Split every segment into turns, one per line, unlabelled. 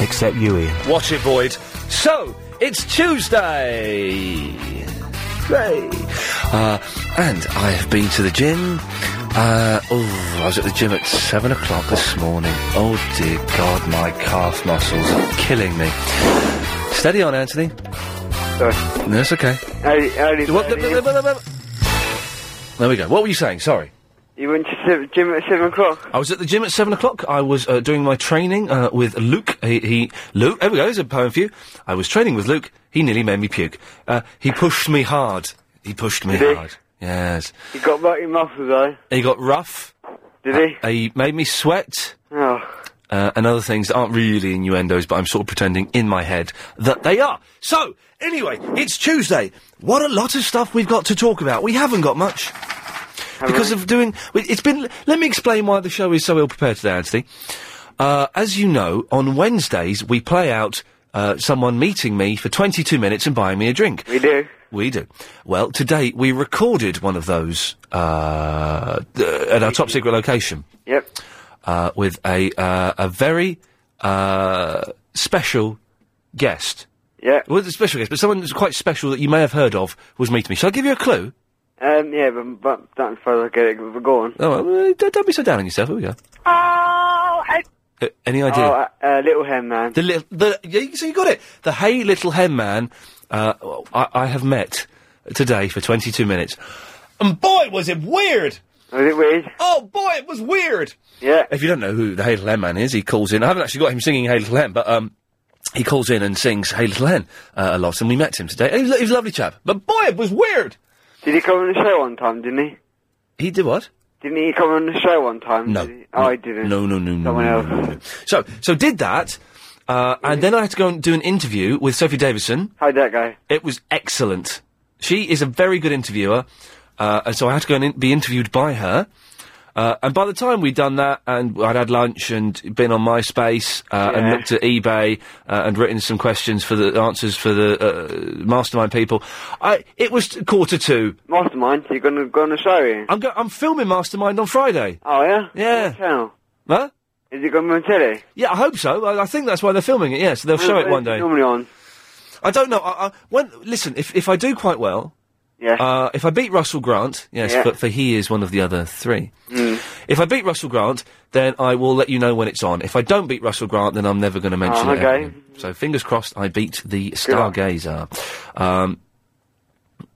Except you, Ian.
Watch it, Boyd. So, it's Tuesday! Hooray! Uh, and I have been to the gym. Uh, oh, I was at the gym at 7 o'clock this morning. Oh dear God, my calf muscles are killing me. Steady on, Anthony. No, that's okay. What-
What,
There we go. What were you saying? Sorry.
you went to se- gym at seven o'clock.
I was at the gym at seven o'clock. I was uh, doing my training uh, with Luke. He, he, Luke. There we go. There's a poem for you. I was training with Luke. He nearly made me puke. Uh, he pushed me hard. He pushed me
Did he?
hard. Yes.
You got back your muscles, though.
He got rough.
Did he?
Uh, he made me sweat.
Oh,
Uh, and other things that aren't really innuendos, but I'm sort of pretending in my head that they are. So, anyway, it's Tuesday. What a lot of stuff we've got to talk about. We haven't got much. because of doing. we- It's been. Let me explain why the show is so ill prepared today, Anthony. Uh, as you know, on Wednesdays we play out uh, someone meeting me for 22 minutes and buying me a drink.
We do.
We do. Well, today we recorded one of those uh, th- at our top secret location
yep.
uh, with a uh, a very uh, special guest.
Yeah.
Well, it's a special guest, but someone that's quite special that you may have heard of was meeting me. Shall I give you a clue?
Um, yeah, but, but don't further get it. But go on.
Oh, well, don't, don't be so down on yourself. Here we go.
Oh,
Uh, any idea?
Oh, uh, uh, little hen man.
The little, the yeah, so you got it. The hey little hen man, uh, I, I have met today for 22 minutes, and boy was it weird.
Was it weird?
Oh boy, it was weird.
Yeah.
If you don't know who the hey little hen man is, he calls in. I haven't actually got him singing hey little hen, but um. He calls in and sings "Hey Little Hen" uh, a lot, and we met him today. And he was, lo- he was a lovely chap, but boy, it was weird.
Did he come on the show one time? Didn't he?
He did what?
Didn't he come on the show one time?
No.
Did he? Oh, I didn't.
No, no, no, no.
Someone
no,
else.
no, no, no. So, so did that, uh, and then I had to go and do an interview with Sophie Davison.
How'd that go?
It was excellent. She is a very good interviewer, uh, and so I had to go and in- be interviewed by her. Uh, and by the time we'd done that, and I'd had lunch and been on MySpace uh, and
Yeah.
looked at eBay uh, and written some questions for the answers for the uh, mastermind people, I it was t- quarter two.
Mastermind, you're gonna go on the show here.
I'm go- I'm filming Mastermind on Friday.
Oh yeah.
Yeah.
What channel?
Huh?
Is it going to be on telly?
Yeah, I hope so. I, I think that's why they're filming it. Yes, they'll show
Where's
it one
it
day.
Normally on.
I don't know. I, I, when listen, if if I do quite well,
Yes.
Uh, if I beat Russell Grant, yes,
Yeah. Mm.
but for he is one of the other three. If I beat Russell Grant, then I will let you know when it's on. If I don't beat Russell Grant, then I'm never going to mention
Ah,
it.
okay.
ever again. So fingers crossed, I beat the Stargazer. Um,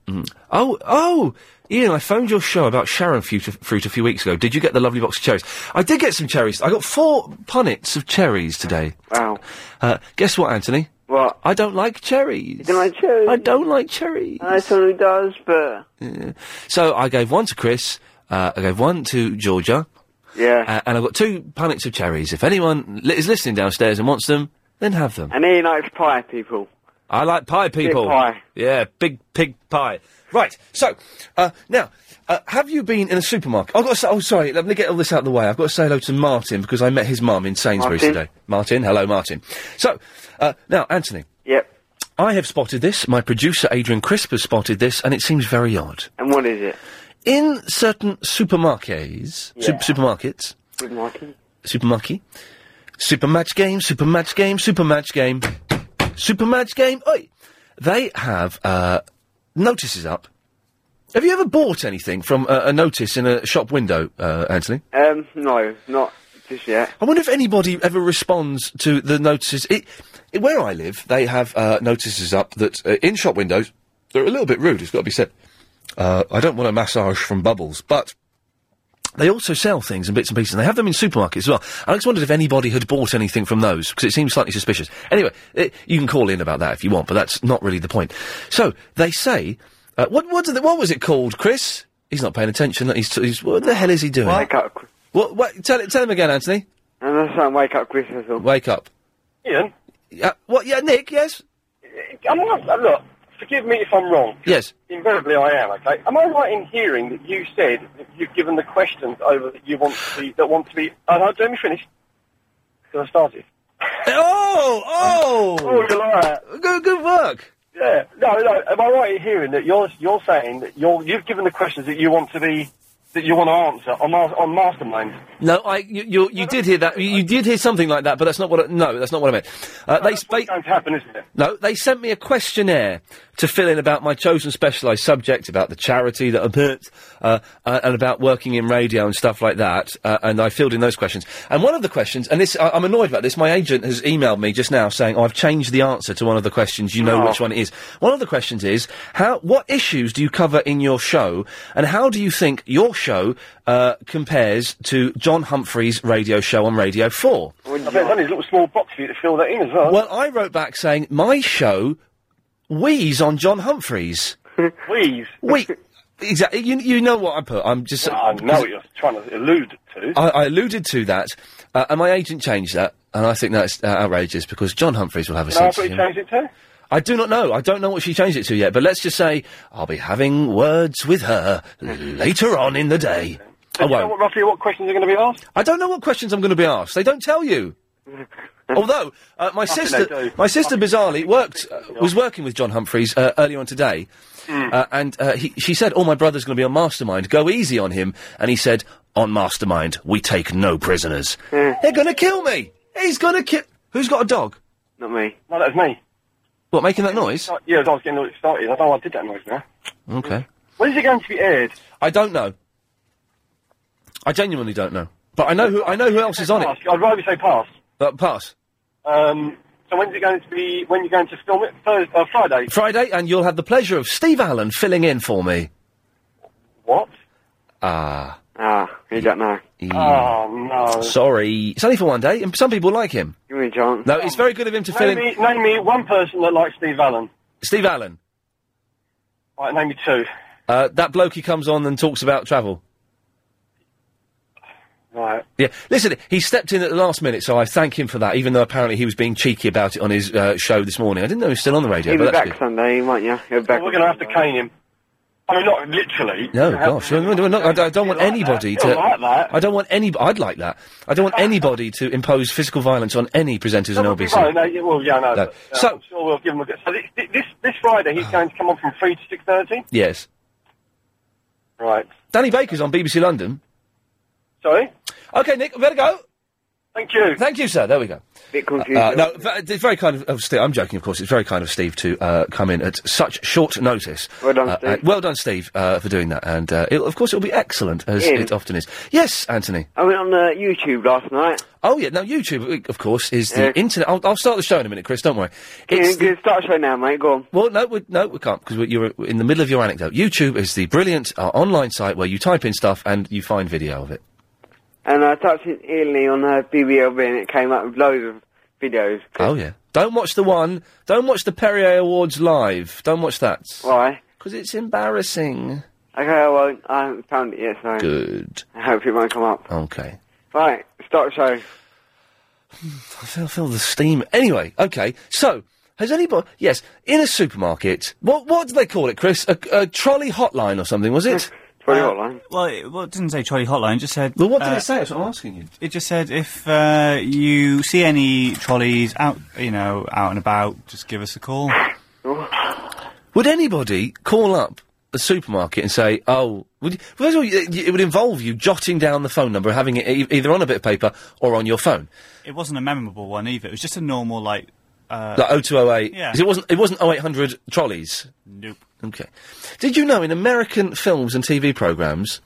mm. oh, oh, Ian, I phoned your show about Sharon fruit a, fruit a few weeks ago. Did you get the lovely box of cherries? I did get some cherries. I got four punnets of cherries today.
Wow.
Uh, guess what, Anthony?
What?
I don't like cherries.
You don't like cherries?
I don't like cherries.
I know someone who does, but
Yeah. Uh, So I gave one to Chris, uh, I gave one to Georgia,
yeah.
uh, and I've got two punnets of cherries. If anyone li- is listening downstairs and wants them, then have them.
and he likes pie people.
I like pie, people.
pie.
Yeah, big pig pie. Right, so, uh, now, uh, have you been in a supermarket? I've got to say, oh, sorry, let me get all this out of the way. I've got to say hello to Martin because I met his mum in Sainsbury's
Martin.
today. Martin, hello, Martin. So, uh, now, Anthony,
Yep.
I have spotted this, my producer Adrian Crisp has spotted this, and it seems very odd.
And what is it?
in certain supermarkets,
Yeah.
sup- supermarkets,
Good Mikey.
supermarket, supermatch game, supermatch game, supermatch game, supermatch game. Oi, they have uh, notices up. Have you ever bought anything from a, a notice in a shop window, uh, Anthony?
Um, no, not just yet.
I wonder if anybody ever responds to the notices. It, it- where I live, they have uh, notices up that uh, in shop windows they're a little bit rude. It's got to be said. Uh, I don't want a massage from Bubbles, but they also sell things in bits and pieces. And they have them in supermarkets as well. I just wondered if anybody had bought anything from those because it seems slightly suspicious. Anyway, eh, you can call in about that if you want, but that's not really the point. So they say, uh, what what, do they, what was it called, Chris? He's not paying attention. He's, he's what the hell is he doing?
Wake up, Chris.
What, what, tell, tell him again, Anthony.
And that's not wake up, Chris. That's all.
Wake up.
Ian,
Yeah, Uh, what? Yeah, Nick. Yes.
am I, look, forgive me if I'm wrong.
Yes.
Invariably I am, okay? Am I right in hearing that you said that you've given the questions over that you want to be, that want to be, oh, no, let me finish. Because I started.
Oh,
Oh,
oh.
you liar.
Good, good work.
Yeah, no, no, am I right in hearing that you're, you're saying that you're, you've given the questions that you want to be that you want to answer on, mas- on Mastermind.
No, I you you, you did hear that. You, you did hear something like that, but that's not what. I, no, that's not what I meant. Uh, they, that's they,
going to happen, isn't it?
No, they sent me a questionnaire to fill in about my chosen specialised subject, about the charity that I'm at, uh, uh, and about working in radio and stuff like that. Uh, and I filled in those questions. And one of the questions, and this I, I'm annoyed about this. My agent has emailed me just now saying oh, I've changed the answer to one of the questions. You know
Oh.
which one it is. One of the questions is how what issues do you cover in your show, and how do you think your show uh, compares to John Humphrey's radio show on Radio Four?
I bet there's only a little small box for you to fill that in as well.
Well, I wrote back saying my show wheeze on John Humphreys.
Please.
We exactly. You you know what I put. I'm just.
I know what you're trying to allude to.
I, I alluded to that, uh, and my agent changed that, and I think that's uh, outrageous because John Humphreys will have a
no, I
sense
thought
of
you
humour.
changed it to.
I do not know. I don't know what she changed it to yet, but let's just say I'll be having words with her later on in the day. I
Do you know
won't.
what, roughly what questions are going to be asked?
I don't know what questions I'm going to be asked. They don't tell you. Although uh, my
I think Hmm. they
sister,
do.
my sister bizarrely worked uh, was working with John Humphreys uh, earlier on today,
Hmm.
uh, and uh, he, she said, "Oh, my brother's going to be on Mastermind. Go easy on him." And he said, "On Mastermind, we take no prisoners. They're going to kill me. He's going to kill. Who's got a dog?
Not me.
No, that was me.
What making that noise?
Oh, Yeah, I was getting all excited. Oh, I know I did that noise now.
Okay,
When is it going to be aired?
I don't know. I genuinely don't know, but I know who I know who else is on
Pass.
it.
I'd rather say pass.
Uh, pass
Um, so when's it going to be? When you're going to film it? Thursday, uh, Friday.
Friday, and you'll have the pleasure of Steve Allen filling in for me.
What?
Ah,
Ah, you don't know.
he-
Oh no.
sorry. It's only for one day, and some people like him.
Give me a chance.
No, it's very good of him to fill
Name
in.
me, name me one person that likes Steve Allen.
Steve Allen,
Right, name me two.
uh, that bloke who comes on and talks about travel.
Right.
Yeah, listen, he stepped in at the last minute, so I thank him for that, even though apparently he was being cheeky about it on his uh, show this morning. I didn't know he was still on the radio,
He'll
but
be
that's
back
good.
Sunday, won't you? He'll be back.
Well, we're going to have to cane him. I mean, not literally.
No,
We're gonna have
gosh,
to-
no, no, no, I, don't- I don't want
Like
anybody
that.
to.
Like that.
I don't want any. I'd like that. I don't want anybody to impose physical violence on any presenters on
That would be
LBC.
Right, no, yeah, well, yeah, no.
No.
But, uh,
So-
I'm sure we'll give him a good. So thi- thi- this this Friday he's going to come on from three to six thirty.
Yes,
Right.
Danny Baker's on BBC London.
Sorry.
Okay, Nick, we better go.
Thank you.
Thank you, sir. There we go.
bit confused.
Uh, no, ve- it's very kind of, of Steve. I'm joking, of course. It's very kind of Steve to uh, come in at such short notice.
Well done,
Uh,
Steve.
uh, well done, Steve, uh, for doing that. And uh, it'll, of course, it'll be excellent, as
Ian.
it often is. Yes, Anthony.
I went on uh, YouTube last night.
Oh yeah. Now YouTube, uh, of course, is the
Yeah.
internet. I'll, I'll start the show in a minute, Chris. Don't worry.
Yeah,
It's the-
good start show now, mate. Go on.
well, no, we, no, we can't because you're in the middle of your anecdote. YouTube is the brilliant uh, online site where you type in stuff and you find video of it.
And I typed in Ely on uh, BBLB and it came up with loads of videos.
Oh yeah. Don't watch the one. Don't watch the Perrier Awards live. Don't watch that
Why?
because it's embarrassing.
Okay, I won't. I haven't found it yet, so
Good.
I hope it won't come up.
Okay.
Right, start show.
I feel, feel the steam. Anyway, okay. So, has anybody? Yes, in a supermarket. What what do they call it, Chris? A, a trolley hotline or something? Was it?
Trolley hotline.
Uh, Well, it, well, it didn't say trolley hotline. It just said.
well, what did
uh,
it say? That's what I'm asking you.
It just said if uh, you see any trolleys out, you know, out and about, just give us a call.
Would anybody call up a supermarket and say, "Oh, would you, first of all, y- y- it would involve you jotting down the phone number, and having it e- either on a bit of paper or on your phone,
It wasn't a memorable one either. It was just a normal like. Uh,
like 0208.
Yeah.
'Cause It wasn't it wasn't 0800 trolleys.
nope.
Okay. Did you know in American films and TV programs,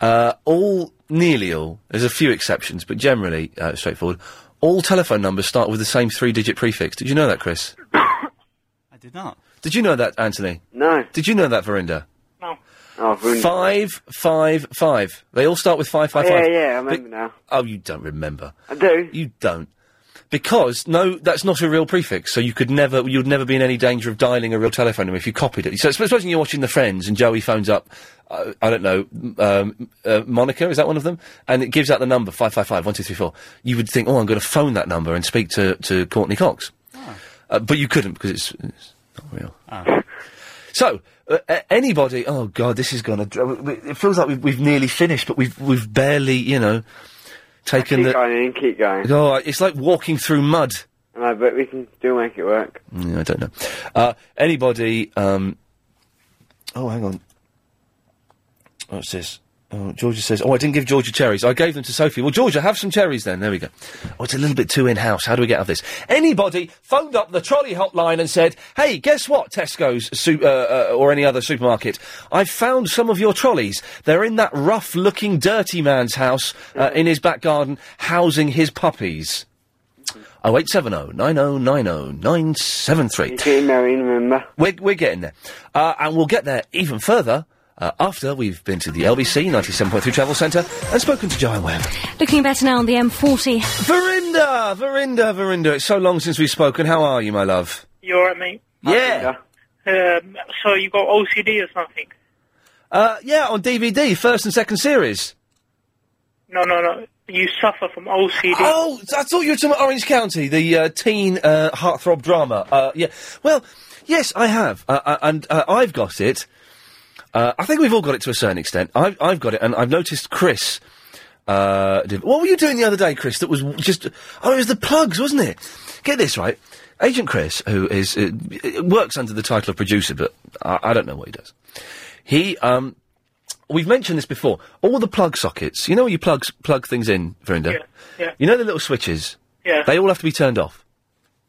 uh, all, nearly all, there's a few exceptions, but generally uh, straightforward, all telephone numbers start with the same three digit prefix. Did you know that, Chris?
I did not.
Did you know that, Anthony?
No.
Did you know that, Verinda?
Oh, I've ruined it.
Five, five, five. They all start with five, five,
Yeah,
five.
yeah, I remember now.
Oh, you don't remember.
I do.
You don't. Because no, that's not a real prefix. So you could never, you'd never be in any danger of dialing a real telephone number if you copied it. So suppose- supposing you're watching The Friends and Joey phones up, uh, I don't know, m- um, uh, Monica is that one of them, and it gives out the number five five five one two three four. You would think, oh, I'm going to phone that number and speak to to Courtney Cox, uh, but you couldn't because it's, it's not real. So, uh, a- anybody? Oh God, this is gonna. dr- It feels like we've, we've nearly finished, but we've we've barely, you know, taken
Keep
the.
going in, keep going.
Oh, it's like walking through mud.
And I bet we can still make it work.
Mm, I don't know. Uh, anybody? Um, oh, hang on. What's this? Oh, Georgia says, "Oh, I didn't give Georgia cherries. I gave them to Sophie. Well, Georgia, have some cherries then. There we go. Oh, it's a little bit too in-house. How do we get out of this? Anybody phoned up the trolley hotline and said, "Hey, guess what? Tesco's su- uh, uh, or any other supermarket. I found some of your trolleys. They're in that rough-looking, dirty man's house uh, in his back garden, housing his puppies." Oh eight seven oh nine oh nine oh nine seven three.
Getting there in, remember?
We're, we're getting there. Uh, and we'll get there even further uh, after we've been to the LBC 97.3 Travel Centre and spoken to Joanne Webb.
Looking better now on the M40.
Verinda! Verinda, Verinda, it's so long since we've spoken. How are you, my love?
You're at me.
Yeah.
Um, so you got OCD or something?
Uh, yeah, on DVD, first and second series.
No, no, no. You suffer from OCD.
Oh, I thought you were talking about Orange County, the uh, teen uh, heartthrob drama. Uh, yeah. Well, yes, I have, uh, uh, and uh, I've got it. Uh, I think we've all got it to a certain extent. I've, I've got it, and I've noticed Chris. Uh, did, what were you doing the other day, Chris? That was w- just. Oh, it was the plugs, wasn't it? Get this right. Agent Chris, who is uh, works under the title of producer, but I, I don't know what he does. He um, We've mentioned this before. All the plug sockets, you know where you plug, plug things in, Verinda?
yeah.
You know the little switches?
Yeah.
They all have to be turned off.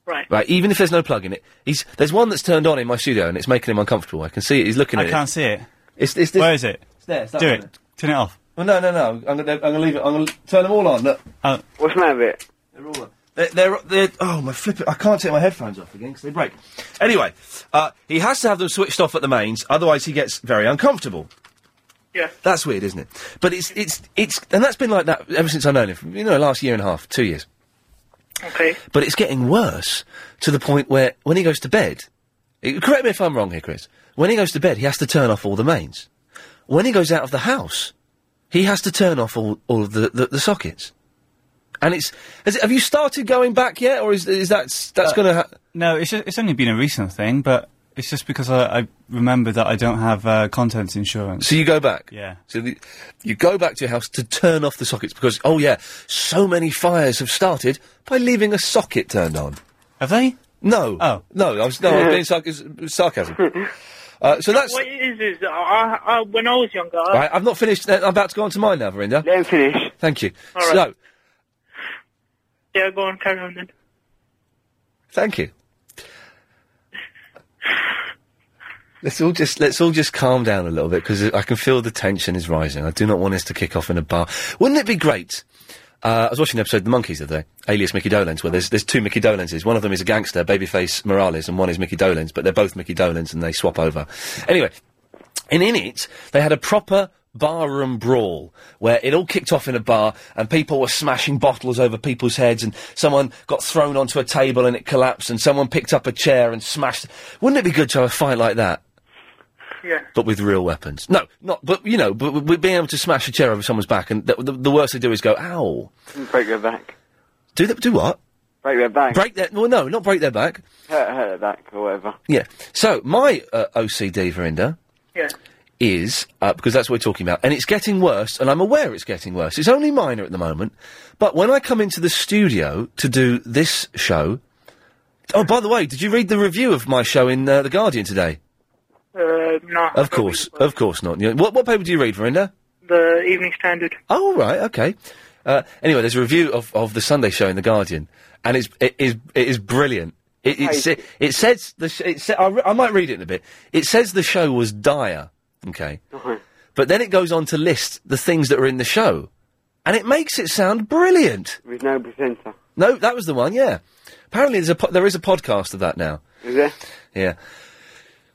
Right.
Right, even if there's no plug in it. He's, there's one that's turned on in my studio and it's making him uncomfortable. I can see it. He's looking
I
at it.
can't see it.
It's, it's this-
Where is it?
It's there. It's that
Do
one
it.
there.
Turn it off.
Well, no, no, no. I'm gonna, I'm gonna leave it. I'm gonna turn them all on. Look.
Oh,
What's the matter with it?
They're all on. They're, they're, they're, oh, my flip I can't take my headphones off again because they break. Anyway, uh, he has to have them switched off at the mains, otherwise he gets very uncomfortable.
Yeah.
That's weird, isn't it? But it's, it's, it's, and that's been like that ever since I've known him, you know, last year and a half, two years.
Okay.
But it's getting worse to the point where when he goes to bed, eh, correct me if I'm wrong here, Chris. When he goes to bed, he has to turn off all the mains. When he goes out of the house, he has to turn off all, all of the, the, the sockets. And it's has it, have you started going back yet, or is is that s- that's going to ha-
Uh, no, it's ju- it's only been a recent thing, but it's just because I, I remember that I don't have uh, content insurance.
so you go back?
Yeah.
So the, you go back to your house to turn off the sockets because oh yeah, so many fires have started by leaving a socket turned on.
Have they?
No.
Oh.
no, I was no, I was being sarcas- sarcasm. Uh, so that's
What it is is I, I, when I was younger, I,
Right, I've not finished. I'm about to go on to mine now, Verinda.
Let him finish.
Thank you.
All right.
So,
yeah, go on, carry on then.
thank you. Let's all just let's all just calm down a little bit because I can feel the tension is rising. I do not want us to kick off in a bar. Wouldn't it be great? Uh, I was watching an episode of The Monkeys the other day, alias Mickey Dolans, where there's there's two Mickey Dolenses. One of them is a gangster, Babyface Morales, and one is Mickey Dolans, but they're both Mickey Dolans and they swap over. Anyway, And in it, they had a proper barroom brawl where it all kicked off in a bar and people were smashing bottles over people's heads and someone got thrown onto a table and it collapsed and someone picked up a chair and smashed. Wouldn't it be good to have a fight like that?
Yeah.
But with real weapons. No, not, but you know, but, but being able to smash a chair over someone's back and th- the, the worst they do is go, ow.
Break their back.
Do that, do what?
Break their back.
Break their, well no, not break their back.
Hurt, hurt their back or whatever.
Yeah. So, my uh, OCD, Verinda,
Yeah.
is, uh, because that's what we're talking about, and it's getting worse, and I'm aware it's getting worse. It's only minor at the moment, but when I come into the studio to do this show. Oh, by the way, did you read the review of my show in uh, The Guardian today?
Uh, no.
Of course, of course not. You- What, what paper do you read, Verinda?
The Evening Standard.
Oh, all right, okay. Uh, anyway, there's a review of, of the Sunday show in the Guardian, and it's it is it is brilliant. It it, sa- it says the sh- it sa- I, re- I might read it in a bit. It says the show was dire, okay,
Uh-huh.
but then it goes on to list the things that are in the show, and it makes it sound brilliant.
With no presenter.
No, that was the one. Yeah, apparently there's a po- there is a podcast of that now.
Is there?
Yeah.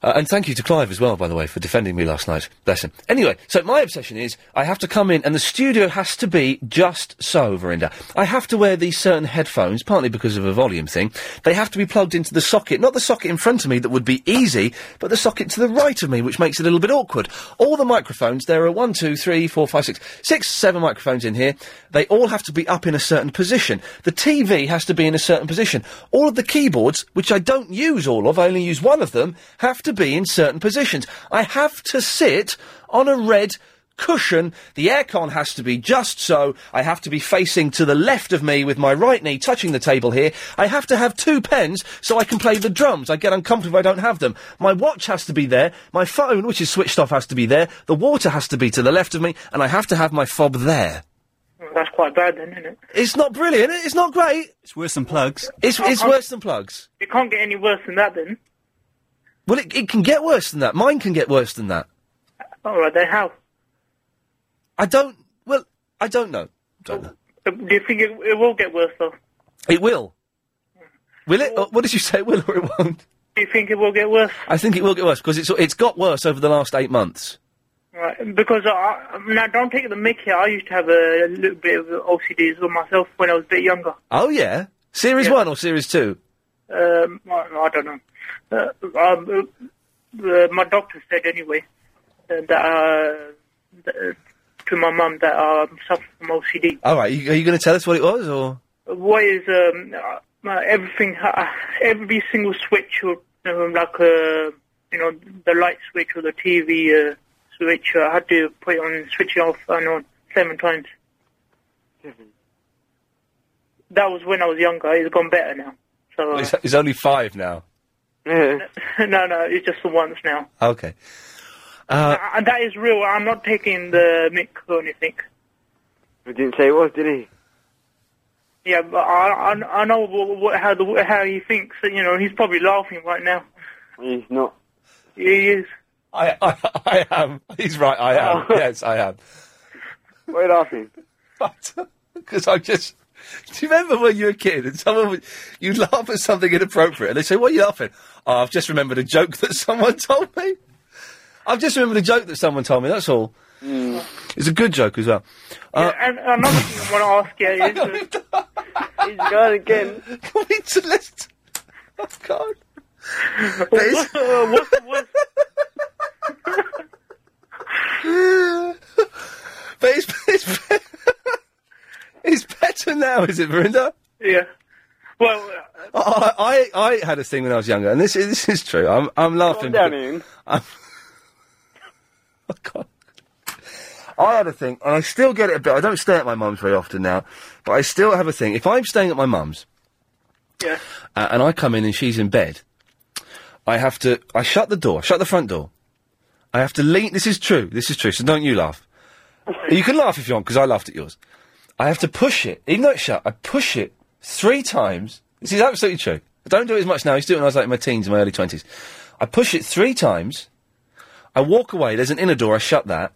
Uh, and thank you to Clive as well, by the way, for defending me last night. Bless him. Anyway, so my obsession is I have to come in and the studio has to be just so, Verinda. I have to wear these certain headphones, partly because of a volume thing. They have to be plugged into the socket, not the socket in front of me that would be easy, but the socket to the right of me, which makes it a little bit awkward. All the microphones, there are one, two, three, four, five, six, six, seven microphones in here. They all have to be up in a certain position. The TV has to be in a certain position. All of the keyboards, which I don't use all of, I only use one of them, have to be in certain positions. I have to sit on a red cushion. The aircon has to be just so. I have to be facing to the left of me with my right knee touching the table here. I have to have two pens so I can play the drums. I get uncomfortable if I don't have them. My watch has to be there. My phone, which is switched off, has to be there. The water has to be to the left of me, and I have to have my fob there.
That's quite bad then, isn't it?
It's not brilliant. It's not great.
It's worse than plugs.
It's, it's
Uh-huh.
worse than plugs.
It can't get any worse than that then.
Well, it, it can get worse than that. Mine can get worse than that.
Alright, then how?
I don't. Well, I don't know. Don't know.
Uh, Do you think it, it will get worse though?
It will. Will it? Or, what did you say? It will or it won't?
Do you think it will get worse?
I think it will get worse because it's it's got worse over the last eight months.
Right, because I, now don't take the mick here. I used to have a little bit of OCD as well myself when I was a bit younger.
Oh yeah, series one or series two?
Um, I, I don't know. Uh, um, uh, uh, my doctor said anyway uh, that, uh, that uh, to my mum that I'm suffering from OCD.
All right, you, are you going to tell us what it was or?
What is um, uh, uh, everything? Uh, every single switch, or um, like uh, you know, the light switch or the TV uh, switch. I had to put it on, and switch it off and on seven times. That was when I was younger. It's gone better now. So uh,
It's, it's only five now.
no, no, it's just the once now.
Okay. Uh,
Uh, that is real. I'm not taking the mic or anything.
He didn't say it was, did he?
Yeah, but I I, I know what, what, how the how he thinks. You know, he's probably laughing right now.
He's not.
He is.
I, I I am. He's right. I am.
Oh.
yes, I am.
What are you laughing?
But because I just. Do you remember when you were a kid and someone would, you'd laugh at something inappropriate and they say, "What are you laughing?" Oh, I've just remembered a joke that someone told me. I've just remembered a joke that someone told me. That's all.
Hmm.
It's a good joke as well. Uh,
And another thing I want to ask you is,
He's gone again.
Can we just let's- Oh God.
uh,
That is-
what, uh, what's the worst?
But it's, it's, it's better now, is it, Verinda?
Yeah. Well, uh,
I, I I had a thing when I was younger, and this is this is true. I'm I'm laughing.
Calm down,
because-
Ian.
I can't. I had a thing, and I still get it a bit. I don't stay at my mum's very often now, but I still have a thing. If I'm staying at my mum's
yeah.
uh, and I come in and she's in bed, I have to. I shut the door. Shut the front door. I have to lean. This is true. This is true. So don't you laugh. you can laugh if you want because I laughed at yours. I have to push it, even though it's shut. I push it three times. This is absolutely true. I don't do it as much now. I used to do it when I was like in my teens, and my early twenties. I push it three times. I walk away. There's an inner door. I shut that.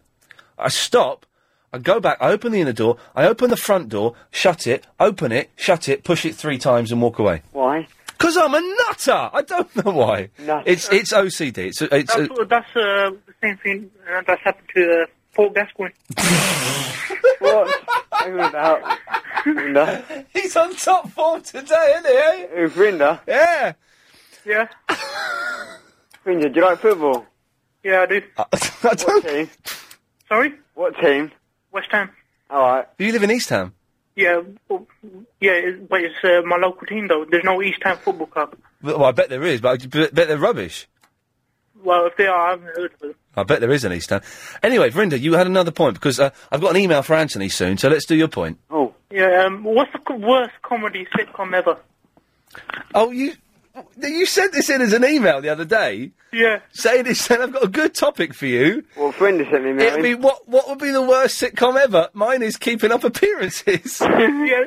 I stop. I go back. I open the inner door. I open the front door. Shut it. Open it. Shut it. Push it three times and walk away.
Why?
Because I'm a nutter. I don't know why.
Nutter.
It's it's OCD. It's a- it's
That's
a,
that's uh, the same thing uh, that's happened to uh, Paul Gascoigne.
What? Hang on about. Rinda.
he's on top form today, isn't
Who's Rinda?
he? Yeah.
Yeah.
Rinda, do you like football?
Yeah, I do.
I, I
What
don't.
team?
Sorry,
What team?
West Ham.
Alright.
You live in East Ham.
Yeah, well, yeah, it- but it's uh, my local team though. There's no East Ham Football Club.
Well, I bet there is, but I bet they're rubbish.
Well, if they are, I haven't heard of them.
I bet there is an East Ham. Anyway, Verinda, you had another point because uh, I've got an email for Anthony soon, so let's do your point.
Oh.
Yeah, um, what's the co- worst comedy sitcom ever?
Oh, you you sent this in as an email the other day
Yeah,
saying this. Saying I've got a good topic for you.
Well, Rinda sent me
It'd be
mine.
what what would be the worst sitcom ever? Mine is Keeping Up Appearances.
yeah,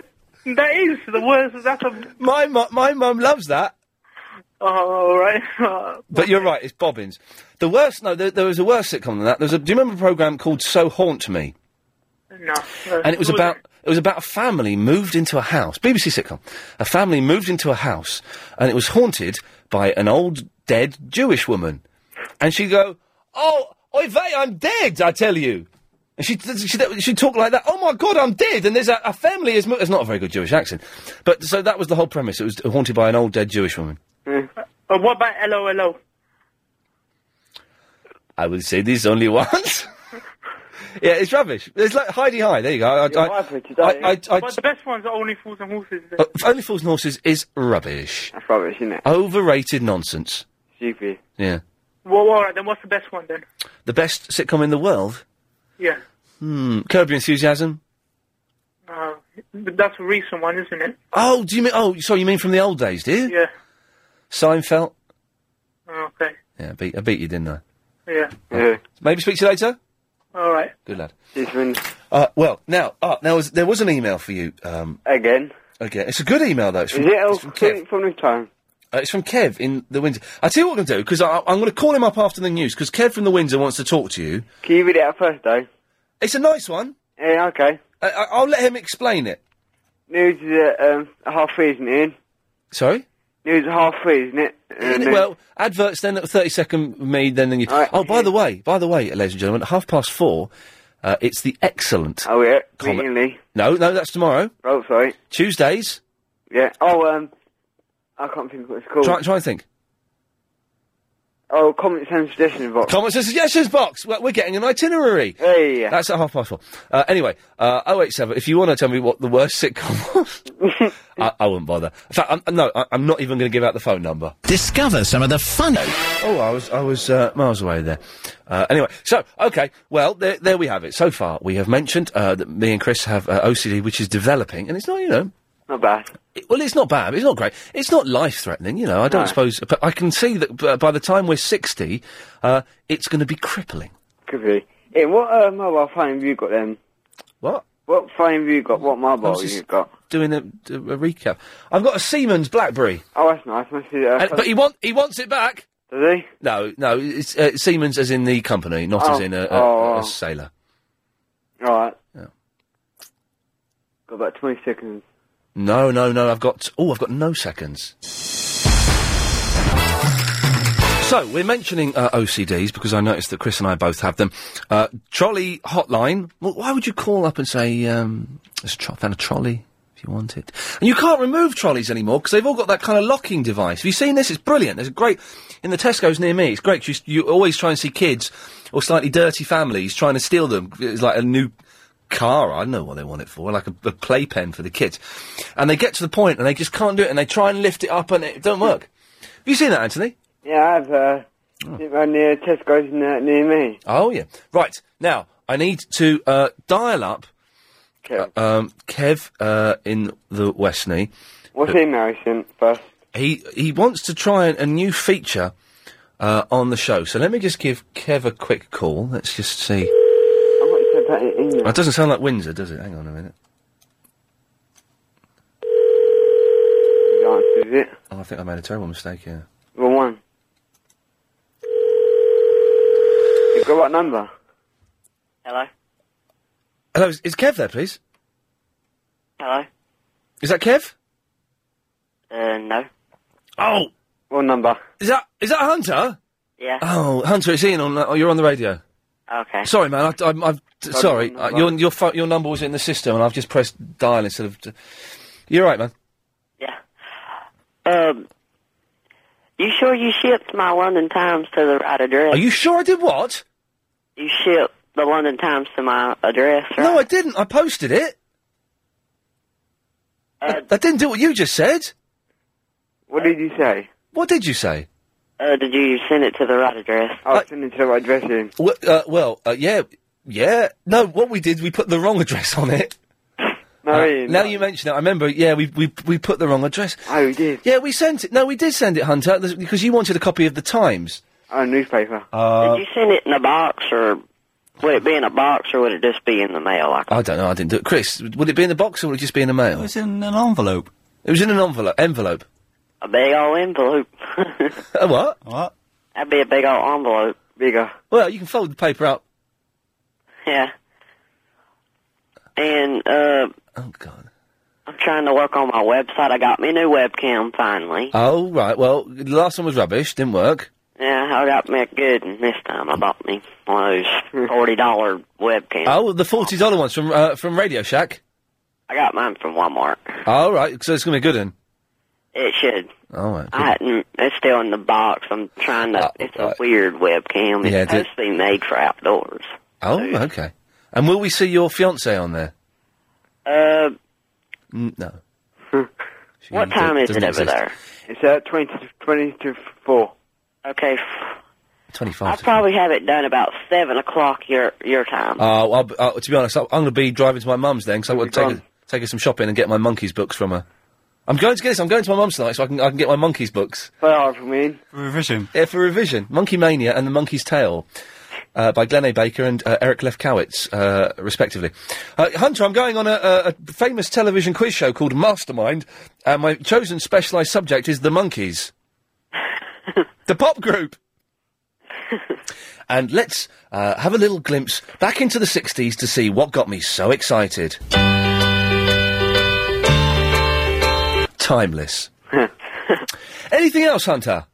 that is the worst. That's a
my mu- my mum loves that.
oh, all right.
But you're right, it's bobbins. The worst, no, there, there was a worse sitcom than that. There was a, do you remember a program called So Haunt Me?
no,
And it was about, it was about a family moved into a house, BBC sitcom. A family moved into a house and it was haunted by an old dead Jewish woman. And she'd go, oh, oi vey, I'm dead, I tell you. And she, she, she'd talk like that, oh my god, I'm dead, and there's a, a family is, mo- it's not a very good Jewish accent. But, so that was the whole premise. It was haunted by an old dead Jewish woman.
Uh, what about LOLO?
I will say this only once. yeah, it's rubbish. It's like Heidi High. There you go. I,
You're
I,
right, Richard, aren't
I, I,
you?
I,
But the best ones are Only Fools and Horses.
uh, Only Fools and Horses is rubbish.
That's rubbish, isn't it?
Overrated nonsense.
Stupid.
Yeah.
Well, all right, then what's the best one then?
The best sitcom in the world
Yeah.
Hmm. Curb Your Enthusiasm.
Uh, but that's a recent one, isn't it?
Oh, do you mean? Oh, so you mean from the old days, do you?
Yeah.
Seinfeld.
Oh, okay.
Yeah, I beat, I beat you, didn't I?
Yeah.
Yeah.
Maybe speak to you later.
All right.
Good lad.
It's been
Uh, well, now, uh, now was, there was an email for you. Um,
again.
again, it's a good email though. It's
Is
from,
it all
it's from Kev.
from, from this time?
Uh, it's from Kev in the Windsor. I tell you what I'm going to do because I'm going to call him up after the news because Kev from the Windsor wants to talk to you.
Can you read it out first, though?
It's a nice one.
Yeah, okay.
I, I, I'll let him explain it.
News is at um, half three, isn't it? Ian?
Sorry.
News at half three, isn't it? Um, And then-
well, adverts then at 30 second me, then, then you.
Alright.
Oh, by the way, by the way, ladies and gentlemen, at half past four, uh, it's the excellent.
Oh, yeah.
Comment.
Meeting Lee.
No, no, that's tomorrow.
Oh, sorry.
Tuesdays.
Yeah. Oh, um, I can't think of what it's called.
Try, try and think.
Oh, comments and suggestions box.
Comments and suggestions box. Well, we're getting an itinerary.
hey. Yeah.
That's at half past four. Uh, anyway, uh, 087, if you want to tell me what the worst sitcom was, I, I wouldn't bother. In fact, I'm, no, I, I'm not even going to give out the phone number.
Discover some of the fun.
Oh, I was I was uh, miles away there. Uh, anyway, so okay, well there there we have it. So far, we have mentioned uh, that me and Chris have uh, OCD, which is developing, and it's not you know.
Not bad.
It, well, it's not bad. but It's not great. It's not life threatening, you know. I don't
No.
suppose, but I can see that b- by the time we're sixty, uh, it's going to be crippling.
Could be. Ian, what uh, mobile phone have you got then?
What?
What phone have you got? What mobile
was
have
just-
you got?
Doing a, a recap. I've got a Siemens BlackBerry,
Oh, that's nice. Must be, uh,
and, but he want he wants it back.
does he?
No, no, it's uh, Siemens as in the company, not as
Oh.
in a, a,
Oh.
a sailor.
All right.
Yeah.
Got about 20 seconds.
No, no, no. I've got oh, I've got no seconds. So we're mentioning uh, OCDs because I noticed that Chris and I both have them. Uh, trolley hotline. Well, why would you call up and say um, there's a tro- found a trolley if you want it? And you can't remove trolleys anymore because they've all got that kind of locking device. Have you seen this? It's brilliant. There's a great in the Tesco's near me. It's great. 'cause You, you always try and see kids or slightly dirty families trying to steal them. It's like a new car. I don't know what they want it for, like a, a playpen for the kids. And they get to the point and they just can't do it, and they try and lift it up, and it don't work. Have you seen that, Anthony?
Yeah, I have, uh, sit round near Tesco's near, near me.
Oh yeah. Right now, I need to uh, dial up
Okay.
um, Kev uh, in the Westney.
What's email he sent first?
He he wants to try a, a new feature uh, on the show. So let me just give Kev a quick call. Let's just see.
I thought he said that in email.
That doesn't sound like Windsor, does it? Hang on a minute.
He answers it.
Oh, I think I made a terrible mistake here.
Wrong one. You've got what number? Hello?
Hello, is, is Kev there, please?
Hello?
Is that Kev?
Uh, no.
Oh,
What number?
is that is that Hunter?
Yeah.
Oh, Hunter, it's Ian. On, oh, you're on the radio.
Okay.
Sorry, man. I, I, I've t- sorry.
no,
Uh,
no.
your your pho- your number was in the system, and I've just pressed dial instead of. T- you're right, man.
Yeah. Um, you sure you shipped my London Times to the right address?
Are you sure I did what?
You shipped the London Times to my address, right?
No, I didn't. I posted it.
Uh,
That didn't do what you just said.
What did you say?
What did you say?
uh, did you send it to the right address?
I was
I-
sending to the right address in.
Well, uh, well uh, yeah, yeah. No, what we did, we put the wrong address on it.
No,
Uh,
Ian,
now
no.
you mention it, I remember. Yeah, we we we put the wrong address.
Oh, you did?
Yeah, we sent it. No, we did send it, Hunter, th- because you wanted a copy of the Times.
Oh, newspaper.
Uh.
did you send it in a box, or would it be in a box, or would it just be in the mail? Like,
I don't know. I didn't do it. Chris, would it be in the box or would it just be in the mail?
It was in an envelope.
It was in an envelope. Envelope.
a big old envelope.
A what?
What?
That'd be a big old envelope.
Bigger.
Well, you can fold the paper up.
Yeah. And uh,
Oh God.
I'm trying to work on my website. I got me a new webcam finally.
Oh right. Well, the last one was rubbish. Didn't work.
Yeah, I got me a good one this time. I bought me one of those forty dollar webcams.
Oh, the forty dollar ones from uh, from Radio Shack.
I got mine from Walmart.
All right. So it's gonna be a good one.
It should.
All right.
I hadn't. It's still in the box. I'm trying to.
Oh,
it's
right.
a weird webcam. It's
Yeah, it-
supposed to be made for outdoors.
Oh, okay. And will we see your fiance on there?
Uh,
N- no. She
Hmm. what
d-
time is it
doesn't
uh,
over
exist.
there?
It's at 20 to, 20 to 4.
Okay. f- I'll
25 to
probably have it done about seven o'clock your your time.
Uh, well, I'll be- uh, to be honest, I- I'm going to be driving to my mum's then, because I want to take her, take her some shopping and get my monkeys books from her. I'm going to get this. I'm going to my mum's tonight, so I can I can get my monkeys books.
They are from in.
For revision.
Yeah, for revision. Monkey Mania and the Monkey's Tale, uh, by Glenn A. Baker and uh, Eric Lefkowitz, uh, respectively. Uh, Hunter, I'm going on a, a, a famous television quiz show called Mastermind, and my chosen specialised subject is the monkeys, the pop group. and let's uh, have a little glimpse back into the 60s to see what got me so excited. Timeless. Anything else, Hunter?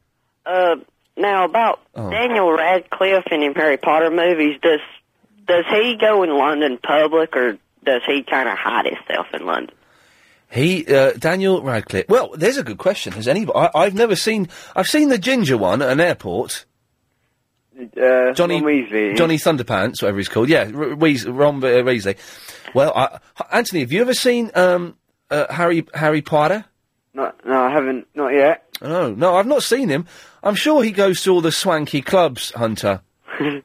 Uh, now about
Oh.
Daniel Radcliffe in him Harry Potter movies, does does he go in London public or does he kind of hide himself in London?
He, uh, Daniel Radcliffe. Well, there's a good question. Has anybody? I, I've never seen. I've seen the ginger one at an airport.
Uh,
Johnny
Ron Weasley.
Johnny Thunderpants, whatever he's called. Yeah, R- Weas- Ron uh, Weasley. Well, I, H- Anthony, have you ever seen um, uh, Harry Harry Potter?
No, no, I haven't. Not yet.
No, Oh, no, I've not seen him. I'm sure he goes to all the swanky clubs, Hunter,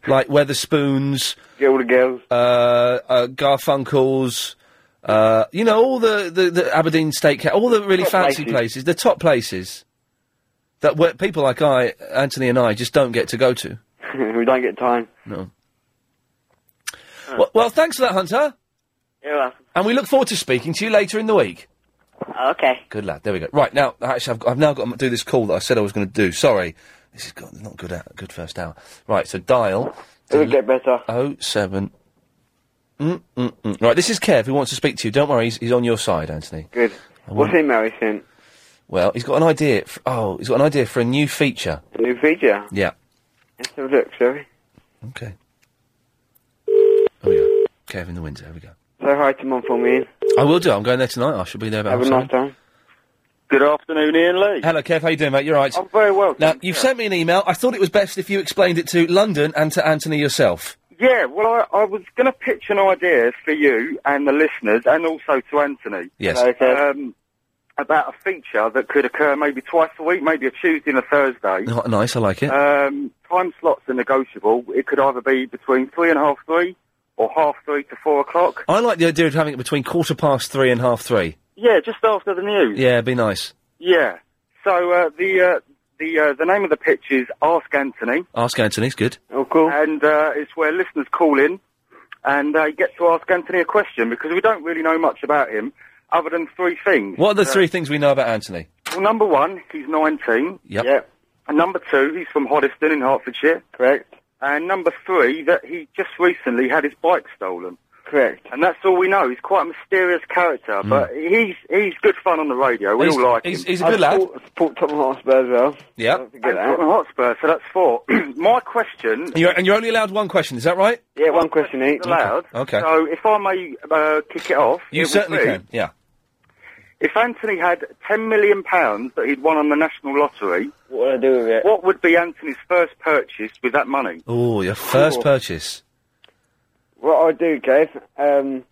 like Weatherspoons,
Get all the girls.
uh, uh, Garfunkel's. Uh, you know, all the, the, the Aberdeen Steakhouse, all the really
Top
fancy places.
places.
the top places that where people like I, Anthony and I, just don't get to go to.
we don't get time.
No. Well, well, thanks for that, Hunter.
You're welcome.
And we look forward to speaking to you later in the week.
Okay.
Good lad. There we go. Right now, actually, I've, got, I've now got to do this call that I said I was going to do. Sorry, this is got, not good. Out, good first hour. Right. So dial.
It'll get better.
Oh seven. Mm, mm, mm. Right, this is Kev who wants to speak to you. Don't worry, he's, he's on your side, Anthony.
Good. What's in Mary sent?
Well, he's got an idea. For, oh, he's got an idea for a new feature.
A new feature.
Yeah.
Let's have a look, shall we?
Okay. There we go. Kev in the window. There we go.
Say hi to Mum for me. Ian.
I will do. I'm going there tonight. I should be there about
Have a
half
nice
seven.
time.
Good afternoon, Ian Lee.
Hello, Kev. How you doing, mate? You're right.
I'm very well.
Now,
thank
you've
you.
sent me an email. I thought it was best if you explained it to London and to Anthony yourself.
Yeah, well, I, I was going to pitch an idea for you and the listeners, and also to Anthony.
Yes.
Okay.
Um, about a feature that could occur maybe twice a week, maybe a Tuesday and a Thursday.
Not nice. I like it.
Um, time slots are negotiable. It could either be between three and a half three, or half three to four o'clock.
I like the idea of having it between quarter past three and half three.
Yeah, just after the news.
Yeah, it'd be nice.
Yeah. So uh, the uh, the uh, the name of the pitch is Ask Anthony,
Ask Anthony's good.
All cool.
and uh, it's where listeners call in and uh, get to ask Anthony a question because we don't really know much about him other than three things. Uh,
What are the three things we know about Anthony?
Well, number one, he's nineteen.
Yep.
Yep.
And number two, he's from Hoddesdon in Hertfordshire.
Correct.
And number three, that he just recently had his bike stolen.
Correct.
And that's all we know. He's quite a mysterious character, but he's he's good fun on the radio. We
Hmm. he's,
all like
he's,
him.
he's a good lad.
Support, support Tottenham Hotspur as well.
Yep.
Don't forget
And Tottenham
that.
Hotspur, so that's four. My question.
You're, and you're only allowed one question, is that right?
Yeah, one question each.
Allowed.
Okay.
So if I may uh, kick it off, it
You
would
certainly
be,
can. Yeah.
If Anthony had ten million pounds that he'd won on the national lottery,
What would I do with it?
what would be Anthony's first purchase with that money?
Oh, your first
Cool.
purchase.
What I do, Kev, um,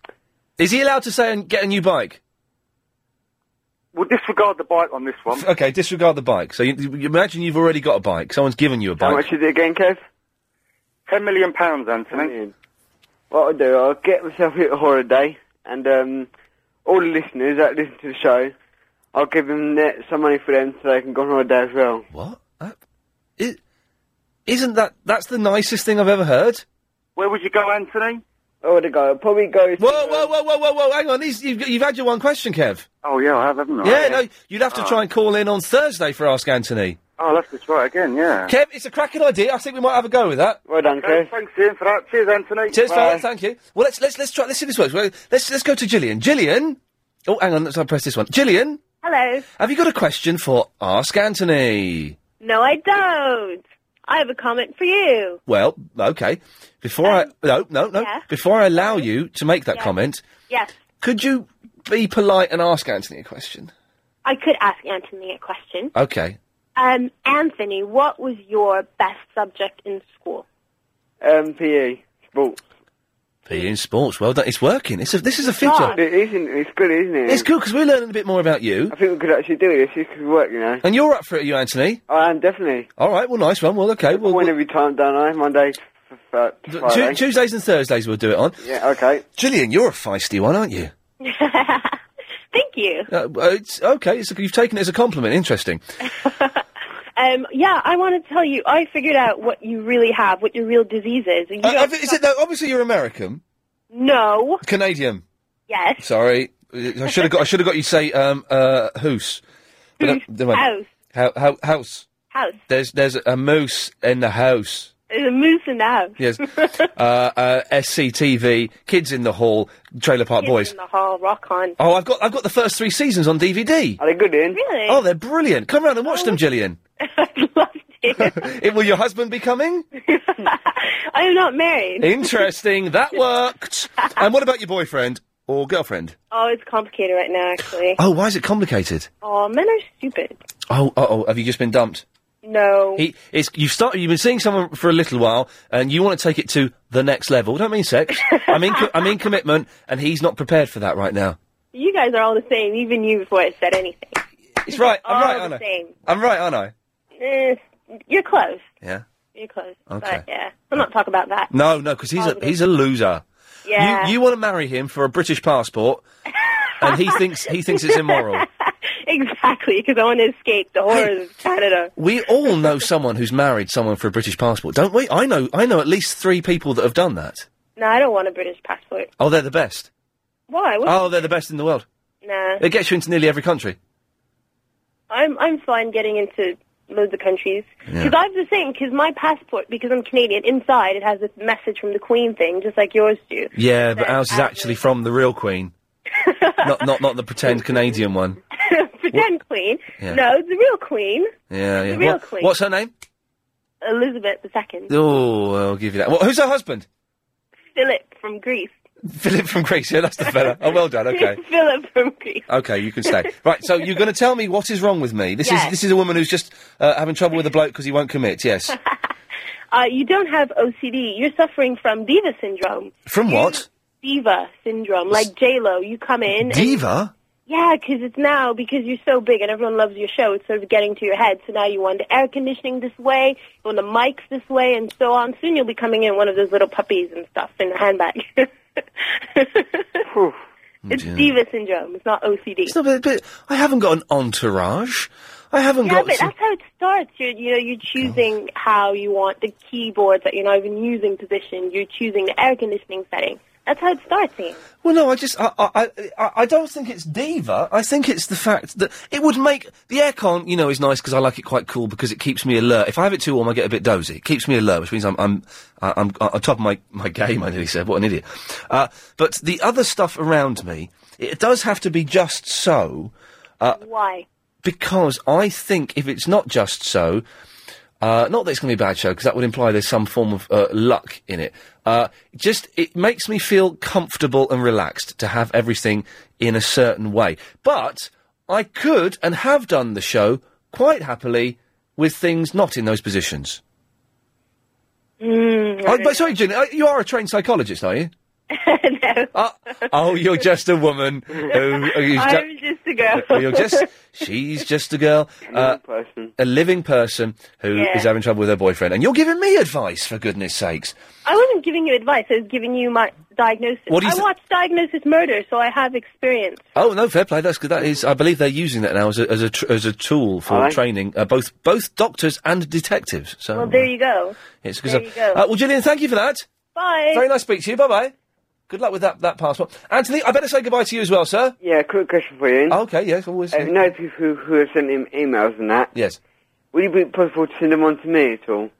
Is he allowed to say and get a new bike?
We'll disregard the bike on this one.
F- Okay, disregard the bike. So you, you imagine you've already got a bike. Someone's given you a
how
bike.
much is it again, Kev?
Ten million pounds, Anthony.
Ian. What I do, I'll get myself a little holiday, and um, all the listeners that listen to the show, I'll give them the- some money for them so they can go on holiday as well.
What? That, it, isn't that that's the nicest thing I've ever heard?
Where would you go, Anthony?
Where would I go? I'd probably go. to,
Whoa,
uh,
whoa, whoa, whoa, whoa, whoa! Hang on, These, you've, you've had your one question, Kev.
Oh yeah, Uh. I have, haven't I?
yeah, no, you'd have to try and call in on Thursday for Ask Anthony.
Oh, let's just try it again. Yeah.
Kev, it's a cracking idea. I think we might have a go with that.
Well done,
Okay,
Kev.
thanks, Ian, for that. Cheers, Anthony.
Cheers,
Bye.
fella, Thank you. Well, let's let's let's try. Let's see if this works. Well, Let's let's go to Gillian. Gillian. Oh, hang on. Let's I press this one. Gillian,
Hello.
have you got a question for Ask Anthony?
No, I don't. I have a comment for you.
Well, okay. Before I no no no.
Um, yeah.
Before I allow you to make that
Yeah.
comment,
Yes,
could you be polite and ask Anthony a question?
I could ask Anthony a question.
Okay.
Um, Anthony, what was your best subject in school?
E, Um, PE, sports.
Be in sports. Well done. It's working. It's a, this is a fit
It isn't. It's good, isn't it?
It's good because we're learning a bit more about you.
I think we could actually do this. This could work, you know.
And you're up for it, are you, Anthony?
I am definitely.
All right. Oh, Well, nice one. Well, okay. Well,
I win every time, don't I? Monday to f- f-
Tu-
Friday.
Tuesdays and Thursdays we'll do it on.
Yeah, okay.
Gillian, you're a feisty one, aren't you?
Thank you.
Uh, uh, it's okay. It's a, you've taken it as a compliment. Interesting.
Um, yeah, I want to tell you, I figured out what you really have, what your real disease is. And you
Uh,
don't-
is it though? Obviously, you're American,
No.
Canadian.
Yes.
Sorry, I should have got. I should have got you to say um uh hoose. But, uh, never mind. How, how, house.
House.
There's there's a moose in the house.
There's a moose in the house.
Yes. uh, uh, SCTV, Kids in the Hall, Trailer Park
Kids
Boys.
in the hall, rock on.
Oh, I've got I've got the first three seasons on DVD.
Are they good in?
Really?
Oh, they're brilliant. Come round and watch them, Gillian. It- will your husband be coming?
I am not married.
Interesting. That worked. and what about your boyfriend or girlfriend?
Oh, it's complicated right now, actually.
Oh, why is it complicated?
Oh, men are stupid.
Oh, oh, oh have you just been dumped?
No.
He, it's, you've started. You've been seeing someone for a little while, and you want to take it to the next level. Don't mean sex. I mean, co- I mean commitment, and he's not prepared for that right now.
You guys are all the same, even you before I said anything.
It's right. I'm
all
right,
the
aren't I?
same.
I'm right, aren't I?
Eh, you're close.
Yeah.
You're close.
Okay.
But yeah, I'm not talking about that.
No, no, because he's a he's a loser.
Yeah.
You you want to marry him for a British passport, and he thinks he thinks it's immoral.
Exactly, because I want to escape the horrors of Canada.
We all know someone who's married someone for a British passport, don't we? I know I know at least three people that have done that.
No, I don't want a British passport.
Oh, they're the best.
Why? What?
Oh, they're the best in the world.
Nah.
It gets you into nearly every country.
I'm I'm fine getting into loads of countries
Yeah.
because I have the same. Because my passport, because I'm Canadian, inside it has this message from the Queen thing, just like yours do.
Yeah, but ours is actually from the real Queen, not not not the pretend Canadian one.
Pretend Queen.
Yeah.
No, the real Queen,
Yeah, yeah.
The real
What-
Queen.
What's her name?
Elizabeth II.
Oh, I'll give you that. Well, who's her husband?
Philip from Greece.
Philip from Greece. Yeah, that's the fella. Oh, well done. Okay.
Philip from Greece.
Okay, you can stay. Right, so you're going to tell me what is wrong with me. This is
Yes.
this is a woman who's just uh, having trouble with a bloke because he won't commit. Yes.
Uh, you don't have OCD. You're suffering from diva syndrome.
From what?
Diva syndrome, like J Lo. You come in. and-
Diva.
Yeah, 'cause it's now because you're so big and everyone loves your show. It's sort of getting to your head. So now you want the air conditioning this way, you want the mics this way, and so on. Soon you'll be coming in one of those little puppies and stuff in a handbag. it's
dear.
diva syndrome. It's not OCD.
It's not a bit. I haven't got an entourage. I haven't
yeah,
got.
but
some-
that's how it starts. You're, you know, you're choosing how you want the keyboard that you're not even using position. You're choosing the air conditioning setting. That's how it starts. Ian.
Well, no, I just I, I I I don't think it's diva. I think it's the fact that it would make the aircon. You know, is nice because I like it quite cool because it keeps me alert. If I have it too warm, I get a bit dozy. It keeps me alert, which means I'm I'm I- I'm on top of my my game. I nearly said, what an idiot. Uh, but the other stuff around me, it does have to be just so. Uh,
Why?
because I think if it's not just so, uh, not that it's going to be a bad show, because that would imply there's some form of uh, luck in it. Uh, just it makes me feel comfortable and relaxed to have everything in a certain way. But I could and have done the show quite happily with things not in those positions.
Mm,
Oh, but sorry, Gina, uh, you are a trained psychologist, are you? no. oh, you're just a woman who, who's ju-
I'm just a girl.
well, you're just she's just a girl, uh, a living person who is
Yeah.
having trouble with her boyfriend, and you're giving me advice for goodness sakes.
I wasn't giving you advice. I was giving you my diagnosis.
What do you
I
th-
watched Diagnosis Murder, so I have experience.
Oh no, fair play. That's good. That is, I believe they're using that now as a as a, tr- as a tool for
Aye.
training uh, both both doctors and detectives. So uh,
Well, there you go.
it's because
there you go.
Uh, well, Gillian, thank you for that.
Bye.
Very nice to speak to you. Bye bye. Good luck with that that passport, Anthony. I better say goodbye to you as well, sir.
Yeah, quick question for you.
Okay, yes, always.
Uh, you know people who, who have sent him emails and that?
Yes.
Would it be possible to send them on to me at all?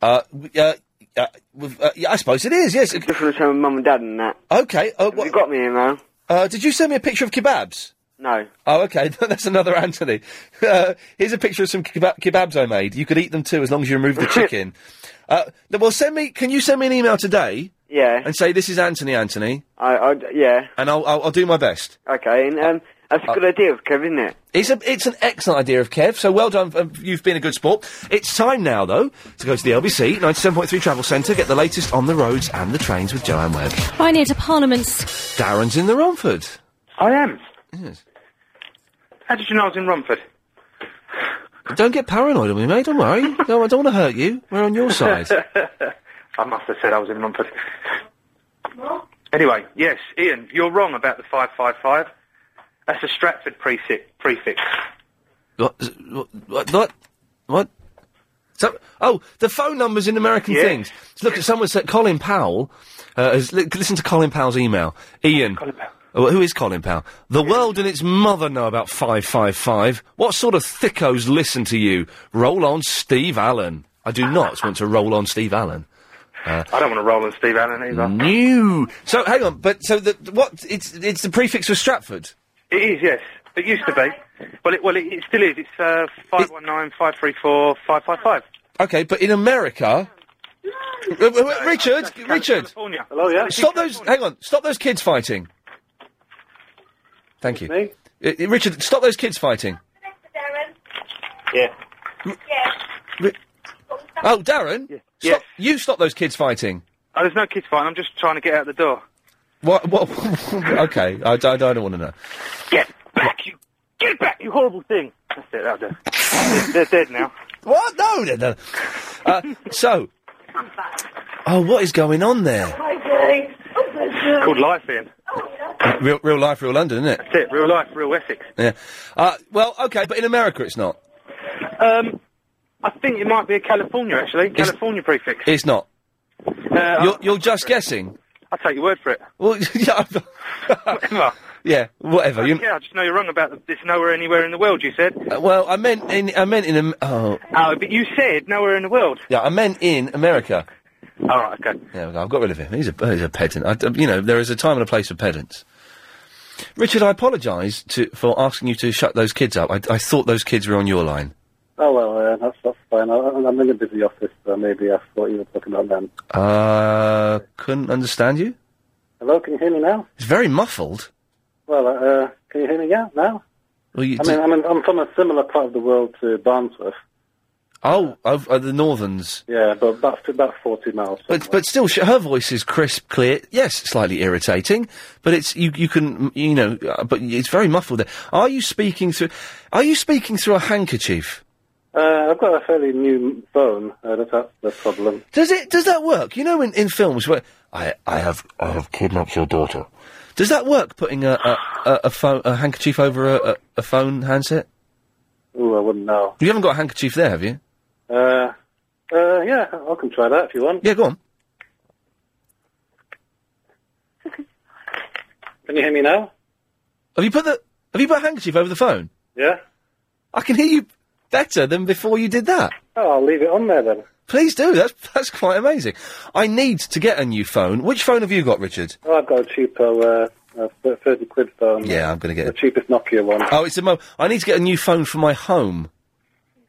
Uh, w- uh, uh, with- uh, yeah, I suppose it is. Yes.
Just want to show my mum and dad and that.
Okay. Uh,
Have you got me email?
Uh, did you send me a picture of kebabs?
No.
Oh, okay. That's another Anthony. Uh, here's a picture of some keba- kebabs I made. You could eat them too, as long as you remove the chicken. Uh, th- well, send me. Can you send me an email today
Yeah.
and say this is Anthony, Anthony,
I, I, yeah.
and I'll I'll, I'll do my best. Uh,
Okay. And um, That's a good idea of Kev, isn't it?
It's a, it's an excellent idea of Kev. So well done. Um, you've been a good sport. It's time now though to go to the LBC 97.3 Travel Centre. Get the latest on the roads and the trains with Joanne Webb.
Right near to Parliament's.
Darren's in the Romford.
I am.
Yes.
How did you know I was in Romford?
Don't get paranoid on me, mate. Don't worry. no, I don't want to hurt you. We're on your side.
I must have said I was in Romford. Anyway, yes, Ian, you're wrong about the 555. That's a Stratford prefix. prefix.
What? What? What? What? what? So, oh, the phone numbers in American
Yeah.
things. Look, someone said Colin Powell. Uh, has, li- listen to Colin Powell's email. Ian. Colin Powell. who is Colin Powell? The world and its mother know about 555. What sort of thickos listen to you? Roll on Steve Allen. I do not want to roll on Steve Allen. Uh,
I don't want to roll on Steve Allen either.
New. So hang on, but so the what? It's it's the prefix for Stratford.
It is, yes. It used to be. Well, it, well, it, it still is. It's uh, 519 534 555.
Okay, but in America, Uh, uh, uh, Richard, Richard,
California. Hello, yeah.
stop those. Hang on, stop those kids fighting. Thank you, Uh, uh, Richard. Stop those kids fighting.
Yeah.
Ri- Oh, Darren,
Yes.
you stop those kids fighting.
Oh, there's no kids fighting. I'm just trying to get out the door.
What? What? okay, I, d- I don't want to know.
Get back, you. Get back, you horrible thing. That's it, that'll do. They're dead now.
What? No, no, no. Uh, so, oh, what is going on there?
Called life, Ian.
Real, real life, real London, isn't it?
That's it. Real life, real Essex.
Yeah. Uh, well, okay, but in America it's not.
Um, I think it might be a California, actually. California prefix.
It's not.
Uh,
you're, you're just guessing.
I'll take your word for it.
Well, yeah,
Whatever.
yeah, whatever. You,
Yeah, I just know you're wrong about the, this nowhere anywhere in the world, you said.
uh, well, I meant in, I meant in, Am- oh,
Oh, but you said nowhere in the world.
yeah, I meant in America.
All right, okay.
Yeah, I've got rid of him. He's a he's a pedant. I d you know, there is a time and a place for pedants. Richard, I apologise to for asking you to shut those kids up. I, I thought those kids were on your line.
Oh well, uh, that's that's fine. I, I'm in a busy office, so maybe I thought you were talking about them.
Uh, couldn't understand you.
Hello, can you hear me now?
It's very muffled.
Well, uh, can you hear me? Yeah, now.
Well, you
I
did-
mean, I'm in, I'm from a similar part of the world to Barnsworth.
oh, of uh, the Northerns.
Yeah, but about about 40 miles.
But but still, sh- her voice is crisp, clear. Yes, slightly irritating, but it's you you can you know, uh, but it's very muffled. There. Are you speaking through? Are you speaking through a handkerchief?
Uh, I've got a fairly new phone. Uh, that- that's the problem.
Does it does that work? You know, in, in films where I I have I have kidnapped your daughter. Does that work? Putting a a, a, a, phone, a handkerchief over a, a, a phone handset?
Ooh, I wouldn't know.
You haven't got a handkerchief there, have you?
Uh, uh, yeah, I can try that if you want.
Yeah, go on.
Can you hear me now?
Have you put the Have you put a handkerchief over the phone?
Yeah.
I can hear you better than before you did that.
Oh, I'll leave it on there then.
Please do. That's that's quite amazing. I need to get a new phone. Which phone have you got, Richard?
Oh, I've got a cheapo, uh, uh, thir- 30 quid phone.
Yeah, I'm going to
The
get.
cheapest Nokia one.
Oh, it's a mo. I need to get a new phone for my home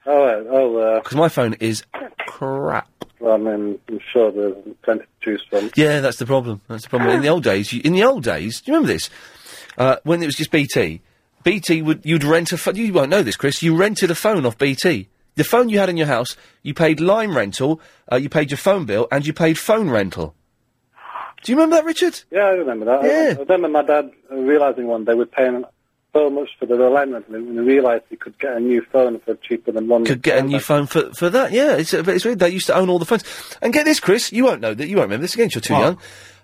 Oh, uh, oh, uh,
because my phone is crap.
well, I mean, I'm sure there's plenty to choose from.
Yeah, that's the problem. That's the problem. In the old days, you, in the old days, do you remember this? Uh, when it was just BT, BT would you'd rent a phone. you won't know this, Chris. You rented a phone off BT. The phone you had in your house, you paid line rental, uh, you paid your phone bill, and you paid phone rental. Do you remember that, Richard?
Yeah, I remember that. I-
Yeah.
I, remember my dad uh, realising one day we're paying so much for the alignment and he realised he could get a new phone for cheaper than one.
could get a new phone for, for that. Yeah, it's a bit- it's weird. They used to own all the phones. And get this, Chris, you won't know that. You won't remember this again. 'cause You're too young.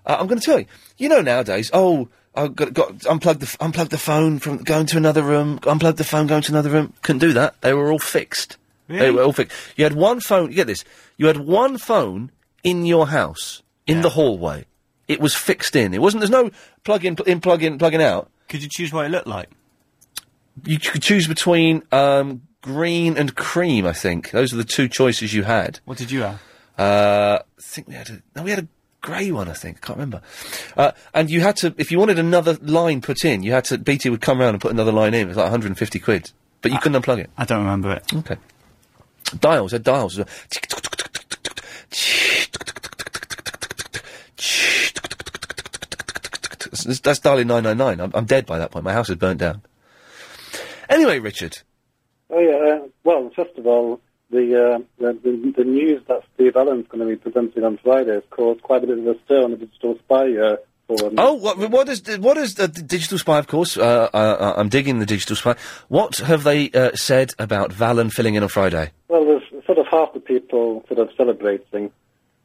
Uh, I'm going to tell you. You know nowadays. Oh, I got, got unplug the f- unplug the phone from going to another room. Unplug the phone, going to another room. Couldn't do that. They were all fixed. They
Really?
were all fixed. You had one phone. Get this. You had one phone in your house in the hallway. It was fixed in. It wasn't. There's no plug in, pl- in, plug in, plug in out.
Could you choose what it looked like?
You could choose between um, green and cream. I think those are the two choices you had.
What did you have?
Uh, I think we had a no, we had a grey one. I think I can't remember. Uh, and you had to, if you wanted another line put in, you had to. BT would come round and put another line in. It was like 150 quid, but you couldn't unplug it.
I don't remember it.
Okay. Dials, had dials. as well. That's, that's dialing 999. I'm, I'm dead by that point. My house is burnt down. Anyway, Richard.
Oh yeah. Uh, well, first of all, the, uh, the, the the news that Steve Allen's going to be presenting on Friday has caused quite a bit of a stir on the digital spy uh, forum.
Oh, what what is what is the digital spy? Of course, uh, uh, I'm digging the digital spy. What have they uh, said about Valen filling in on Friday?
Well, there's sort of half the people sort of celebrating,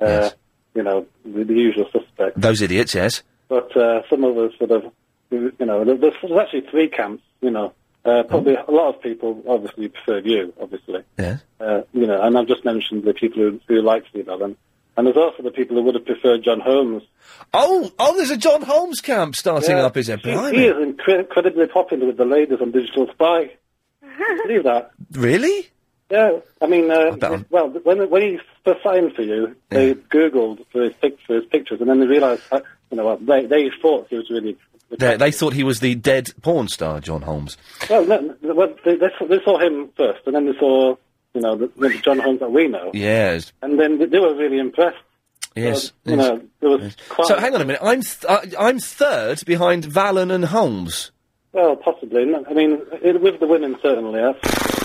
uh,
Yes.
you know, the, the usual suspects.
Those idiots, yes.
but uh, some of us sort of, you know, there- there's, there's actually three camps, you know.
Mm-hmm.
Uh, probably a lot of people obviously prefer you, obviously.
Yeah.
Uh, you know, and I've just mentioned the people who, who like Steve Allen. And there's also the people who would have preferred John Holmes.
Oh, oh, there's a John Holmes camp starting
Yeah.
up, is there?
He,
Blimey.
he is incre- incredibly popular with the ladies on Digital Spy. Can you Believe that?
Really?
Yeah, I mean, uh,
bet I'm-
well, when when he first signed for you, they googled for his, pic- for his pictures, and then they realised, uh, you know, what, they they thought he was really
They, they thought he was the dead porn star, John Holmes.
Well, no, no, well they, they, saw, they saw him first, and then they saw, you know, the, the John Holmes that we know,
Yes,
and then they, they were really impressed.
yes.
You
yes.
know, there was quite
So hang on a minute. I'm th- uh, I'm third behind Valen and Holmes.
well, possibly. No, I mean, it, with the women certainly. That's,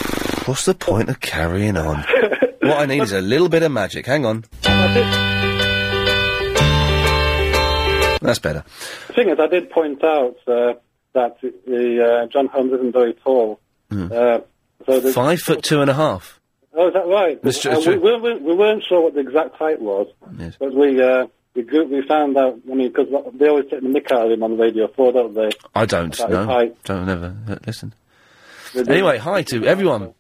What's the point of carrying on? what I need is a little bit of magic. Hang on. That's better.
the thing is, I did point out uh, that the uh, John Holmes isn't very tall.
Hmm.
Uh, so the,
Five foot two and a half.
Oh, is that right?
It's true,
Uh,
it's
we,
true.
we, weren't- we weren't sure what the exact height was,
Yes.
but we uh, we, go- we found out. I mean, because they always take the mick out of him on Radio Four, don't they?
I don't
About his
know.
height.
Don't never uh, listen.
They do.
Anyway, hi to everyone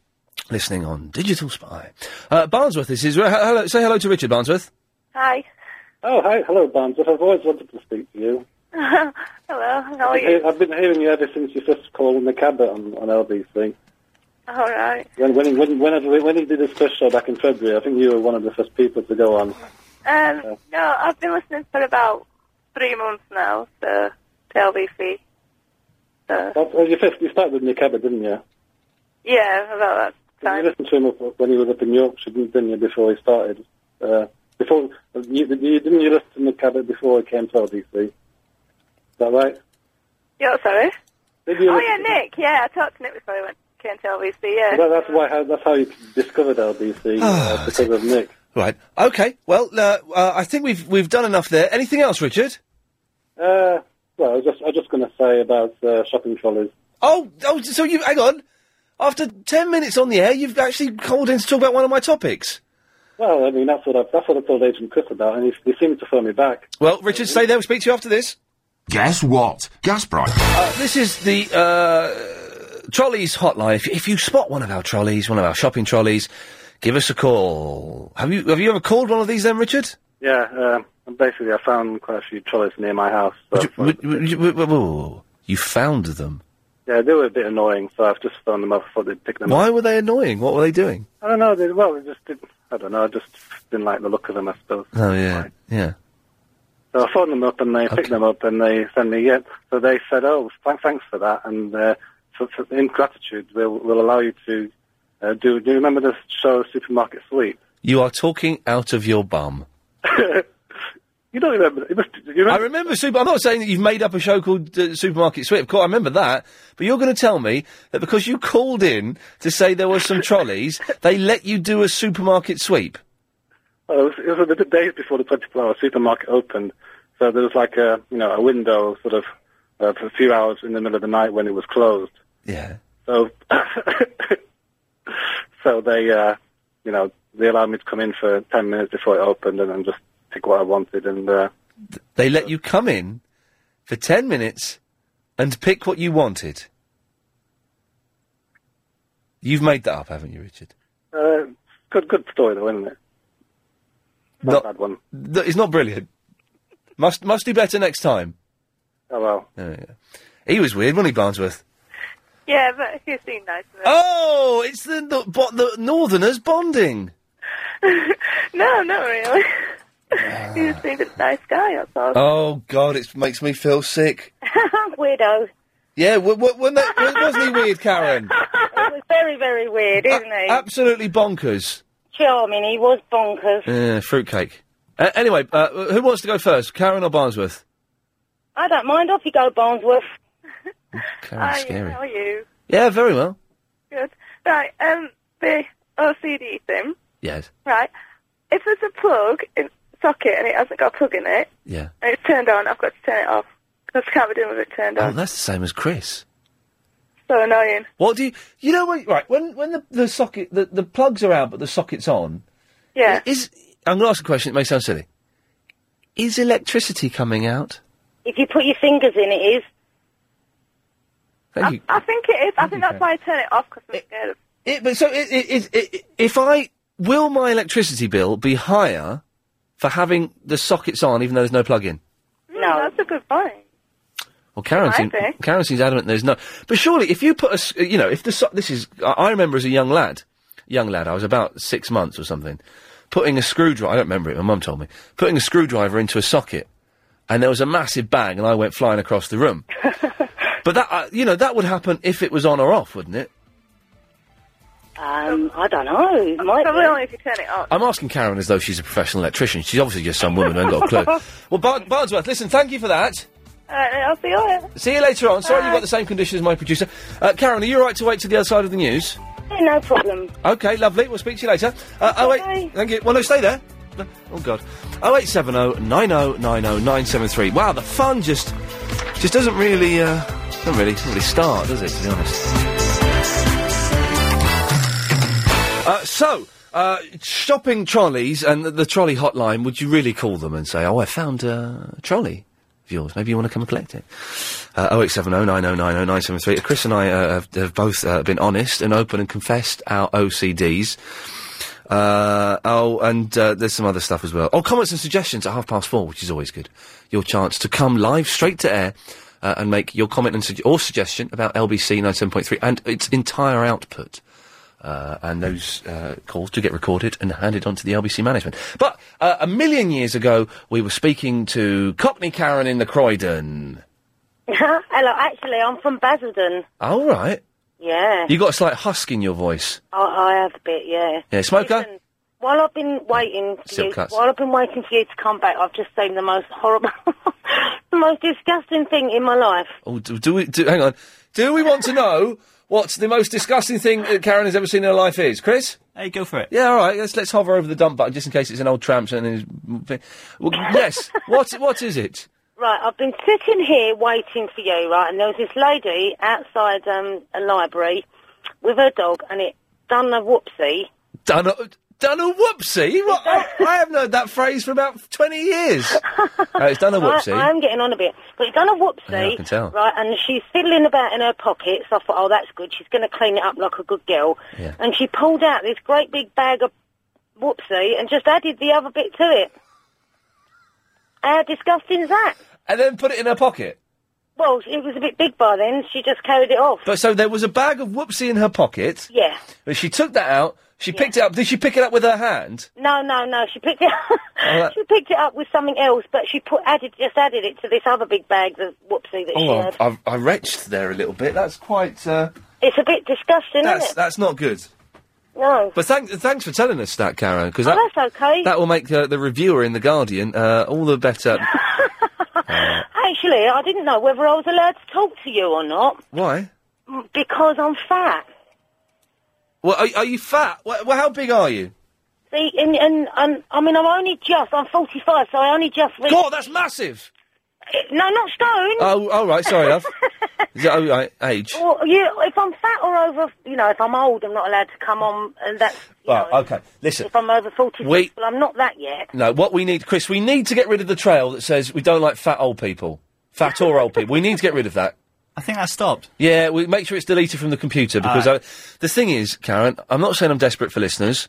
listening on Digital Spy. Uh, Barnsworth, this is. he- Hello, say hello to Richard Barnsworth.
Hi.
Oh, hi, hello, Barnsworth. I've always wanted to speak to you.
Hello,
Oh,
how are
I've been-
you?
I've been hearing you ever since you first called Nick Abbott on, on LBC.
All right.
When when he, when, whenever, when he did his first show back in February, I think you were one of the first people to go on.
Um, no, I've been listening for about three months now to, to LBC. So,
That's, well, you first you started with Nick Abbott, didn't you?
yeah, about that
You
time.
listened to him up, when he was up in Yorkshire, didn't didn't you? Before he started, uh, before you, you didn't you listen to Nick Abbott before he came to LBC? Is that right?
You're sorry?
Did you
oh,
listen-
yeah, Nick. Yeah, I talked to Nick before he went came to LBC, yeah.
Well, that's why how, that's how you discovered LBC uh, because of Nick.
Right. Okay. Ah, Well, uh, uh, I think we've we've done enough there. Anything else, Richard?
Uh, well, I was just I was just going to say about uh, shopping trolleys.
Oh, oh. So you hang on. After ten minutes on the air, you've actually called in to talk about one of my topics.
Well, I mean, that's what I, that's what I told Agent Chris about, and he, he seemed to phone me back.
Well, Richard, stay there. We'll speak to you after this.
Guess what? Gas price.
Uh, this is the uh, trolleys hotline. If, if you spot one of our trolleys, one of our shopping trolleys, give us a call. Have you have you ever called one of these then, Richard?
Yeah, uh, and basically, I found quite a few trolleys near my house. So
Would- would you- would- would- would- You found them.
yeah, they were a bit annoying, so I've just phoned them up. I thought they'd pick them
Why
up.
were they annoying? What were they doing?
I don't know. They, well, they just did. I don't know. I just didn't like the look of them, I suppose.
Oh yeah, yeah.
So I phoned them up, and they picked them up, and they sent me. Yeah, so they said, "Oh, th- thanks for that," and uh, for, for, in gratitude, we'll, we'll allow you to uh, do. Do you remember the show Supermarket Sweep?
You are talking out of your bum.
You don't remember? You must, you remember?
I remember super. I'm not saying that you've made up a show called uh, Supermarket Sweep. Of course, I remember that. But you're going to tell me that because you called in to say there were some trolleys, they let you do a supermarket sweep.
Well, it was, it was the days before the 24-hour supermarket opened, so there was like a you know a window sort of uh, for a few hours in the middle of the night when it was closed.
Yeah.
So so they uh, you know they allowed me to come in for 10 minutes before it opened and then just pick what I wanted and uh,
They let you come in for ten minutes and pick what you wanted. You've made that up, haven't you, Richard?
uh, good good story though, isn't it? Not
Not-
a bad one.
Th- It's not brilliant. Must must do better next time.
Oh well.
He was weird, wasn't he, Barnsworth?
Yeah, but he seemed nice.
Oh, it's the the, bo- the Northerners bonding.
No, not really. he just seemed a nice guy, that's all.
Oh God, it makes me feel sick.
Weirdo.
Yeah, w- w- wasn't, that, w- wasn't he weird, Karen?
It was very, very weird,
Uh,
isn't he?
Absolutely bonkers.
Charming, he was bonkers.
Yeah, fruitcake. Uh, anyway, uh, who wants to go first, Karen or Barnsworth?
I don't mind, off you go, Barnsworth. Uh,
Karen's Oh, scary.
How are you?
Yeah, very well.
Good. Right, um, the OCD thing.
Yes.
Right. If there's a plug in socket and it hasn't got a plug in it,
Yeah.
and it's turned on, I've got to turn it off. Because I can't be doing with it turned
Oh,
on.
that's the same as Chris.
So annoying.
What do you? You know when? Right when when the, the socket the, the plugs are out but the socket's on.
Yeah.
Is I'm going to ask a question. It may sound silly. Is electricity coming out?
If you put your fingers in, it is.
Thank you.
I think it is. I think that's
Kat.
why I turn it off because I'm scared of
It, but so it, it, it, it, if I will my electricity bill be higher for having the sockets on even though there's no plug in?
No, that's a good point.
Well, Karen,
Might
seem,
be.
Karen seems adamant there's no. But surely, if you put a, s- you know, if the so- this is, I, I remember as a young lad, young lad, I was about six months or something, putting a screwdriver. I don't remember it. My mum told me putting a screwdriver into a socket, and there was a massive bang, and I went flying across the room. but that, uh, you know, that would happen if it was on or off, wouldn't it?
Um, I don't know. It might
Probably
be.
only if you turn it off.
I'm asking Karen as though she's a professional electrician. She's obviously just some woman who ain't got a clue. Well, Bar- Bardsworth, listen, thank you for that.
Alright, I'll see you later.
See you later on. Sorry
Bye.
you've got the same condition as my producer. Uh, Karen, are you all right to wait till the other side of the news?
Yeah, no problem.
Okay, lovely. We'll speak to you later. Uh, oh wait, thank you. Well, no, stay there. No, Oh God. Oh eight seven oh nine oh nine oh nine seven three. Wow, the fun just just doesn't really uh doesn't really doesn't really start, does it? To be honest. Uh, so. Uh, shopping trolleys and the, the trolley hotline, would you really call them and say, oh, I found uh, a trolley of yours. Maybe you want to come and collect it. Uh, 08709090973. Chris and I uh, have, have both uh, been honest and open and confessed our OCDs. Uh, oh, and uh, there's some other stuff as well. Oh, comments and suggestions at half past four, which is always good. Your chance to come live straight to air uh, and make your comment and sug- or suggestion about LBC 97.3 and its entire output. Uh, and those uh, calls do get recorded and handed on to the LBC management. But uh, a million years ago, we were speaking to Cockney Karen in the Croydon.
Hello, actually, I'm from Basildon.
All right.
Yeah.
You got a slight husk in your voice.
I, I have a bit, yeah.
Yeah, smoker?
While I've been waiting for
Silk
you,
cuts.
while I've been waiting for you to come back, I've just seen the most horrible, the most disgusting thing in my life.
Oh, do, do we? Do, hang on. Do we want to know what the most disgusting thing that Karen has ever seen in her life is? Chris?
Hey, go for it.
Yeah, all right. Let's let's hover over the dump button just in case it's an old tramp. And it's, well, yes. what what is it?
Right, I've been sitting here waiting for you, right, and there was this lady outside um, a library with her dog, and it done a whoopsie.
Done a done a whoopsie. What? I, I haven't heard that phrase for about twenty years. Oh, it's done a whoopsie.
I, I am getting on a bit, but it done a whoopsie.
Yeah, I can tell.
Right, and she's fiddling about in her pocket, so I thought, oh, that's good. She's going to clean it up like a good girl.
Yeah.
And she pulled out this great big bag of whoopsie and just added the other bit to it. How disgusting is that?
and then put it in her pocket.
Well, it was a bit big by then. She just carried it off.
But so there was a bag of whoopsie in her pocket.
Yeah.
But she took that out. She picked it up. Did she pick it up with her hand?
No, no, no. She picked it.
Oh, that-
she picked it up with something else, but she put added just added it to this other big bag of whoopsie that she
Oh,
had.
I, I, I retched there a little bit. That's quite. Uh,
It's a bit disgusting,
that's
isn't it?
that's not good.
No.
But thank, thanks for telling us that, Karen, because
Oh,
that
that's okay.
that will make uh, the reviewer in the Guardian uh, all the better.
Actually, I didn't know whether I was allowed to talk to you or not
Why?
m- because I'm fat.
Well, are, are you fat? Well, well, how big are you?
See, and, and and I mean, I'm only just. I'm 45, so I only just. Reached... Eh,
God, that's massive.
No, not stone.
Oh, all right. Sorry, love. Is that all right? Age.
Well, you, if I'm fat or over, you know, if I'm old, I'm not allowed to come on, and that's
Well, okay. Listen.
if I'm over 46.
We-
Well, I'm not that yet.
No, what we need, Chris, we need to get rid of the trail that says we don't like fat old people, fat or old people. We need to get rid of that.
I think that stopped.
Yeah, we make sure it's deleted from the computer because I, the thing is, Karen, I'm not saying I'm desperate for listeners.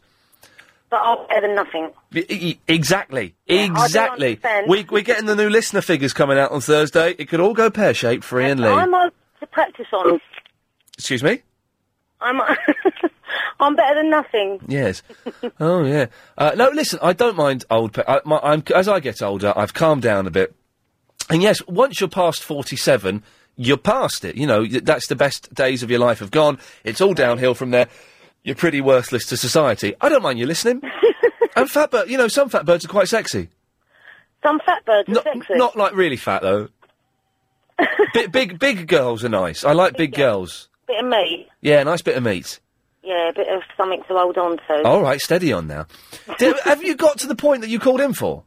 But I'm better than nothing.
E- e- Exactly.
do
exactly.
understand.
We, we're getting the new listener figures coming out on Thursday. It could all go pear shaped for Ian Lee.
I'm open to practice on.
Excuse me?
I'm I'm better than nothing.
Yes. oh, yeah. Uh, no, listen, I don't mind old. Pe- I, my, I'm, as I get older, I've calmed down a bit. And yes, once you're past 47, you're past it. You know, y- that's the best days of your life have gone. It's all downhill from there. You're pretty worthless to society. I don't mind you listening. and fat bird, you know, some fat birds are quite sexy.
Some fat birds are sexy.
Not like really fat though. big, big, big girls are nice. I like big girls.
Bit of meat.
Yeah, nice bit of meat.
Yeah, a bit of something to hold on to.
All right, steady on now. Did, have you got to the point that you called in for?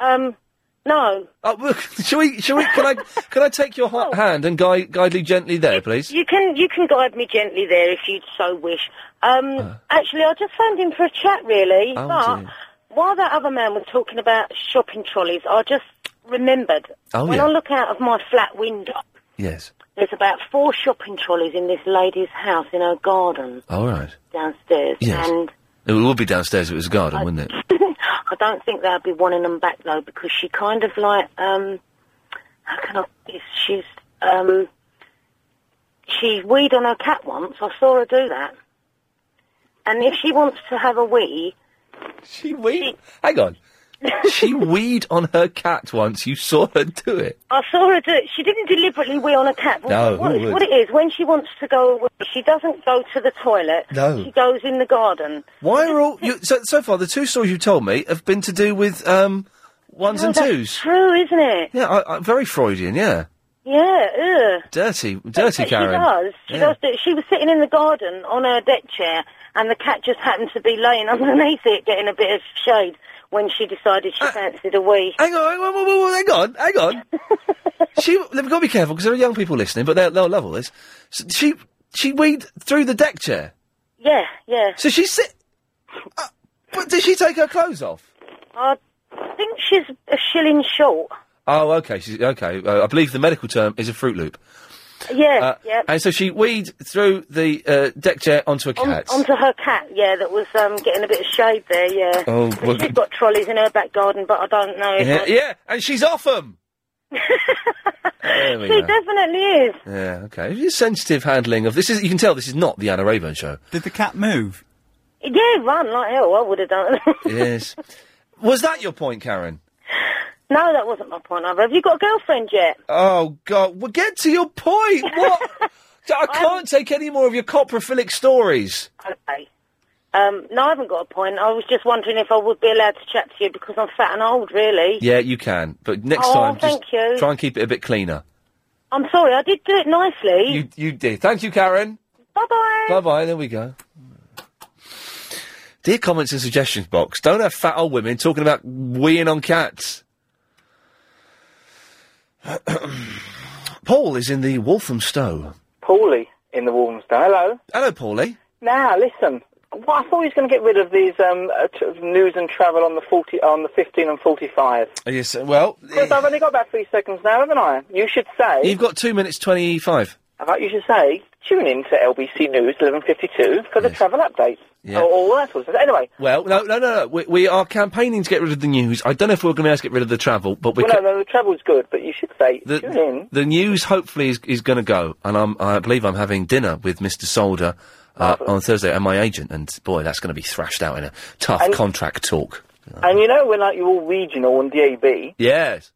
Um, no.
Oh, look, shall we? Shall we? Can I? can I take your
Oh.
ha- hand and guide guide you gently there, please?
You can you can guide me gently there if you so wish. Um, actually, I just phoned in for a chat, really.
Uh. Oh,
but
dear.
while that other man was talking about shopping trolleys, I just remembered
Oh,
when
yeah.
I look out of my flat window,
Yes.
there's about four shopping trolleys in this lady's house in her garden
All right.
downstairs,
Yes.
and
It would be downstairs if it was a garden, wouldn't it?
I don't think they'll be wanting them back though because she kind of like um how can I is she's um she weed on her cat once. I saw her do that. And if she wants to have a wee,
she wee. Hang on. she weed on her cat once. You saw her do it.
I saw her do it. She didn't deliberately wee on a cat. What-
No,
what,
who
it-
would?
what it is when she wants to go away, she doesn't go to the toilet.
No.
she goes in the garden.
Why are all you, so so far? The two stories you told me have been to do with um ones
No,
and
that's
twos.
True, isn't it?
Yeah, I, I, very Freudian. Yeah,
Yeah. Ugh.
dirty, dirty,
But
Karen.
She does. She
Yeah.
does. Do it. She was sitting in the garden on her deck chair, and the cat just happened to be laying underneath it, getting a bit of shade when she decided she fancied a wee.
Uh, Hang on, hang on, whoa, whoa, whoa, hang on, hang on. she, they've got to be careful because there are young people listening, but they'll, they'll love all this. S she, she weed through the deck chair.
Yeah, yeah.
So she sit. Uh, but did she take her clothes off?
I think she's a shilling short.
Oh, okay. She's okay. Uh, I believe the medical term is a Fruit Loop.
Yeah,
Uh,
yeah.
And so she weed through the uh, deck chair onto a
On-
cat.
onto her cat, yeah, that was um, getting a bit of shade there, yeah.
Oh,
But
well-
she's got trolleys in her back garden, but I don't know. if
yeah,
I-
yeah, and she's off them. there we
She
go.
definitely is.
Yeah, okay. It's sensitive handling of this. Is you can tell this is not the Anna Rayburn show.
Did the cat move?
Yeah, run like hell. I would have done.
yes. Was that your point, Karen?
no, that wasn't my point. Either. Have you got a girlfriend yet?
Oh God! Well, get to your point. What? I can't take any more of your coprophilic stories.
Okay. Um, no, I haven't got a point. I was just wondering if I would be allowed to chat to you because I'm fat and old, really.
Yeah, you can, but next
Oh,
time just
thank you.
try and keep it a bit cleaner.
I'm sorry, I did do it nicely.
You you did. Thank you, Karen.
Bye bye.
Bye bye. There we go. Dear comments and suggestions box, don't have fat old women talking about weeing on cats. Paul is in the Walthamstow.
Paulie in the Waldenstone. Hello.
Hello, Paulie.
Now listen. Well, I thought he was going to get rid of these um, uh, t- news and travel on the forty, on the fifteen and forty-five.
Yes. Well,
Yes, I've only got about three seconds now, haven't I? You should say.
you've got two minutes twenty-five.
I thought you should say. Tune in to LBC News eleven fifty-two for the travel updates.
Yeah.
Or all that sort of stuff. Anyway.
Well, no, no, no, no. We, we are campaigning to get rid of the news. I don't know if we're going to be able to get rid of the travel, but we
well,
ca-
no, no, the travel's good, but you should say tune in.
the news hopefully is, is going to go. And I'm, I believe I'm having dinner with Mr. Solder uh, on Thursday and my agent. And boy, that's going to be thrashed out in a tough
And-
contract talk.
And you know when like you're all regional on DAB,
Yes.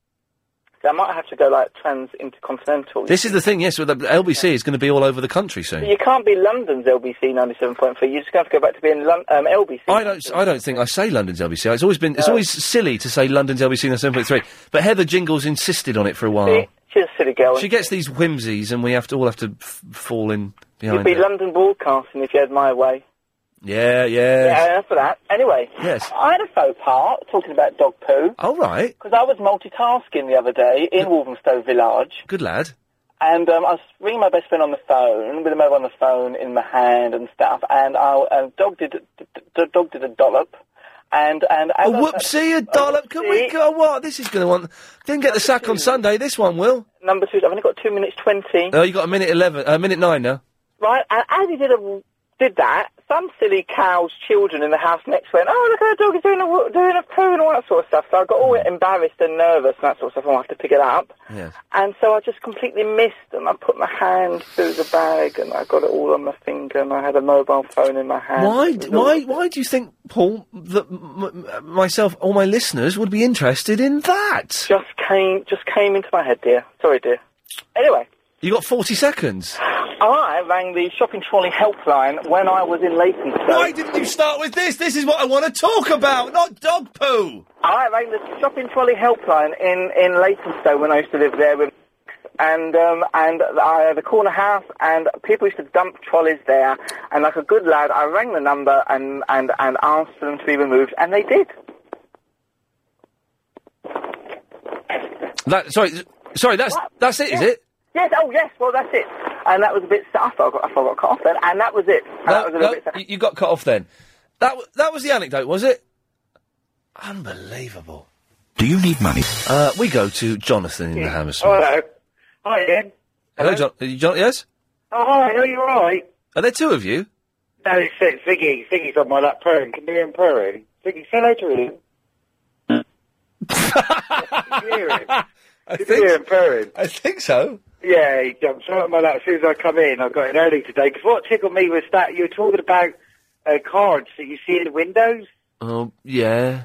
I might have to go like trans intercontinental.
This is the thing, yes, with the LBC is going to be all over the country soon.
You can't be London's LBC 97.3. You're just going to have to go back to being Lon- um, LBC.
I don't. I don't think I say London's LBC. It's always been. It's always silly to say London's LBC seven point three. But Heather Jingles insisted on it for a while.
See? She's a silly girl.
Oh. She gets these whimsies, and we have to all have to f- fall in
You'd
behind.
be
it.
London broadcasting if you had my way.
Yeah, yeah.
Yeah, enough of that. Anyway,
Yes.
I had a faux pas talking about dog poo.
All right.
Because I was multitasking the other day in Walthamstow Village,
Good lad.
and um, I was ringing my best friend on the phone with a mobile on the phone in my hand and stuff, and I um, dog did d- d- dog did a dollop, and and
A whoopsie,
"Oh,
a dollop. Can we go? What? This is going to want. Didn't get the sack on Sunday. This one will.
number two. I've only got two minutes twenty.
Oh, you got a minute eleven. A minute nine now.
Right, and as he did a, did that, some silly cow's children in the house next went, "Oh, look at that dog! He's doing a wo- doing a poo and all that sort of stuff." So I got all
Hmm.
embarrassed and nervous and that sort of stuff. I have to pick it up,
Yes.
and so I just completely missed. And I put my hand through the bag, and I got it all on my finger, and I had a mobile phone in my hand.
Why?
It was
d-
all-
Why? Why do you think Paul that m- m- myself or my listeners would be interested in that?
Just came. Just came into my head, dear. Sorry, dear. Anyway.
You got forty seconds.
I rang the shopping trolley helpline when I was in Leytonstone.
Why didn't you start with this? This is what I want to talk about, not dog poo.
I rang the shopping trolley helpline in in Leytonstone when I used to live there with, and um, and I had a corner house, and people used to dump trolleys there. And like a good lad, I rang the number and and and asked for them to be removed, and they did.
That sorry, th- sorry. That's that's it, is it?
Yes. Oh, yes. Well, that's it. And that was a bit. I forgot. I forgot cut off then, and that was it. And Oh, that, was a little bit.
y- you got cut off then. That w- that was the anecdote, was it? Unbelievable. Do you need money? Uh, we go to Jonathan in the Hammersmith.
Hello. Hi, Ian.
Hello, John. uh, John. Yes.
Oh, hi. Are you alright?
Are there two of you?
No, it's it's Ziggy. Ziggy's on my lap purring. Can you hear him purring? Ziggy, say hello to him. Can you hear him?
I
Can you hear him purring?
I think so.
Yeah, he jumps right on my lap as soon as I come in. I got in early today because what tickled me was that you were talking about uh, cards that you see in the windows.
Oh, yeah.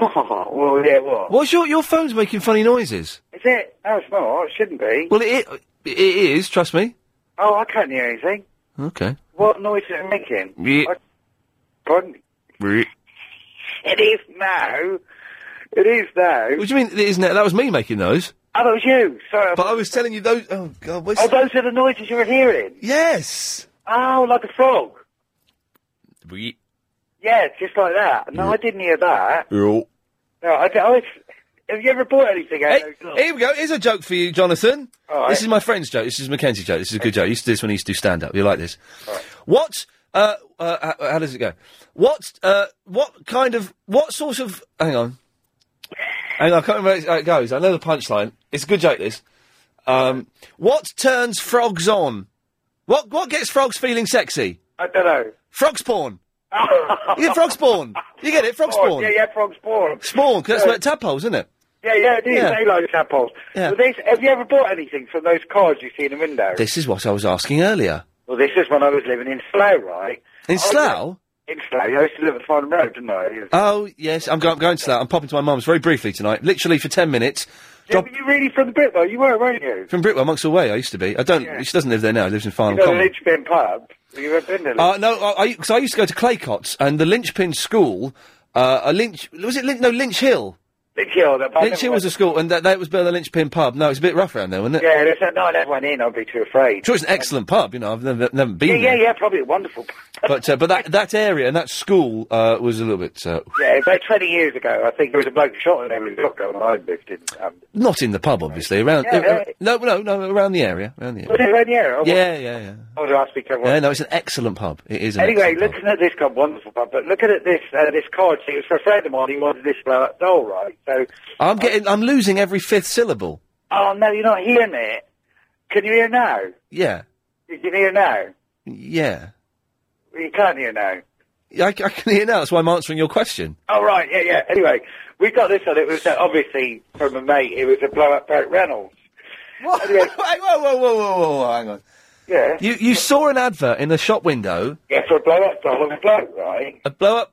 well, yeah, what?
What's your your phone's making funny noises?
Is it? No, it's not. It shouldn't be.
Well, it it is. Trust me.
Oh, I can't hear anything.
Okay.
What noise is it making? I- Pardon? It is now. It is now.
What do you mean? It isn't it? That was me making those.
Oh, that was you. Sorry.
But I was telling you those. Oh God, what's
Oh, those are the noises you were hearing.
Yes.
Oh, like a frog. Yeah, just like that. No, I didn't hear that. No, I, I was, have you ever bought anything out of those?
Here we go. Here's a joke for you, Jonathan.
All right.
This is my friend's joke. This is Mackenzie's joke. This is a good joke. I used to do this when he used to do stand up. You like this? What? Uh, uh, how, how does it go? What? Uh, what kind of? What sort of? Hang on. Hang on. I can't remember how it goes. I know the punchline. It's a good joke. This. Um, what turns frogs on? What? What gets frogs feeling sexy?
I don't know.
Frog spawn. you get frog spawn. You get it? Frog spawn.
Oh, Yeah, yeah, frog spawn.
Spawn. 'cause that's where it tadpoles, isn't it?
Yeah, yeah, it is.
Yeah.
They like tadpoles.
Yeah.
Well, these, have you ever bought anything from those cards you see in the window?
This is what I was asking earlier.
Well, this is when I was living in Slough, right?
In
I-
Slough?
In Slough. I used to live at Farnham Road, didn't I?
Oh yes, I'm, go- I'm going to that. I'm popping to my mum's very briefly tonight, literally for ten minutes.
Yeah, were you really from the Brit, though? You were, weren't you?
From Brickwell, Monkswell Way, I used to be. I don't.
Yeah.
She doesn't live there now. She lives in
you
Farnham
know, the
Common.
Lynchpin pub. Have you ever been there?
Uh, no, I, I, 'cause I used to go to Claycott's and the Lynchpin School. Uh, a Lynch was it? Lynch, no, Lynch Hill.
Lynch Hill. that- but I
Lynch
never
Hill was a
went-
school, and that, that was better than Lynchpin Pub. No, it's a bit rough around there, wasn't it?
Yeah, there's that, no, I never went in. I'd be too afraid.
Sure, it's an excellent pub. You know, I've never, never been
Yeah, yeah,
there.
yeah, probably a wonderful. pub.
But uh, but that that area and that school uh, was a little bit uh,
Yeah, about 20 years ago, I think there was a bloke shot in every lockdown when I lived in. Um,
not in the pub, obviously. Around uh,
Yeah, yeah.
no no no around the area, around the area.
was it around here? I
Yeah, yeah, yeah.
I was asked because
Yeah, no, it's an excellent pub. It is. An
Anyway,
excellent
looking at this card, wonderful pub, but looking at this uh, this card, see, it was for a friend of mine. He wanted this blow up doll, right? So,
pub. I'm getting. I'm losing every fifth syllable.
oh no, you're not hearing it. Can you hear now?
Yeah,
You can hear now.
yeah.
You can't hear now.
I, I can hear now. That's why I'm answering your question.
Oh right, yeah, yeah. Anyway, we got this one. It was uh, obviously from a mate. It was a blow up Burt Reynolds.
What? whoa, whoa, whoa, whoa, whoa, whoa! oh, Hang on.
Yeah,
You you saw an advert in the shop window.
yeah, for a blow up doll of a bloke, right?
A blow up.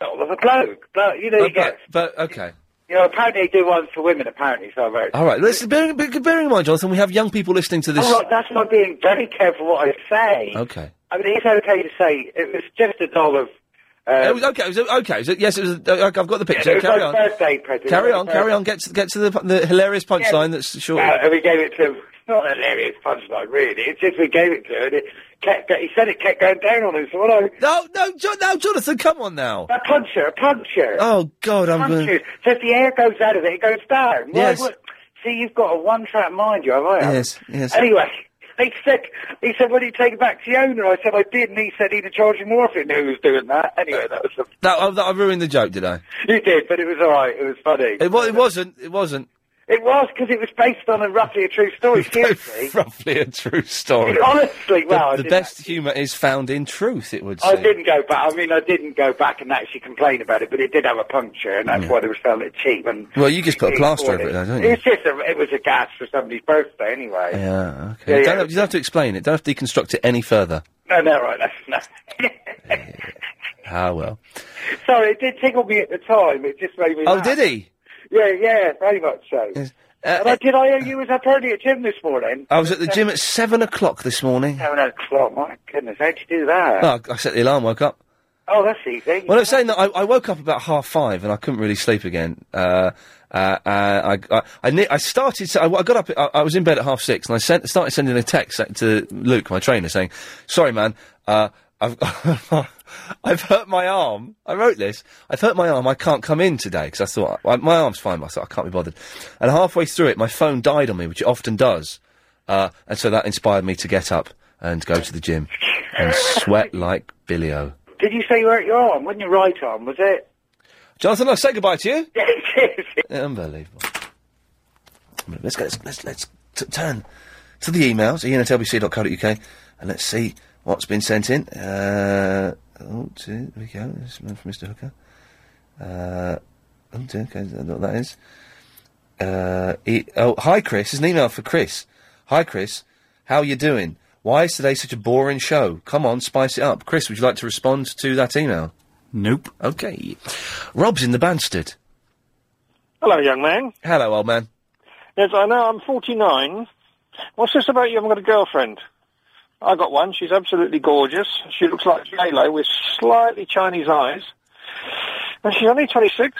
Doll of a bloke, but you know you get.
But okay.
You know, apparently they do one for women. Apparently, so I wrote.
All right. Listen, bearing, be- bearing in mind, Jonathan, we have young people listening to this. Oh.
Oh, right, that's why I'm being very careful what I say.
Okay.
I mean, it's okay to say it was just a doll of.
It
Uh,
was okay. It was, okay. It was, yes, it was. Uh, okay, I've got the
it
picture.
was
carry
my
on.
birthday present.
Carry
It was
on.
my
Carry on.
birthday-
Get to get to the the hilarious punchline. That's short.
Uh, and we gave it to him. It's not a hilarious punchline, really. It's just we gave it to him. And it kept. Go- he said it kept going down on him. So what I.
No, no, jo- no, Jonathan, come on now.
A puncher, a puncher.
Oh God, I'm going.
punches. So if the air goes out of it, it goes down. Why
Yes.
would- See, you've got a one-track mind, you have, I have.
Yes, yes.
Anyway, he said, he said, "Will you take it back to the owner?" I said, "I did," and he said he'd have charged you more if he knew who was doing that. Anyway, that was the
That, oh, that I ruined the joke, did I?
You did, but it was all right. It was funny.
It, wa- it wasn't. It wasn't
It was because it was based on a roughly a true story. Seriously,
roughly a true story.
honestly,
The-
well, I
the,
didn't-
best humour is found in truth. It would.
I
seem.
didn't go back. I mean, I didn't go back and actually complain about it, but it did have a puncture, and that's
Yeah.
why they were selling it cheap. And
Well, you just put a plaster over it, though, don't you?
It's just a, it was a gas for somebody's birthday, anyway.
Yeah. Okay.
Yeah,
You
yeah.
Don't have, you don't have to explain it. Don't have to deconstruct it any further.
No, no, right. That's, no.
Ah well.
Sorry, it did tickle me at the time. It just made me.
Oh,
laugh.
did he?
Yeah, yeah, very much so. and I, did I owe you was up early at gym this morning? Oh,
I was at the gym at seven o'clock this morning.
Seven o'clock. My goodness, how'd you do that?
Oh, I set the alarm. Woke up.
Oh, that's easy.
Well, I'm saying that I, I woke up about half five and I couldn't really sleep again. Uh, uh, uh, I, I, I, ne- I started. I, I got up. I, I was in bed at half six, and I sent, started sending a text sa- to Luke, my trainer, saying, "Sorry, man, uh, I've I've hurt my arm." I wrote this. I've hurt my arm. I can't come in today because I thought I, my arm's fine. But I thought I can't be bothered. And halfway through it, my phone died on me, which it often does, uh, and so that inspired me to get up and go to the gym and sweat like Billy O.
Did you say you hurt your arm? Wasn't your right arm, was it?
Jonathan, I'll say goodbye to you. Unbelievable. Let's go, let's let's, let's t- turn to the emails, ian at lbc.co.uk, and let's see what's been sent in. Uh, oh, two, there we go. This is one from Mr. Hooker. Uh, oh, dear, okay, I don't know what that is. Uh, e- oh, hi, Chris. This is an email for Chris. Hi, Chris. How you doing? Why is today such a boring show? Come on, spice it up. Chris, would you like to respond to that email? Nope. Okay. Rob's in the Banstead.
Hello, young man.
Hello, old man.
Yes, I know. I'm 49. What's this about you haven't got a girlfriend? I got one. She's absolutely gorgeous. She looks like J-Lo with slightly Chinese eyes. And she's only 26.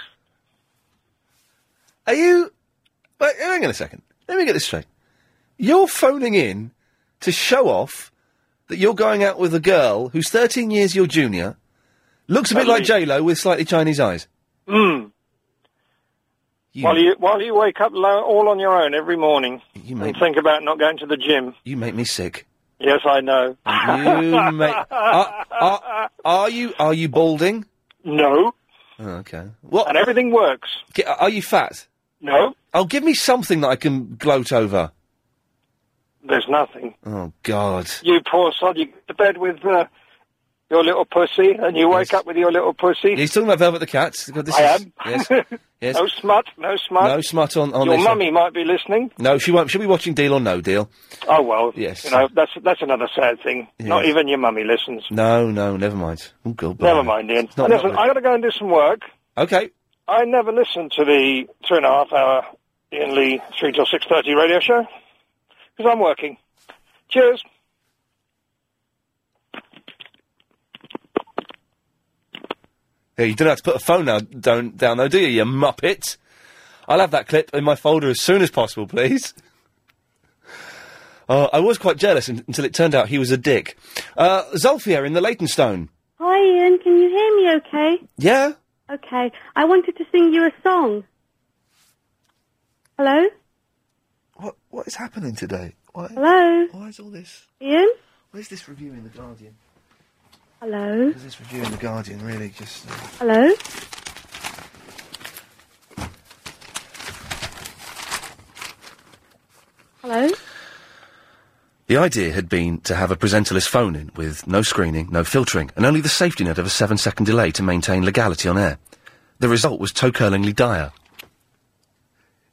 Are you? Wait, hang on a second. Let me get this straight. You're phoning in to show off that you're going out with a girl who's 13 years your junior, looks a bit like J Lo with slightly Chinese eyes.
Mm. While you while you wake up low, all on your own every morning and think about not going to the gym.
You make me sick.
Yes, I know.
You make. uh, oh, Are, are, are you are you balding?
No.
Oh, okay. Well,
and everything works.
Are you fat?
No.
Oh, give me something that I can gloat over.
There's nothing.
Oh God.
You poor sod. You go to bed with uh, your little pussy, and you wake up with your little pussy.
He's talking about Velvet the Cat. God, this
I
is-
am.
Yes. yes.
No smut. No smut.
No smut on- on
your
this
mummy might be listening.
No, she won't. She'll be watching Deal or No Deal.
Oh well.
Yes.
You know that's that's another sad thing. Not
Yes.
even your mummy listens.
No, no, never mind. Oh God.
Never
blimey.
mind, Ian.
It's not-
Listen,
not-
I got to go and do some work.
Okay.
I never listened to the three and a half hour Ian Lee three till six thirty radio show because I'm working. Cheers.
Yeah, you don't have to put a phone now down, down though, do you, you muppet? I'll have that clip in my folder as soon as possible, please. Oh, I was quite jealous un- until it turned out he was a dick. Uh, Zulfia in the Leytonstone.
Hi, Ian. Can you hear me okay?
Yeah?
Okay. I wanted to sing you a song. Hello?
What What is happening today? Why,
Hello?
Why is all this?
Ian?
Where's this review in The Guardian?
Hello?
Is this review in The Guardian really just. Uh...
Hello? Hello?
The idea had been to have a presenterless phone in with no screening, no filtering, and only the safety net of a seven second delay to maintain legality on air. The result was toe curlingly dire.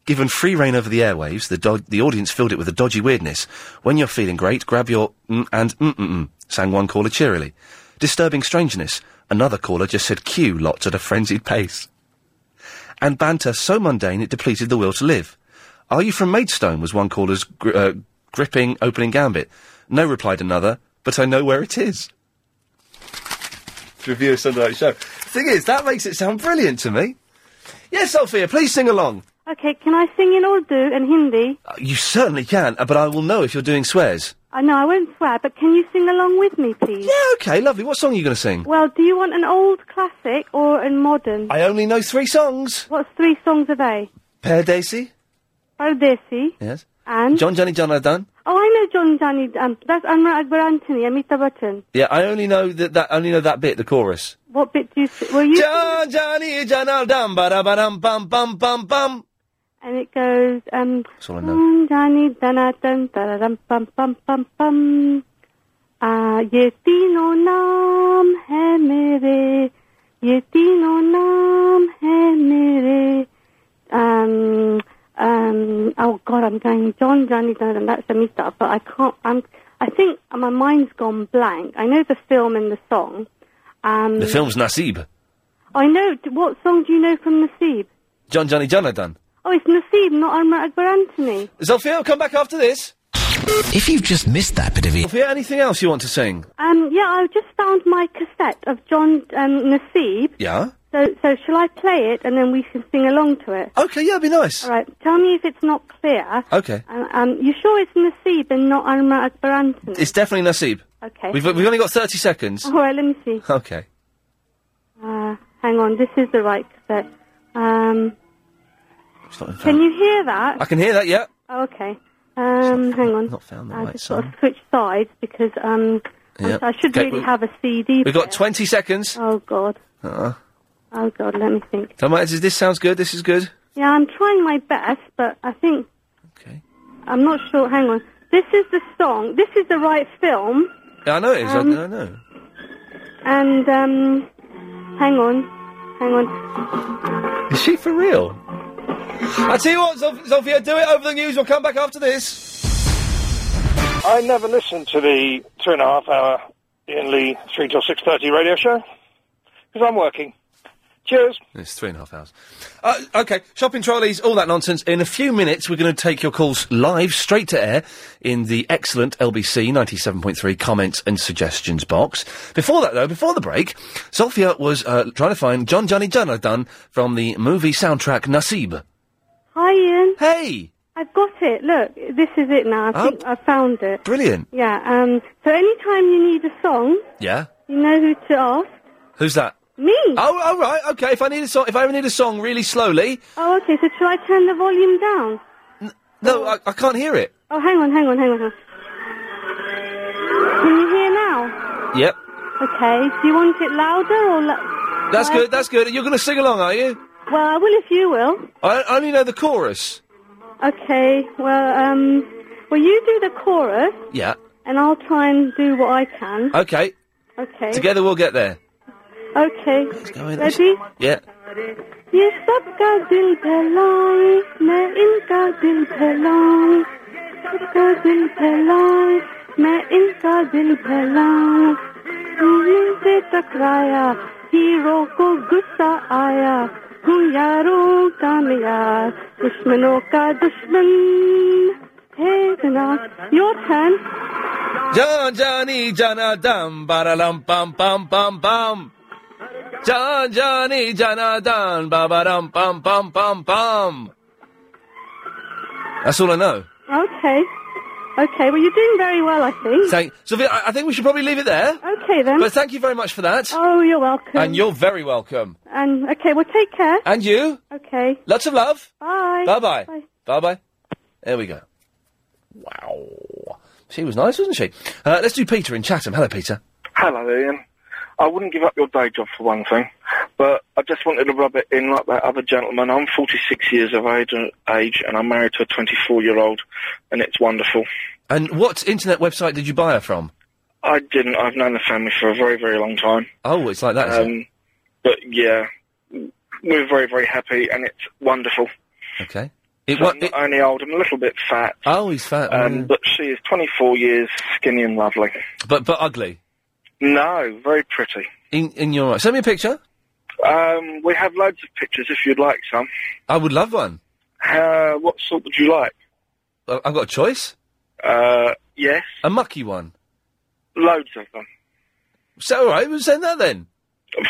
Given free reign over the airwaves, the, do- the audience filled it with a dodgy weirdness. When you're feeling great, grab your mm and mm mm mm, sang one caller cheerily. Disturbing strangeness, another caller just said Q lots at a frenzied pace. And banter so mundane it depleted the will to live. Are you from Maidstone? was one caller's gri- uh, gripping opening gambit. No, replied another, but I know where it is. Review of Sunday Night Show. Thing is, that makes it sound brilliant to me. Yes, Sophia, please sing along.
Okay, can I sing in Urdu and Hindi?
Uh, You certainly can, uh, but I will know if you're doing swears.
I know I won't swear, but can you sing along with me, please?
Yeah, okay, lovely. What song are you going to sing?
Well, do you want an old classic or a modern?
I only know three songs.
What's three songs are they?
Perdesi.
Pardesi
Yes.
and...
John Johnny John Adan.
Oh, I know John Johnny. Um, that's Anwar Akbar Anthony, Amita Bachchan.
Yeah, I only know that, that only know that bit, the chorus.
What bit do you? s- Were you?
John Johnny John Adan. Ba da ba dum bum bum bum bum.
And it goes. Um,
That's all I know.
John Johnny Danatan Tararam Pam Pam Pam Pam. Ah, ये तीनों नाम है मेरे ये तीनों नाम है मेरे um um oh god I'm going John Johnny Donovan that's Amita but I can't I'm I think my mind's gone blank I know the film and the song um
The film's Nasib.
I know. D- What song do you know from Nasib?
John Johnny John Adan.
Oh, it's Nasib, not Omar Akbar Anthony.
Zofia, come back after this.
If you've just missed that bit of it.
Sophia, anything else you want to sing?
Um, yeah, I've just found my cassette of John um, Nassib.
Yeah?
So, so shall I play it and then we can sing along to it?
Okay, yeah, it'd be nice.
All right, tell me if it's not clear.
Okay.
Um, um, you sure it's Nassib and not Alma Akbar Anthony?
It's definitely Nasib.
Okay.
We've, we've only got 30 seconds.
All right, let me see.
Okay.
Uh, hang on, this is the right cassette. Um,
It's not in
can
found.
you hear that?
I can hear that, yeah.
Oh, okay. Um, hang on.
Not found the
I
right
just sort of
song.
switched sides because um, I'm
Yeah.
so- I should
Okay,
really
we-
have a CD.
We've got 20 seconds.
Oh God.
Uh-uh.
Oh God. Let me think.
Don't mind, this, this sounds good, this is good.
Yeah, I'm trying my best, but I think. Okay. I'm not sure. Hang on. This is the song. This is the right film.
Yeah, I know it is,
Um,
I, I know.
And um, hang on, hang on.
Is she for real? I tell you what, Sof- Sophia, do it over the news. We'll come back after this.
I never listened to the two and a half hour Ian Lee three till six thirty radio show because I'm working. Cheers.
It's three and a half hours. Uh, okay, shopping trolleys, all that nonsense. In a few minutes, we're going to take your calls live, straight to air, in the excellent LBC 97.3 comments and suggestions box. Before that, though, before the break, Sophia was uh, trying to find John Johnny Jonathan from the movie soundtrack Nasib.
Hi, Ian.
Hey.
I've got it. Look, this is it now. I
Oh.
think I found it.
Brilliant.
Yeah. Um. So anytime you need a song,
Yeah?
you know who to ask.
Who's that?
Me.
Oh, all right, okay. If I need a song, if I ever need a song really slowly,
Oh, okay. So shall I turn the volume down?
no, I, I can't hear it.
Oh, hang on, hang on, hang on. hang on. Can you hear now?
Yep.
Okay. Do you want it louder or? Lo-
That's
Well,
good, that's good. You're going to sing along, are you?
Well, I will if you will.
I I only know the chorus.
Okay. Well, um, well, you do the chorus,
Yeah.
and I'll try and do what I can.
Okay.
Okay.
Together we'll Uh, get there.
Okay.
going, let's-
Ready?
Yeah.
ये सबका दिल फैलाए मैं इनका दिल फैलाऊं सबका दिल फैलाए मैं इनका दिल फैलाऊं सूर्य से टकराया हीरो को गुस्सा आया हूँ यारों का मियार दुश्मनों का दुश्मन हे जनाब your turn
John Johnny Jana Dam Baralum Pam Pam Pam Pam. John Johnny Jana Dan Babaram Pam Pam Pam Pam. That's all I know.
Okay. Okay, well you're doing very well I think.
Thank Sophia, I, I think we should probably leave it there.
Okay then.
But thank you very much for that.
Oh, you're welcome.
And you're very welcome.
And okay, well take care.
And you?
Okay.
Lots of love.
Bye.
Bye bye. Bye bye. There we go. Wow. She was nice, wasn't she? Uh, let's do Peter in Chatham. Hello, Peter.
Hello, Ian. I wouldn't give up your day job for one thing, but I just wanted to rub it in like that other gentleman. I'm 46 years of age, age and I'm married to a 24 year old, and it's wonderful.
And what internet website did you buy her from?
I didn't. I've known the family for a very, very long time.
Oh, it's like that. is it?
Um, but yeah, we're very, very happy, and it's wonderful.
Okay. It,
so
wa-
I'm not only old, I'm a little bit fat,
oh, he's fat. oh,
um,
yeah.
but she is 24 years, skinny and lovely.
but but ugly.
No, very pretty.
In in your send me a picture.
Um, we have loads of pictures if you'd like some.
I would love one.
Uh, what sort would you like?
Well, I've got a choice.
Uh, yes,
A mucky one.
loads of them.
So all right, we'll send that then.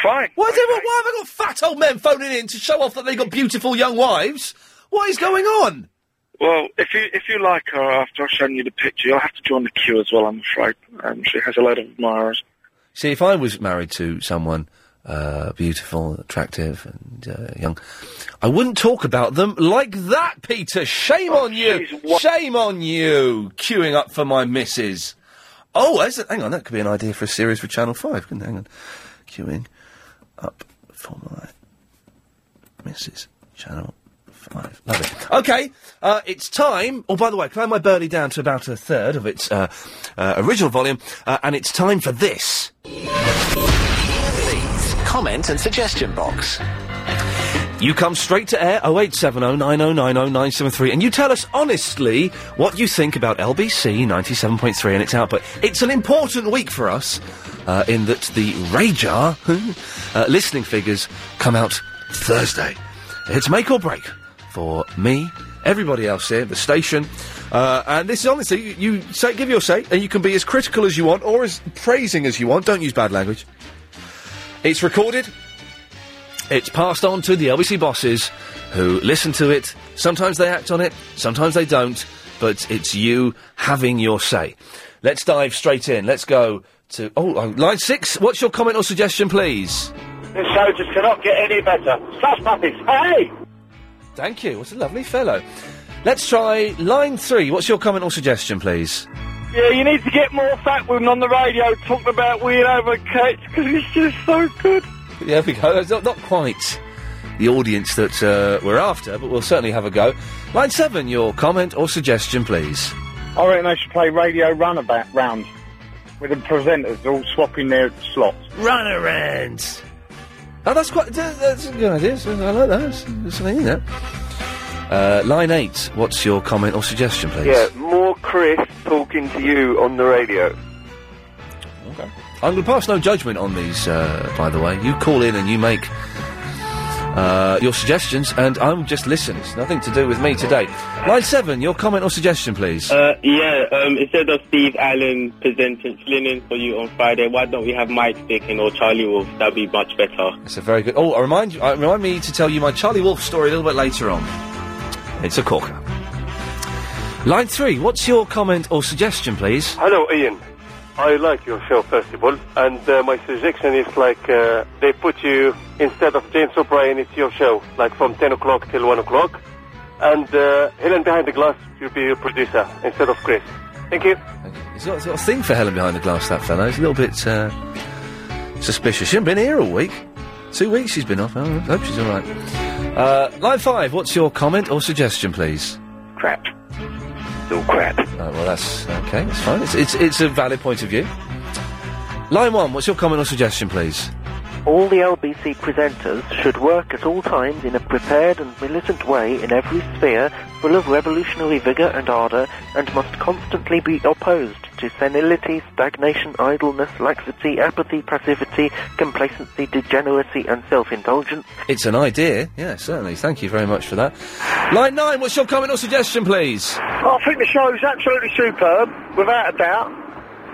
Fine.
Why, is everyone, why have I got fat old men phoning in to show off that they got beautiful young wives? What is going on?
Well, if you if you like her after I've shown you the picture, you'll have to join the queue as well. I'm afraid. Um, she has a load of admirers.
See, if I was married to someone uh, beautiful, attractive, and uh, young, I wouldn't talk about them like that, Peter. Shame on you. Shame on you. Queuing up for my missus. Oh, that's a- hang on, that could be an idea for a series for Channel 5, couldn't it? Hang on. Queuing up for my missus. Channel 5. Love it. Okay, uh, it's time. Oh, by the way, can I have my Burley down to about a third of its uh, uh, original volume? Uh, and it's time for this.
Please comment and suggestion box.
You come straight to air 0870 9090973 and you tell us honestly what you think about LBC 97.3 and its output. It's an important week for us uh, in that the Rajar uh, listening figures come out Thursday. It's make or break for me, everybody else here, the station, Uh, and this is honestly, you, you say, give your say, and you can be as critical as you want or as praising as you want. Don't use bad language. It's recorded. It's passed on to the LBC bosses who listen to it. Sometimes they act on it, sometimes they don't, but it's you having your say. Let's dive straight in. Let's go to. Oh, oh, line six. What's your comment or suggestion, please?
This show just cannot get any better. Slash puppies, hey!
Thank you. What a lovely fellow. Let's try line three. What's your comment or suggestion, please?
Yeah, you need to get more fat women on the radio talking about weird overcoats because it's just so good.
There we go. It's not, not quite the audience that uh, we're after, but we'll certainly have a go. Line seven, your comment or suggestion, please.
I reckon they should play Radio Runabout Round with the presenters all swapping their slots.
Runarounds. Oh, that's quite. tha- That's a good idea. So I like that. That's, that's something in there. Uh, line eight, what's your comment or suggestion, please?
Yeah, more Chris talking to you on the radio.
Okay. I'm going to pass no judgment on these, uh, by the way. You call in and you make uh, your suggestions, and I'm just listen. It's nothing to do with me today. Line seven, your comment or suggestion, please.
Uh, yeah, um, instead of Steve Allen presenting Flynn for you on Friday, why don't we have Mike Dickin or Charlie Wolf? That'd be much better.
It's a very good. Oh, I remind you, I remind me to tell you my Charlie Wolf story a little bit later on. It's a corker. Line three, what's your comment or suggestion, please?
Hello, Ian. I like your show, first of all, and uh, my suggestion is like uh, they put you instead of James O'Brien, it's your show, like from 10 o'clock till 1 o'clock, and uh, Helen Behind the Glass, you'll be your producer instead of Chris. Thank you.
He's got, he's got a thing for Helen behind the glass, that fellow. He's a little bit uh, suspicious. She hasn't been here all week. Two weeks she's been off. Oh, I hope she's all right. Uh, line five, what's your comment or suggestion, please? Crap. No crap. Oh, well, that's okay. That's fine. It's, it's, it's a valid point of view. Line one, what's your comment or suggestion, please?
All the LBC presenters should work at all times in a prepared and militant way in every sphere, full of revolutionary vigour and ardour, and must constantly be opposed to senility, stagnation, idleness, laxity, apathy, passivity, complacency, degeneracy, and self-indulgence.
It's an idea. Yeah, certainly. Thank you very much for that. Line nine, what's your comment or suggestion, please?
Oh,
I think the show is absolutely superb, without a doubt.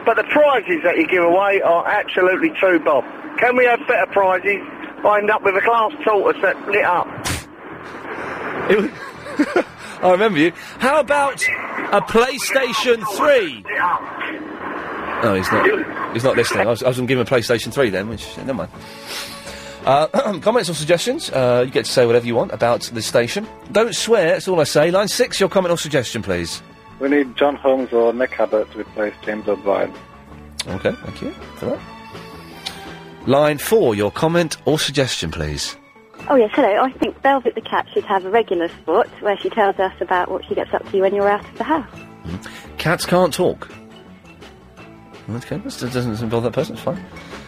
But the prizes that you give away are absolutely too bob. Can we have better prizes? I end up with a glass tortoise that lit up.
It was- I remember you. How about a PlayStation 3? No, he's not. He's not listening. I was, I was going to give him a PlayStation 3 then, which, never mind. Uh, comments or suggestions? Uh, you get to say whatever you want about the station. Don't swear, that's all I say. Line 6, your comment or suggestion, please.
We need John Holmes or Nick Abbott to replace James O'Brien.
Okay, thank you for that. Line 4, your comment or suggestion, please.
Oh yes, hello. I think Velvet the cat should have a regular spot where she tells us about what she gets up to when you're out of the house.
Cats can't talk. Okay, that doesn't involve that person, it's fine.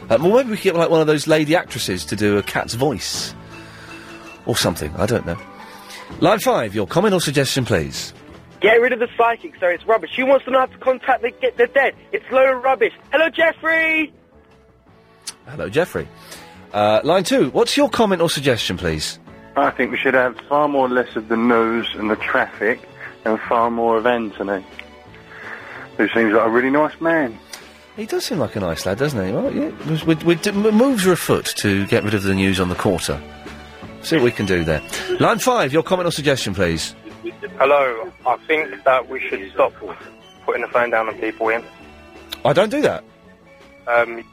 Uh, well, maybe we could get like one of those lady actresses to do a cat's voice. Or something, I don't know. Line 5, your comment or suggestion, please.
Get rid of the psychic, so it's rubbish. She wants to know how to contact the get the dead. It's load of rubbish. Hello, Jeffrey.
Hello, Jeffrey. Uh, line 2, what's your comment or suggestion, please?
I think we should have far more less of the noise and the traffic and far more of Anthony, who seems like a really nice man.
He does seem like a nice lad, doesn't he? Well, yeah, we- we- we d- m- moves are afoot to get rid of the news on the quarter. See what we can do there. Line 5, your comment or suggestion, please.
Hello, I think that we should stop putting the phone down on people, Ian.
I don't do that.
Um,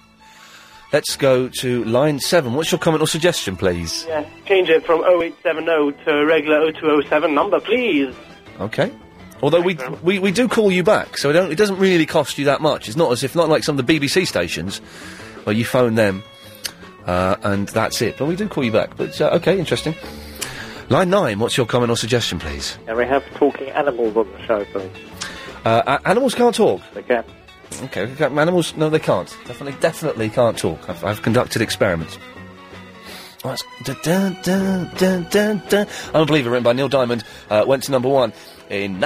Let's go to line 7. What's your comment or suggestion, please?
Yeah, change it from 0870 to a regular 0207 number, please.
Okay. Although we, we we do call you back, so it, don't, it doesn't really cost you that much. It's not as if not like some of the BBC stations where you phone them uh, and that's it. But we do call you back. But uh, okay, interesting. Line nine. What's your comment or suggestion, please?
And we have talking animals on the show, please.
Uh, a- animals can't talk.
They can.
Okay, we got- animals. No, they can't. Definitely, definitely can't talk. I've, I've conducted experiments. Oh, that's dun, dun, dun, dun, dun. Unbeliever, written by Neil Diamond, uh, went to number one in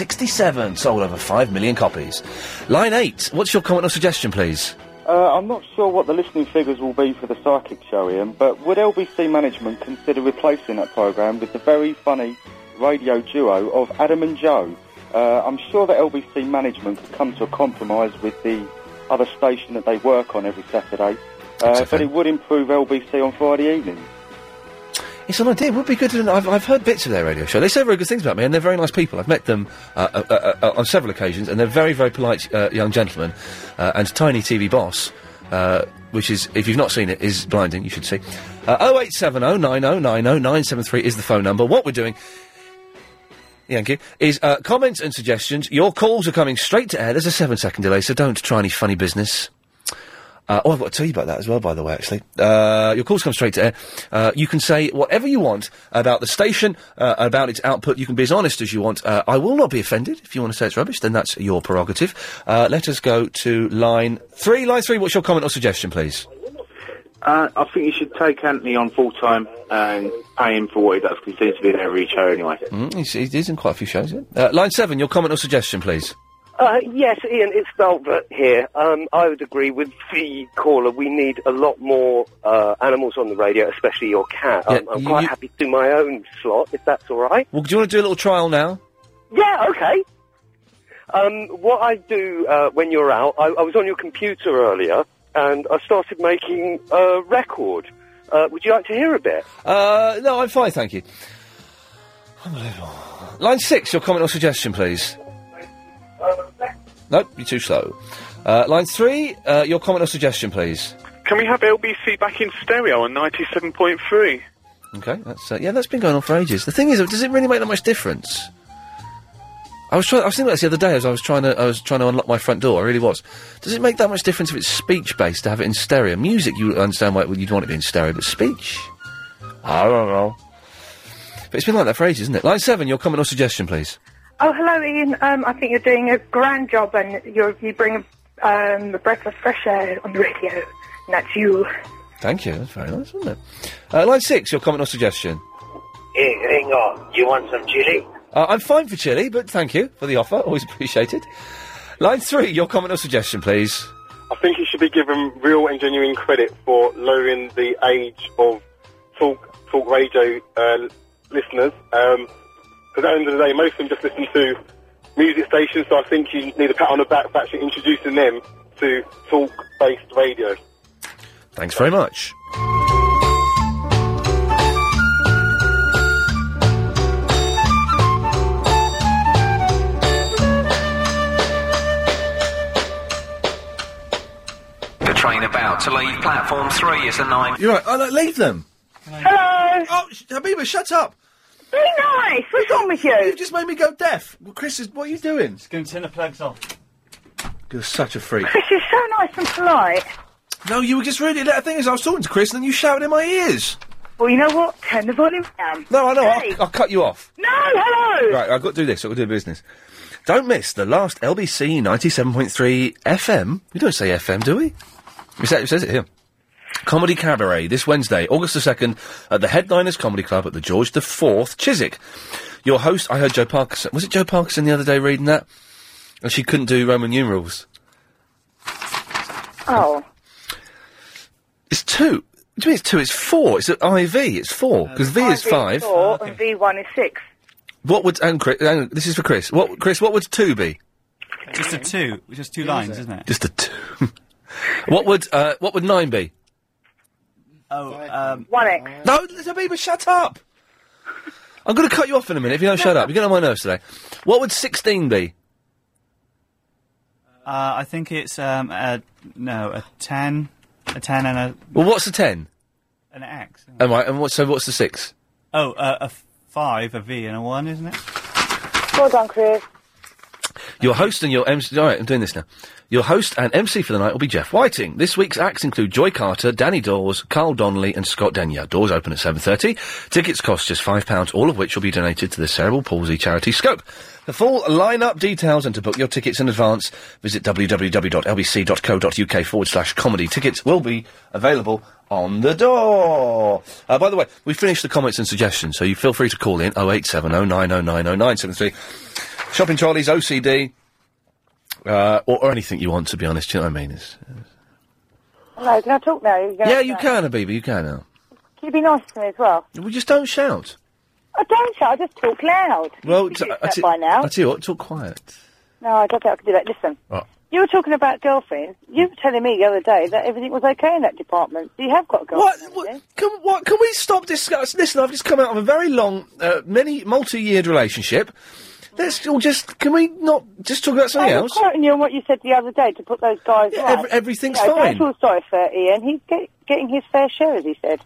1967. Sold over five million copies. Line eight. What's your comment or suggestion, please?
Uh, I'm not sure what the listening figures will be for the psychic show, Ian, but would LBC management consider replacing that programme with the very funny radio duo of Adam and Joe,
Uh, I'm sure that LBC management could come to a compromise with the other station that they work on every Saturday, uh, but it would improve LBC on Friday evening.
It's an idea. It would be good. To, I've, I've heard bits of their radio show. They say very good things about me, and they're very nice people. I've met them uh, uh, uh, uh, on several occasions, and they're very, very polite uh, young gentlemen. Uh, and Tiny TV Boss, uh, which is, if you've not seen it, is blinding. You should see. Uh, 0870 90 90 973 is the phone number. What we're doing Thank you. Is uh, comments and suggestions. Your calls are coming straight to air. There's a seven second delay, so don't try any funny business. Uh, oh, I've got to tell you about that as well, by the way, actually. Uh, your calls come straight to air. Uh, you can say whatever you want about the station, uh, about its output. You can be as honest as you want. Uh, I will not be offended. If you want to say it's rubbish, then that's your prerogative. Uh, let us go to line three. Line three, what's your comment or suggestion, please?
Uh, I think you should take Anthony on full time and pay him for what he does because he seems to be in every show anyway.
Mm, he's, he's in quite a few shows, yeah. Uh, line seven, your comment or suggestion, please.
Uh, yes, Ian, it's Velvet here. Um, I would agree with the caller. We need a lot more uh, animals on the radio, especially your cat.
Yeah,
um, I'm
you-
quite
you-
happy to do my own slot, if that's all right.
Well, do you want to do a little trial now?
Yeah, okay. Um, what I do uh, when you're out, I, I was on your computer earlier, and I started making a record. Uh, would you like to hear a bit?
Uh, no, I'm fine, thank you. Unbelievable. Line six, your comment or suggestion, please. Nope, you're too slow. Uh, line three, uh, your comment or suggestion, please.
Can we have LBC back in stereo on 97.3?
Okay, that's uh, yeah, that's been going on for ages. The thing is, does it really make that much difference? I was trying. I was thinking about this the other day as I was trying to. I was trying to unlock my front door. I really was. Does it make that much difference if it's speech based to have it in stereo? Music, you understand why you'd want it to be in stereo, but speech, I don't know. But it's been like that for ages, isn't it? Line seven, your comment or suggestion, please.
Oh, hello, Ian. Um, I think you're doing a grand job, and you're, you bring um, a breath of fresh air on the radio. And that's you.
Thank you. That's very nice, wasn't it? Uh, line six, your comment or suggestion.
Hey, hang on. You want some chili?
Uh, I'm fine for chili, but thank you for the offer. Always appreciated. Line three, your comment or suggestion, please.
I think he should be given real and genuine credit for lowering the age of talk talk radio uh, listeners. Um 'cause at the end of the day, most of them just listen to music stations. So I think you need a pat on the back for actually introducing them to talk-based radio.
Thanks very much.
The train about to leave platform three is a nine.
You're right. I like, leave them.
Hello.
Oh, sh- Habiba, shut up.
Be nice. What's wrong with you?
You've just made me go deaf. Well, Chris, is, what are you doing? Just
going to turn the plugs off.
You're such a freak.
Chris is so nice and polite.
No, you were just really. The thing is, I was talking to Chris, and then you shouted in my ears.
Well, you know what? Turn the volume down.
No, I know.
Hey.
I'll, I'll cut you off.
No, hello.
Right, I've got to do this. I've got to do business. Don't miss the last LBC 97.3 FM. We don't say FM, do we? It sa- it says it here. Comedy Cabaret this Wednesday, August the 2nd, at the Headliners Comedy Club at the George IV, Chiswick. Your host, I heard Joe Parkinson. Was it Joe Parkinson the other day reading that? And she couldn't do Roman numerals.
Oh.
It's two. What do you mean it's two? It's four. It's an IV. It's four. Because V is
IV
five.
Four and V1 is six.
What would. And Chris, and this is for Chris. What, Chris, what would two be?
Just a two, just two lines, isn't it?
Just a two. what would uh, what would nine be?
Oh, um,
one X.
No, Zabiba, shut up. I'm going to cut you off in a minute if you don't shut up. You're getting on my nerves today. What would sixteen be?
Uh, I think it's um, a no, a ten, a ten and a
Well, what's the ten?
an X.
Am I? And what, so what's the six?
Oh, uh, a five, a V, and a one, isn't it?
Well done, Chris.
Your host and your MC. All right, I'm doing this now. Your host and MC for the night will be Jeff Whiting. This week's acts include Joy Carter, Danny Dawes, Carl Donnelly, and Scott Denyer. Doors open at 7.30. Tickets cost just £5, all of which will be donated to the Cerebral Palsy Charity Scope. For full lineup details and to book your tickets in advance, visit www.lbc.co.uk forward slash comedy. Tickets will be available on the door. Uh, by the way, we finished the comments and suggestions, so you feel free to call in 0870 9090 973 shopping trolleys, OCD, uh, or, or anything you want. To be honest, do you know what I mean? It's,
Hello, can I talk now?
yeah, you can, Abiba, you can now.
Can you be nice to me as well?
We just don't shout.
I Oh, don't shout, I just talk loud.
Well,
You
t-
should
I
do
t-
that by now.
I tell you what, talk quiet.
No, I don't think I can do that. Listen,
Right.
you were talking about girlfriends. You were telling me the other day that everything was okay in that department. So you have got a
What?
girlfriend.
what can, what? Can we stop discussing? Listen, I've just come out of a very long, uh, many multi-yeared relationship. Let's all just. Can we not just talk about something
I was
else?
quoting you on what you said the other day to put those guys
Yeah,
right.
every- everything's
you know,
fine.
Don't feel sorry for Ian. He's get, getting his fair share, as he said.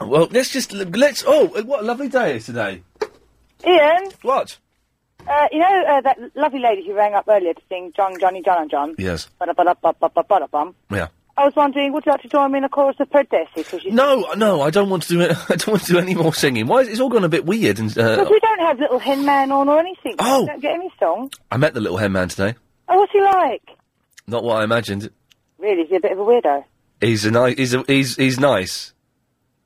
Well, let's just let's. Oh, uh, what a lovely day it is today.
Ian,
What?
uh, you know uh, that lovely lady who rang up earlier to sing John, Johnny, John and John?
Yes.
Ba-da-ba-da-ba-ba-ba-ba-bum.
Yeah.
I was wondering, would you like to join me in a chorus of Prodesi? Because
No, no, I don't want to do it. I don't want to do any more singing. Why? Is, it's all gone a bit weird. And uh,
we don't have Little Henman on or anything.
Oh.
We don't get any song.
I met the little hen man today.
Oh, what's he like?
Not what I imagined.
Really, he's a bit of a weirdo,
He's a nice. He's a, he's he's nice.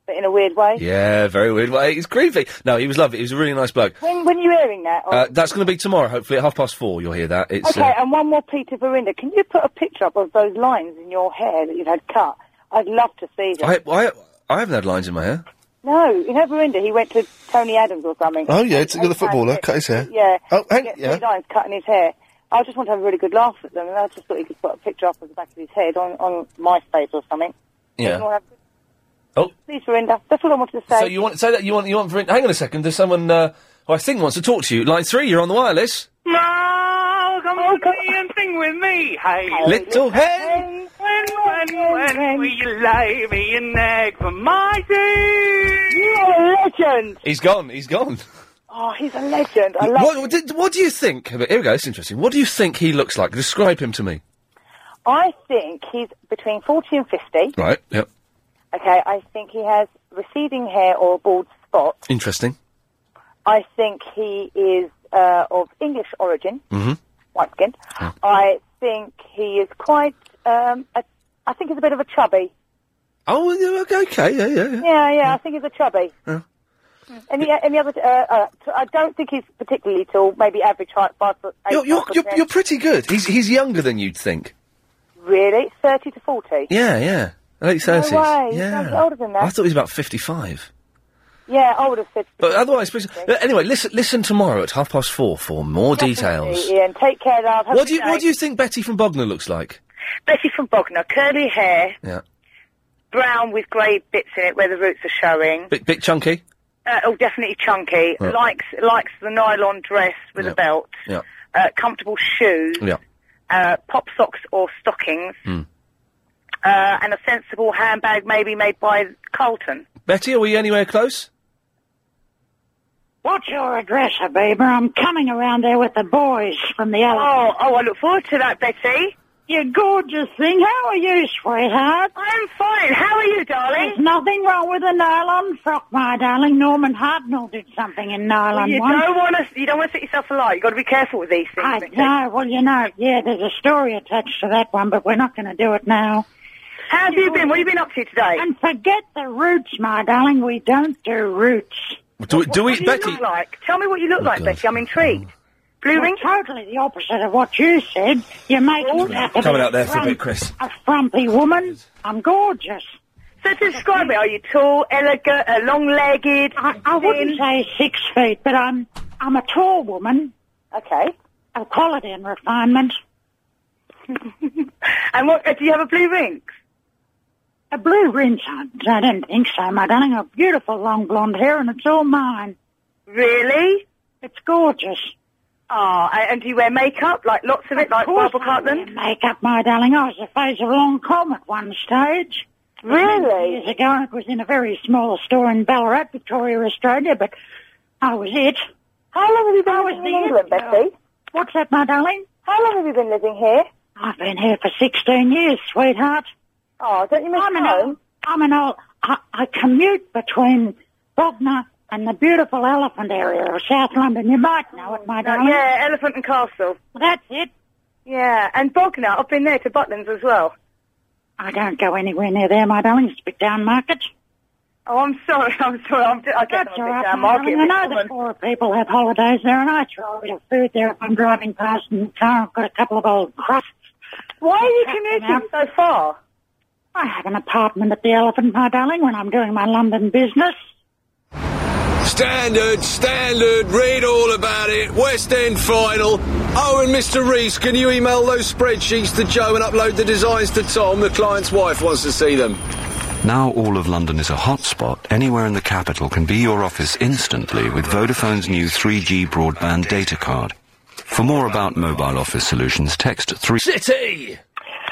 but in a weird way.
Yeah, very weird. Well, he's creepy. No, he was lovely. He was a really nice bloke.
When, when you're hearing that,
Uh, that's going to be tomorrow, hopefully at half past four. You'll hear that. It's
Oh.
uh,
okay, and one more Peter Verinda. Can you put a picture up of those lines in your hair that you've had cut? I'd love to see
uh,
them.
I, I I haven't had lines in my hair.
No, you know Verinda, he went to Tony Adams or something.
Oh, the footballer. Cut his hair.
Yeah.
Oh, hang-
he gets
yeah.
three lines cutting his hair. I just want to have a really good laugh at them, and I just thought he could put a picture up of the back of his head on, on MySpace or something.
Yeah.
You wanna have-
Oh.
Please, Verinda. That's all I wanted to say.
So you want say that you want you want? Hang on a second. There's someone uh, who I think wants to talk to you. Line three. You're on the wireless.
No, come on, me and sing with me. Hey,
Little
hen.
When, when, when, will you lay me an egg for my tea?
You're a legend.
He's gone. He's gone.
Oh, he's a legend. I love
What, what, did, what do you think? Here we go. It's interesting. What do you think he looks like? Describe him to me.
I think he's between 40 and 50.
Right. Yep.
Okay, I think he has receding hair or a bald spot.
Interesting.
I think he is uh, of English origin,
Mm-hmm.
white skinned. I think he is quite. Um, a, I think he's a bit of a chubby.
Oh, yeah, okay, okay, yeah, yeah, yeah.
Yeah, yeah. I think he's a chubby.
Yeah.
Mm. Any any other? Uh, uh, t- I don't think he's particularly tall. Maybe average height, five foot eight.
You're, you're,
five foot
you're,
ten.
you're pretty good. He's he's younger than you'd think.
really thirty to forty.
Yeah, yeah. Late
No
thirties.
way. He sounds
yeah.
older than that.
I thought he was about fifty-five.
yeah, I would have said.
But otherwise, but anyway, listen listen tomorrow at half past four for more details.
Ian, take care, love. Have a
What do
good
you what
day.
do you think Betty from Bognor looks like?
Betty from Bognor, curly hair,
Yeah,
brown with grey bits in it where the roots are showing.
bit bit chunky.
Uh, oh, definitely chunky.
Yeah.
Likes likes the nylon dress with
Yeah.
a belt.
Yeah,
Uh, comfortable shoes.
yeah.
Uh, pop socks or stockings.
Mm.
Uh, and a sensible handbag, maybe made by Carlton.
Betty, are we anywhere close?
What's your address, Habiba? I'm coming around there with the boys from the elephant.
Oh, oh, I look forward to that, Betty.
You gorgeous thing. How are you, sweetheart?
I'm fine. How are you, darling?
There's nothing wrong with a nylon frock, my darling. Norman Hartnell did something in nylon
you
once.
don't want to. You don't want to set yourself alight. You've got to be careful with these things.
I
Betty.
know. Well, you know, yeah, there's a story attached to that one, but we're not going to do it now.
How have you been? What have you been up to today?
And forget the roots, my darling. We don't do roots.
Do we, do
what
we
do
Betty?
you look like? Tell me what you look like, Betty. I'm intrigued. Blue ring?
Well, totally the opposite of what you said. You're making it out to be
Coming out there for a bit,
frump-
Chris.
A frumpy woman. I'm gorgeous.
So describe me. Are you tall, elegant, uh, long-legged?
I, I wouldn't say six feet, but I'm I'm a tall woman
Okay.
of quality and refinement.
And what? Uh, do you have a blue ring?
A blue rinse, I, I don't think so, my darling. A beautiful long blonde hair, and it's all mine.
Really?
It's gorgeous.
Ah, a- and do you wear makeup? Like lots of it, like
course
Barbara
I
Cartland?
Makeup, my darling. I was the face of Lancome at one stage.
Really?
Years ago, and it was in a very small store in Ballarat, Victoria, Australia, but I was it.
How long have you been
I was
living
the
in England,
it girl.
Betty?
What's that, my darling?
How long have you been living here?
I've been here for 16 years, sweetheart.
Oh, don't you miss
I'm an
home?
old, I'm an old, I, I commute between Bognor and the beautiful elephant area of South London. You might know it, my
No,
darling.
yeah, Elephant and Castle.
That's it.
Yeah, and Bognor. I've been there to Butlins as well.
I don't go anywhere near there, my darling. It's a bit down market.
Oh, I'm sorry. I'm sorry. I'm, I guess
That's
I'm
all
a bit
right,
down
my
market.
darling. I know that poorer people have holidays there, and I throw a bit of food there if I'm driving past in the car. I've got a couple of old crusts.
Why are you
That's
commuting so far?
I have an apartment at the Elephant, my darling, when I'm doing my London business.
Standard, standard, read all about it. West End final. Oh, and Mr. Reese, can you email those spreadsheets to Joe and upload the designs to Tom? The client's wife wants to see them.
Now all of London is a hotspot. Anywhere in the capital can be your office instantly with Vodafone's new 3G broadband data card. For more about mobile office solutions, text 3
City!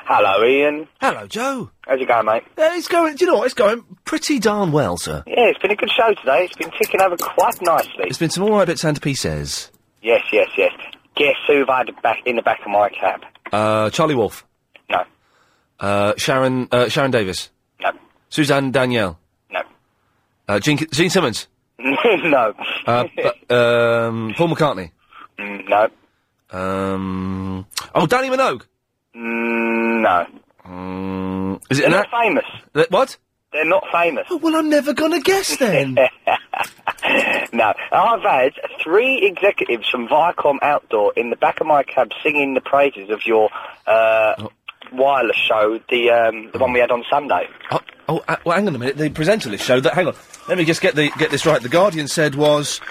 Hello, Ian.
Hello, Joe.
How's it going, mate?
Uh, it's going, do you know what? It's going pretty darn well, sir.
Yeah, it's been a good show today. It's been ticking over quite nicely.
It's been some alright bits and pieces.
Yes, yes, yes. Guess who I've had back in the back of my cab?
Uh, Charlie Wolf.
No.
Uh, Sharon, uh, Sharon Davis.
No.
Suzanne Danielle.
No.
Uh, Gene, Gene Simmons.
no.
Uh, bu- um, Paul McCartney.
Mm, no.
Um, oh, Danny Minogue.
Mm, no.
Mm, is it
They're
an
not
act-
famous.
Th- What?
They're not famous.
Oh, well, I'm never gonna guess then.
No. I've had three executives from Viacom Outdoor in the back of my cab singing the praises of your uh, wireless show, the um, the one we had on Sunday.
Oh, oh, uh, well, hang on a minute. The presenter of this show. That hang on. Let me just get the get this right. The Guardian said was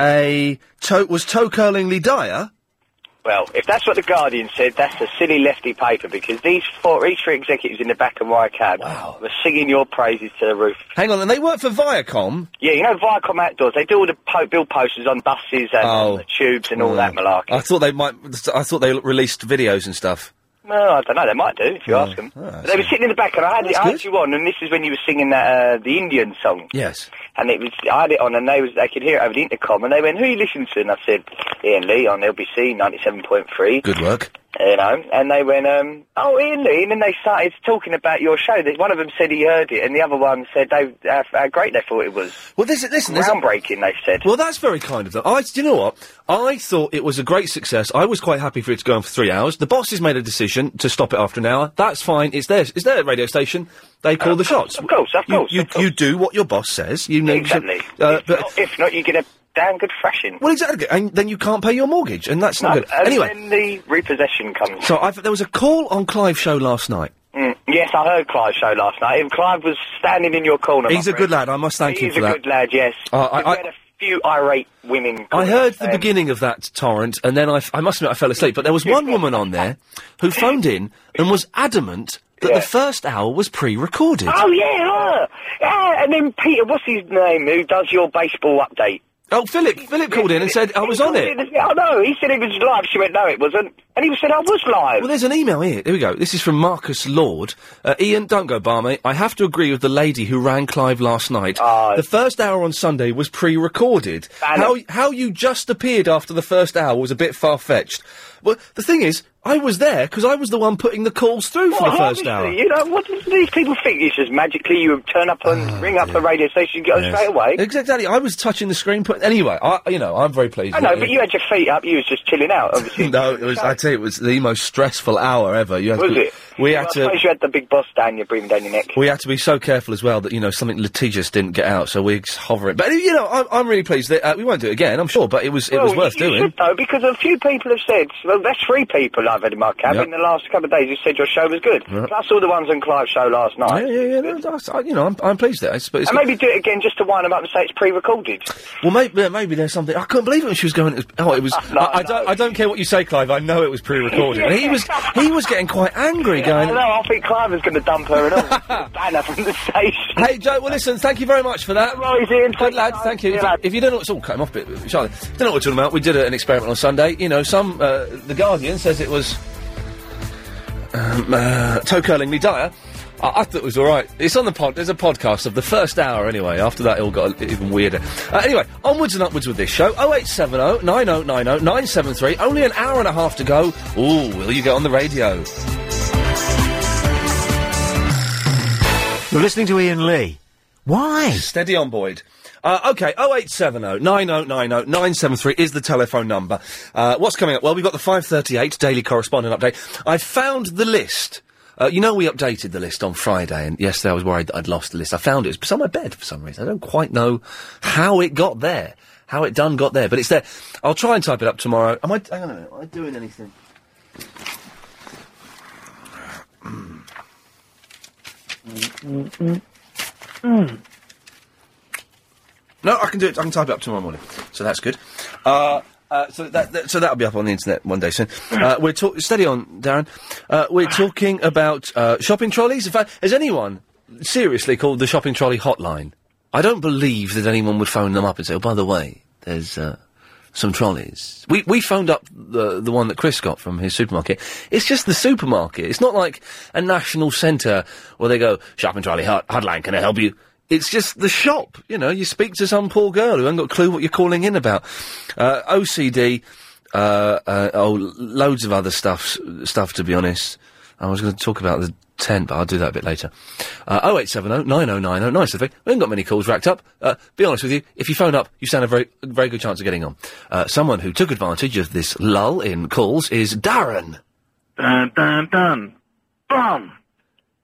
a toe was toe curlingly dire.
Well, if that's what the Guardian said, that's a silly lefty paper because these four, these three executives in the back of my cab were singing your praises to the roof.
Hang on, and they work for Viacom.
Yeah, you know Viacom Outdoors. They do all the po- bill posters on buses and
Oh.
the tubes and all that malarkey.
I thought they might. I thought they released videos and stuff.
Well, I don't know. They might do if you
Oh,
ask 'em. ask them. they were sitting in the back, and I had, it, I had you on, and this is when you were singing that uh, the Indian song.
Yes.
And it was I had it on, and they was they could hear it over the intercom, and they went, "Who you listening to?" And I said, "Ian Lee on LBC ninety seven point three.
Good work.
You know, and they went, um, "Oh, Ian Lee," and then they started talking about your show. They- One of them said he heard it, and the other one said they how, how great they thought it was.
Well, this listen, there's a-
groundbreaking. They said.
Well, that's very kind of them. I, do you know what? I thought it was a great success. I was quite happy for it to go on for three hours. The bosses made a decision to stop it after an hour. That's fine. It's theirs. It's their radio station. They call the shots. Of
course, Uh, of
you,
course,
You, you do what your boss says. You need to-
Exactly.
uh,
if,
but-
not, if not, you get a damn good thrashing.
well, exactly. And then you can't pay your mortgage, and that's
No,
not good.
and
Anyway,
then the repossession comes.
so I've, there was a call on Clive's show last night.
Mm, yes, I heard Clive's show last night. And Clive was standing in your corner.
He's
my
a good
friend.
lad. I must thank
He
him
is
for
a
that.
good lad. Yes.
Uh, I-
We've
I-
had a few irate women.
I
calling
heard
us,
the
um,
beginning of that torrent, and then I, f- I must admit I fell asleep. But there was one woman on there who phoned in and was adamant that the first hour was pre-recorded.
Oh yeah, her. yeah. And then Peter, what's his name? Who does your baseball update?
Oh, Philip. Philip called in and said I was on it.
Oh no, he said it was live. She went, no, it wasn't. And he said, I was live.
Well, there's an email here. Here we go. This is from Marcus Lord. Uh, Ian, don't go barmate. I have to agree with the lady who rang Clive last night.
Oh.
the first hour on Sunday was pre-recorded. How how you just appeared after the first hour was a bit far-fetched. Well, the thing is, I was there because I was the one putting the calls through for the
Well,
first
honestly,
hour.
You know, what do these people think? It's just magically you turn up and ring up a radio station and get on
Ah, Yes.
straight away.
Exactly. I was touching the screen, but anyway, I you know I'm very pleased.
I know, but you had your feet up. You was just chilling out, obviously.
no, it was. I tell you, it was the most stressful hour ever. You had
Was
to,
it?
We
Well,
had
I
to.
suppose you had the big boss down your breathing down your neck.
We had to be so careful as well that you know something litigious didn't get out, so we just hover it. But you know, I'm, I'm really pleased that uh, we won't do it again. I'm sure, but it was it was
Well,
worth
you
doing.
Should, though, because a few people have said, well, that's three people I've had in my cab
Yep.
in the last couple of days who said your show was good.
Yep.
Plus all the ones on Clive's show last
Yeah,
night.
yeah, yeah. no, that's- I- you know, I'm, I'm pleased that. It's, but it's
and maybe do it again just to wind them up and say it's pre-recorded.
well, maybe maybe there's something. I couldn't believe it when she was going. It was, oh, it was. I, I don't. I don't care what you say, Clive. I know it was pre-recorded. And he was he was getting quite angry,
I
going.
know, I think Clive is going to dump her and all. Ban her from the station.
Hey, Joe, well, listen, thank you very much for that. Good lad, thank you. If you don't know, it's all came off a bit, Charlie. If you don't know what we're talking about, we did a- an experiment on Sunday. You know, some, uh, The Guardian says it was um, uh, toe curlingly dire. I, I thought it was all right. It's on the pod. There's a podcast of the first hour anyway. After that, it all got a- even weirder. Uh, anyway, onwards and upwards with this show. 0870 9090 973. Only an hour and a half to go. Ooh, will you get on the radio?
You're listening to Ian Lee. Why?
Steady on, Boyd. Uh, okay, 0870 9090 973 is the telephone number. Uh, what's coming up? Well, we've got the 538 Daily Correspondent Update. I found the list. Uh, you know, we updated the list on Friday, and yesterday I was worried that I'd lost the list. I found it. It was beside my bed for some reason. I don't quite know how it got there, how it done got there, but it's there. I'll try and type it up tomorrow. Am I, hang on a minute, am I doing anything? Hmm. No, I can do it. I can type it up tomorrow morning. So that's good. Uh, uh, so that, that so that'll be up on the internet one day soon. Uh, we're talk- steady on, Darren. Uh, we're talking about uh, shopping trolleys. In fact, has anyone seriously called the shopping trolley hotline? I don't believe that anyone would phone them up and say, "Oh, by the way, there's uh, some trolleys." We we phoned up the the one that Chris got from his supermarket. It's just the supermarket. It's not like a national centre where they go shopping trolley hot- hotline. Can I help you? It's just the shop, you know. You speak to some poor girl who hasn't got a clue what you're calling in about. Uh, OCD, uh, uh, oh, loads of other stuff. Stuff to be honest. I was going to talk about the tent, but I'll do that a bit later. Uh, 0870 9090 973. We haven't got many calls racked up. Uh, be honest with you, if you phone up, you stand a very, a very good chance of getting on. Uh, someone who took advantage of this lull in calls is Darren.
Dun, dun, dun. Bum!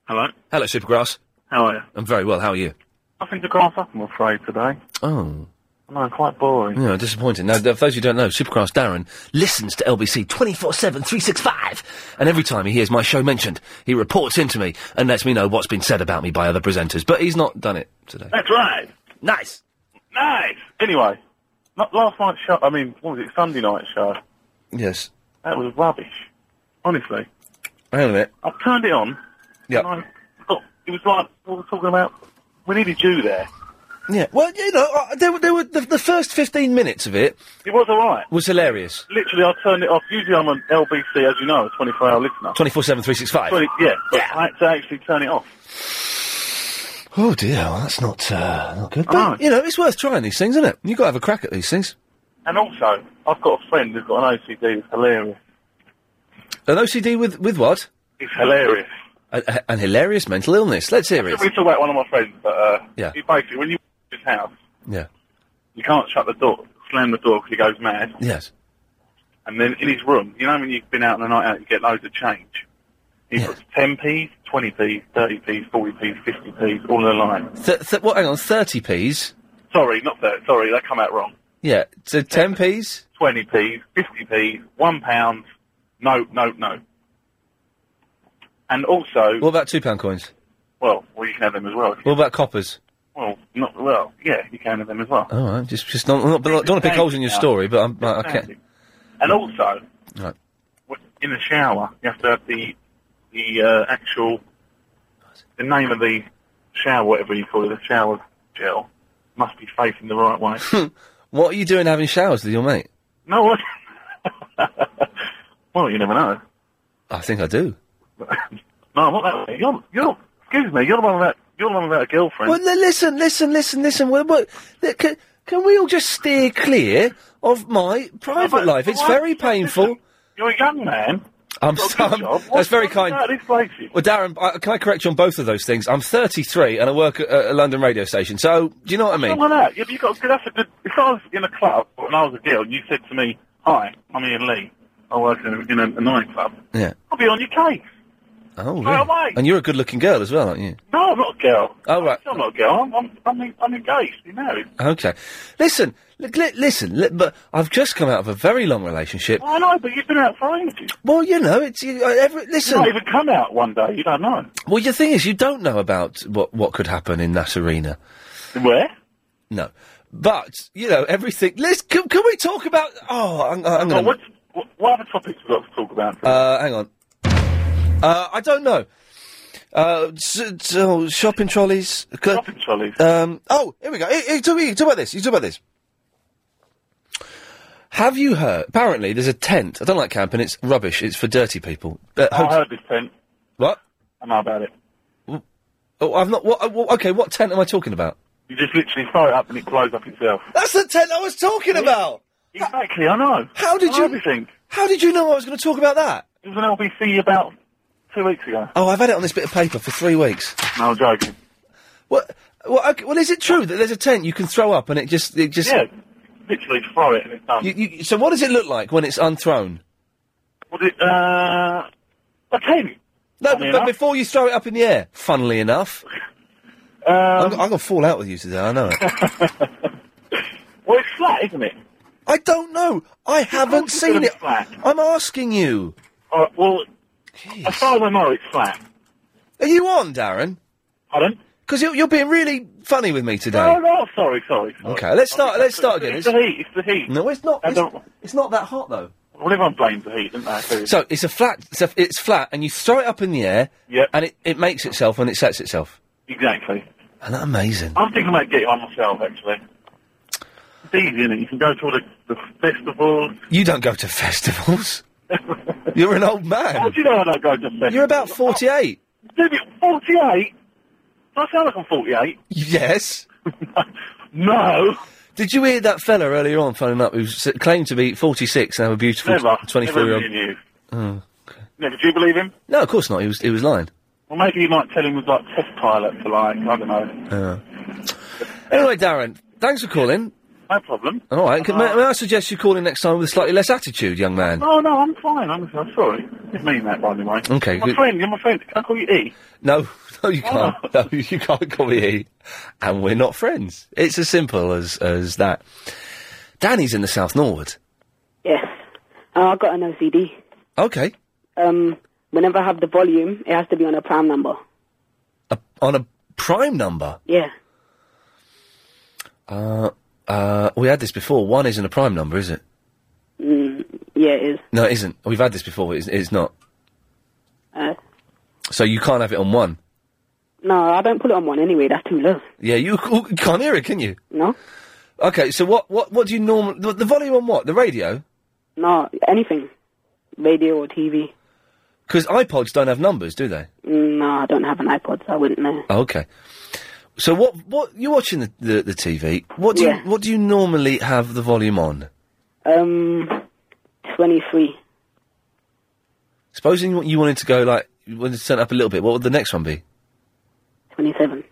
Hello. Hello, Supergrass.
How are you?
I'm very well. How are you?
Nothing to grass up, I'm afraid, today.
Oh.
No, I'm quite boring.
Yeah, disappointing. Now, th- for those who don't know, Supercross Darren listens to LBC 24 7, 365. And every time he hears my show mentioned, he reports into me and lets me know what's been said about me by other presenters. But he's not done it today.
That's right.
Nice.
Nice.
Anyway, not last night's show. I mean, what was it? Sunday night show.
Yes.
That was rubbish. Honestly,
Hang on a minute.
I turned it on.
Yeah.
And I thought it was like we were talking about. We needed you there.
Yeah. Well, you know, uh, there, were- there were the, the first 15 minutes of it
It was all right.
was hilarious.
Literally, I turned it off. Usually, I'm an LBC, as you know, a 24-hour
Oh.
listener.
24 7, 365.
20, yeah, but I had to actually turn it off.
Oh dear, well, that's not uh, not
Oh.
good. But, you know, it's worth trying these things, isn't it? You've got to have a crack at these things.
And also, I've got a friend who's got an OCD. It's hilarious.
An OCD with, with what?
It's hilarious.
A, a- an hilarious mental illness. Let's hear
We
it.
talk about one of my friends, but uh,
Yeah.
he basically, when you his house,
Yeah.
you can't shut the door, slam the door because he goes mad.
Yes.
And then in his room, you know when you've been out on a night out, you get loads of change. He puts 10p's, 20p's, 30p's, 40p's, 50p's, all in a line.
Th- th- what? Hang on, thirty p's.
Sorry, not 30, sorry, that come out wrong.
Yeah, so ten p's.
20p's, 50p's, £1, pound, no, no, no. And also,
What about two pound coins?
well, well, you can have them as well.
What about coppers?
Well, not, well, yeah, you can have them as well.
All right, just just not, not, don't want to pick holes in your story, but I'm, I, I can't.
And also,
Uh, Right.
w- in the shower, you have to have the the uh, actual the name of the shower, whatever you call it, the shower gel, must be facing the right way.
What are you doing having showers with your mate?
no, what? well, you never know.
I think I do.
No, not that way. You're, you're, excuse me, you're the one about, you're the one about a girlfriend.
Well, li- listen, listen, listen, listen. Well, well, li- can, can we all just steer clear of my private life? It's
why-
very painful.
You're a young man.
I'm sorry. That's very kind.
This place is
Well, Darren, I, can I correct you on both of those things? I'm 33 and I work at a, a London radio station. So, do you know what I mean?
Something like that. Yeah, but you got, that's a good. If I was in a club and I was a girl, and you said to me, "Hi, I'm Ian Lee. I work in a, in a, a nightclub."
Yeah.
I'll be on your case.
Oh,
Throw
really?
away.
And you're a good-looking girl as well, aren't you?
No, I'm not a girl.
Oh, right.
I'm not a girl. I'm I'm, I'm, en- I'm engaged. You know.
Okay. Listen, li- li- listen, li- but I've just come out of a very long relationship.
I know, but you've been out for ages.
Well, you know, it's you, uh, every, listen.
You might even come out one day. You don't know.
Well, the thing is, you don't know about what, what could happen in that arena.
Where?
No. But, you know, everything... Let's, can, can we talk about... Oh, I'm, I'm going to...
What, what, what other topics we got to talk about?
Uh, hang on. Uh, I don't know. Uh, s- s- oh, shopping trolleys. Shopping
trolleys.
Um, oh, here we go. Here, here, talk, here, talk about this. You talk about this. Have you heard? Apparently, there's a tent. I don't like camping. It's rubbish. It's for dirty people. Uh,
I
hot-
heard this tent.
What?
I know about it.
oh, I've not. What, uh, well, okay, what tent am I talking about?
You just literally throw it up and it blows up itself.
That's the tent I was talking about.
Exactly. I know.
How did
I
you-
Know everything.
How did you know I was going to talk about that?
It was an LBC about two weeks ago.
Oh, I've had it on this bit of paper for three weeks.
No, I'm joking.
What? Well, okay, well, is it true that there's a tent you can throw up and it just it just
Yeah. Literally throw it and it's done.
You, you, so what does it look like when it's unthrown?
Was it, uh, a tent?
No,
Funny
but, but
enough.
before you throw it up in the air, funnily enough.
Um,
I'm, I'm going to fall out with you today, I know it.
Well, it's flat, isn't it?
I don't know. I haven't
it's gonna
seen
be
it. I'm asking you.
Uh, well, as far as I know, it's flat.
Are you on, Darren?
Pardon?
Because you're, you're being really funny with me today.
No, no, sorry, sorry. sorry.
Okay, let's start. Let's start again.
It's the heat. It's the heat.
No, it's not.
I
It's,
don't.
it's not that hot though.
Well, everyone blames the heat, don't they? I tell you.
So it's a flat. It's, a, it's flat, and you throw it up in the air.
Yep.
And it, it makes itself and it sets itself.
exactly.
Isn't that amazing?
I'm thinking about getting one myself, actually. It's easy, is it? You can go to all the, the festivals.
You don't go to festivals. You're an
Oh,
old man.
How do you know I don't go to festivals?
You're about 48.
Did it 48? Do I sound like I'm 48?
Yes.
no.
Did you hear that fella earlier on phoning up who s- claimed to be 46 and have a beautiful
Never.
24
Never
year
a million
old?
years.
Oh.
Never. Do you believe him?
No, of course not. He was he was lying.
Well, maybe you might tell him he was like test pilot for like, I don't know.
Oh. Anyway, Darren, thanks for calling.
No problem.
All right, can, may, may I suggest you call in next time with slightly less attitude, young man?
No, Oh, no, I'm fine. I'm, I'm sorry. Didn't mean that, by the way.
Okay,
You're My
good.
friend, you're my friend. Can I call you E?
No, no, you can't. No, you can't call me E. And we're not friends. It's as simple as as that. Danny's in the South Norwood.
Yes. Uh, I've got an OCD.
Okay,
Um, whenever I have the volume, it has to be on a prime number.
on a prime number.
Yeah.
Uh, uh, we had this before. One isn't a prime number, is it?
Mm, yeah, it is.
No, it isn't. We've had this before. It's, it's not.
Uh,
So you can't have it on one.
no, I don't put it on one anyway. That's too low.
Yeah, you c- you can't hear it, can you?
No.
Okay, so what what what do you normally the, the volume on what the radio?
No, anything. Radio or TV.
Because iPods don't have numbers, do they?
Mm, No, I don't have an iPod, so I wouldn't know.
Oh, okay. So what what you're watching the the, the TV? What do
Yeah.
you what do you normally have the volume on?
Um, 23.
Supposing you- you wanted to go like you wanted to turn it up a little bit, what would the next one be?
27.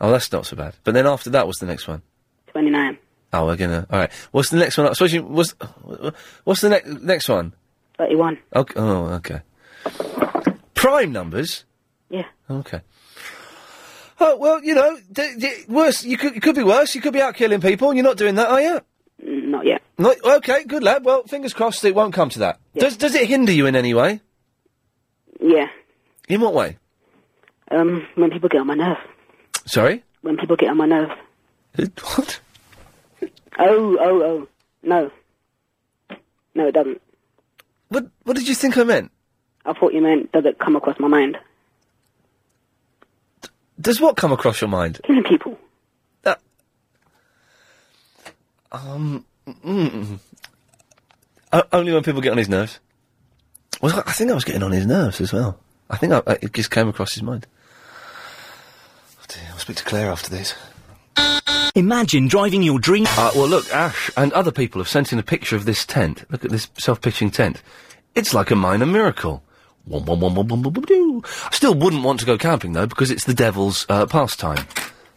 Oh, that's not so bad. But then after that, what's the next one?
29.
Oh, we're gonna. All right. What's the next one? up? Supposing what's what's the next next one?
31.
Okay. Oh, okay. Prime numbers.
Yeah.
Okay. Oh well, you know, d- d- worse. You could it could be worse. You could be out killing people, and you're not doing that, are you?
Mm, Not yet.
Not, okay, good lad. Well, fingers crossed it won't come to that. Does does it hinder you in any way?
Yeah.
In what way?
Um, when people get on my nerves.
Sorry.
When people get on my nerves.
What?
Oh, oh, oh. No. No, it doesn't.
What What did you think I meant?
I thought you meant does it come across my mind?
Does what come across your mind?
Killing people.
Um, mm, o- only when people get on his nerves. Well, I think I was getting on his nerves as well. I think I, I, it just came across his mind. Oh dear, I'll speak to Claire after this. Imagine driving your dream. Uh, well, look, Ash and other people have sent in a picture of this tent. Look at this self-pitching tent. It's like a minor miracle. Wom, wom, wom, wom, wom, wom, wom, doo. I still wouldn't want to go camping though because it's the devil's uh, pastime.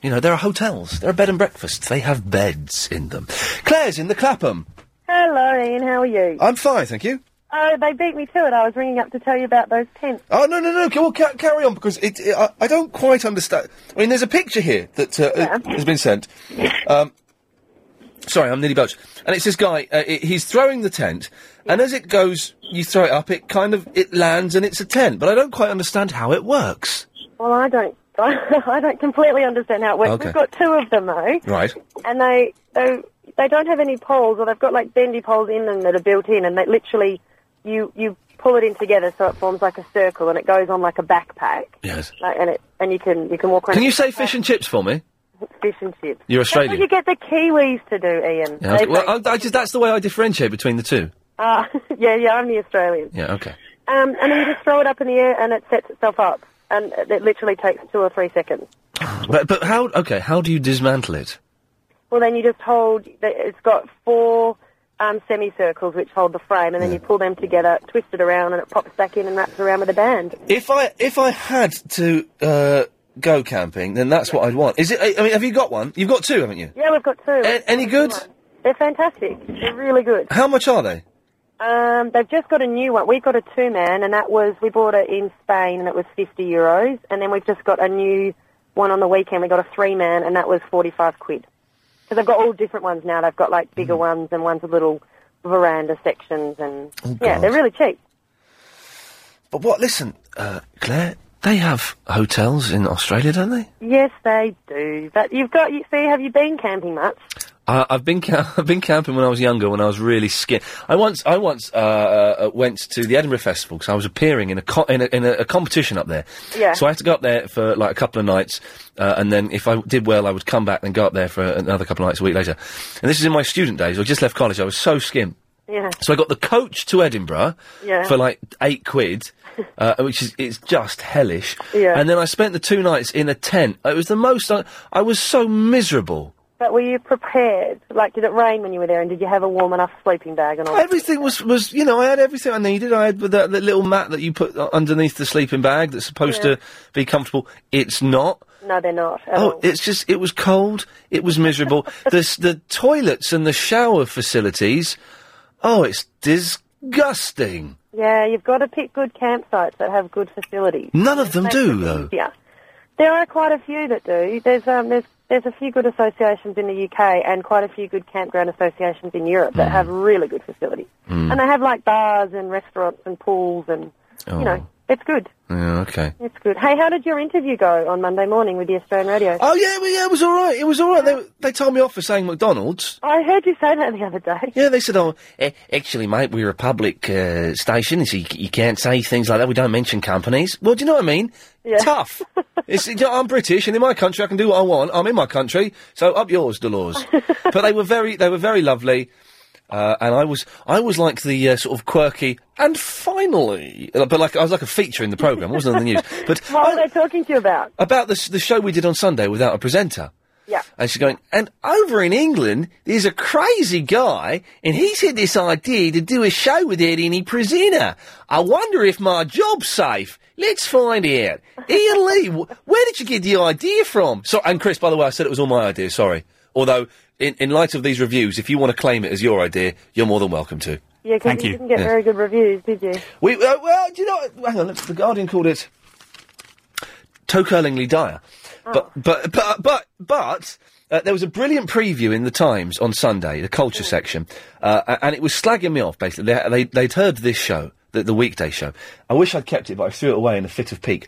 You know, there are hotels, there are bed and breakfasts, they have beds in them. Claire's in the Clapham.
Hello, Ian. How are you?
I'm fine, thank you.
Oh, they beat me to it. I was ringing up to tell you about those tents.
Oh no no no! ca- Well, ca- carry on because it, it- I, I don't quite understand. I mean, there's a picture here that uh, uh, has been sent. Um, sorry, I'm nearly belched. And it's this guy. Uh, it, he's throwing the tent, and as it goes, you throw it up. It kind of it lands, and it's a tent. But I don't quite understand how it works.
Well, I don't. I don't completely understand how it works.
Okay.
We've got two of them though,
Right.
and they they they don't have any poles, or they've got like bendy poles in them that are built in, and they literally you you pull it in together so it forms like a circle, and it goes on like a backpack,
Yes.
like, and it and you can you can walk around.
Can you say fish and chips for me?
fish and chips?
You're
That's what
Australian.
you get the Kiwis to do, Ian.
Yeah,
They
okay. Well, I, I just that's the way I differentiate between the two.
Uh, yeah, yeah, I'm the Australian.
Yeah. Okay.
Um, and then you just throw it up in the air and it sets itself up. And it literally takes two or three seconds.
But but how? Okay. How do you dismantle it?
Well, then you just hold, th- it's got four um, semicircles which hold the frame, and then you pull them together, twist it around, and it pops back in and wraps around with a band.
If I if I had to uh, go camping, then that's what I'd want. Is it? I I mean, have you got one? You've got two, haven't you?
Yeah, we've got two.
A- any good?
They're fantastic. They're really good.
How much are they?
Um, they've just got a new one. We've got a two man, and that was, we bought it in Spain, and it was 50 euros. And then we've just got a new one on the weekend. We got a three man, and that was 45 quid. Because they've got all different ones now. They've got like
Mm.
bigger ones, and ones with little veranda sections, and
Oh,
yeah,
God.
they're really cheap.
But what? Listen, uh, Claire, They have hotels in Australia, don't they?
Yes, they do. But you've got. You, see, have you been camping much?
Uh, I've been ca- I've been camping when I was younger, when I was really skinny. I once I once uh, uh, went to the Edinburgh Festival because I was appearing in a, co- in a in a, a competition up there.
Yeah.
So I had to go up there for like a couple of nights, uh, and then if I did well, I would come back and go up there for another couple of nights a week later. And this is in my student days. I just left college. I was so skim.
Yeah.
So I got the coach to Edinburgh
Yeah.
for like eight quid, uh, which is it's just hellish.
Yeah.
And then I spent the two nights in a tent. It was the most. I, I was so miserable.
But were you prepared? Like, did it rain when you were there, and did you have a warm enough sleeping bag and all? that?
Everything was was you know I had everything I needed. I had that, that little mat that you put uh, underneath the sleeping bag that's supposed
Yeah.
to be comfortable. It's not.
No, they're not. At
Oh,
all.
it's just it was cold. It was miserable. the s- the toilets and the shower facilities. Oh, it's disgusting.
Yeah, you've got to pick good campsites that have good facilities.
None of them
Makes
do
it
though.
easier. There are quite a few that do. There's um, there's there's a few good associations in the UK and quite a few good campground associations in Europe that have really good facilities.
Mm.
And they have like bars and restaurants and pools and
Oh.
you know, it's good.
Yeah, okay.
It's good. Hey, how did your interview go on Monday morning with the Australian radio?
Oh yeah, well, yeah, it was all right. It was all right. They they told me off for saying McDonald's.
I heard you say that the other day.
Yeah, they said, "Oh, eh, actually, mate, we're a public uh, station, so you, c- you can't say things like that. We don't mention companies." Well, do you know what I mean?
Yeah.
Tough. it's, you know, I'm British, and in my country, I can do what I want. I'm in my country, so up yours, Dolores. but they were very, they were very lovely, uh, and I was, I was like the uh, sort of quirky. And finally, but like I was like a feature in the program. I wasn't on the news. But
What were they talking to you about?
about the s- the show we did on Sunday without a presenter.
Yeah.
And she's going, and over in England, there's a crazy guy, and he's had this idea to do a show without any presenter. I wonder if my job's safe. Let's find out. Ian Lee, wh- where did you get the idea from? So, and Chris, by the way, I said it was all my idea, sorry. Although, in, in light of these reviews, if you want to claim it as your idea, you're more than welcome to.
Yeah, because you, didn't get very good reviews, did you?
We, uh, well, do you know, what- hang on, look, the Guardian called it toe curlingly dire. But, but, but, but, but, uh, there was a brilliant preview in the Times on Sunday, the culture section, uh, a- and it was slagging me off, basically. They, they, they'd heard this show, the, the weekday show. I wish I'd kept it, but I threw it away in a fit of pique.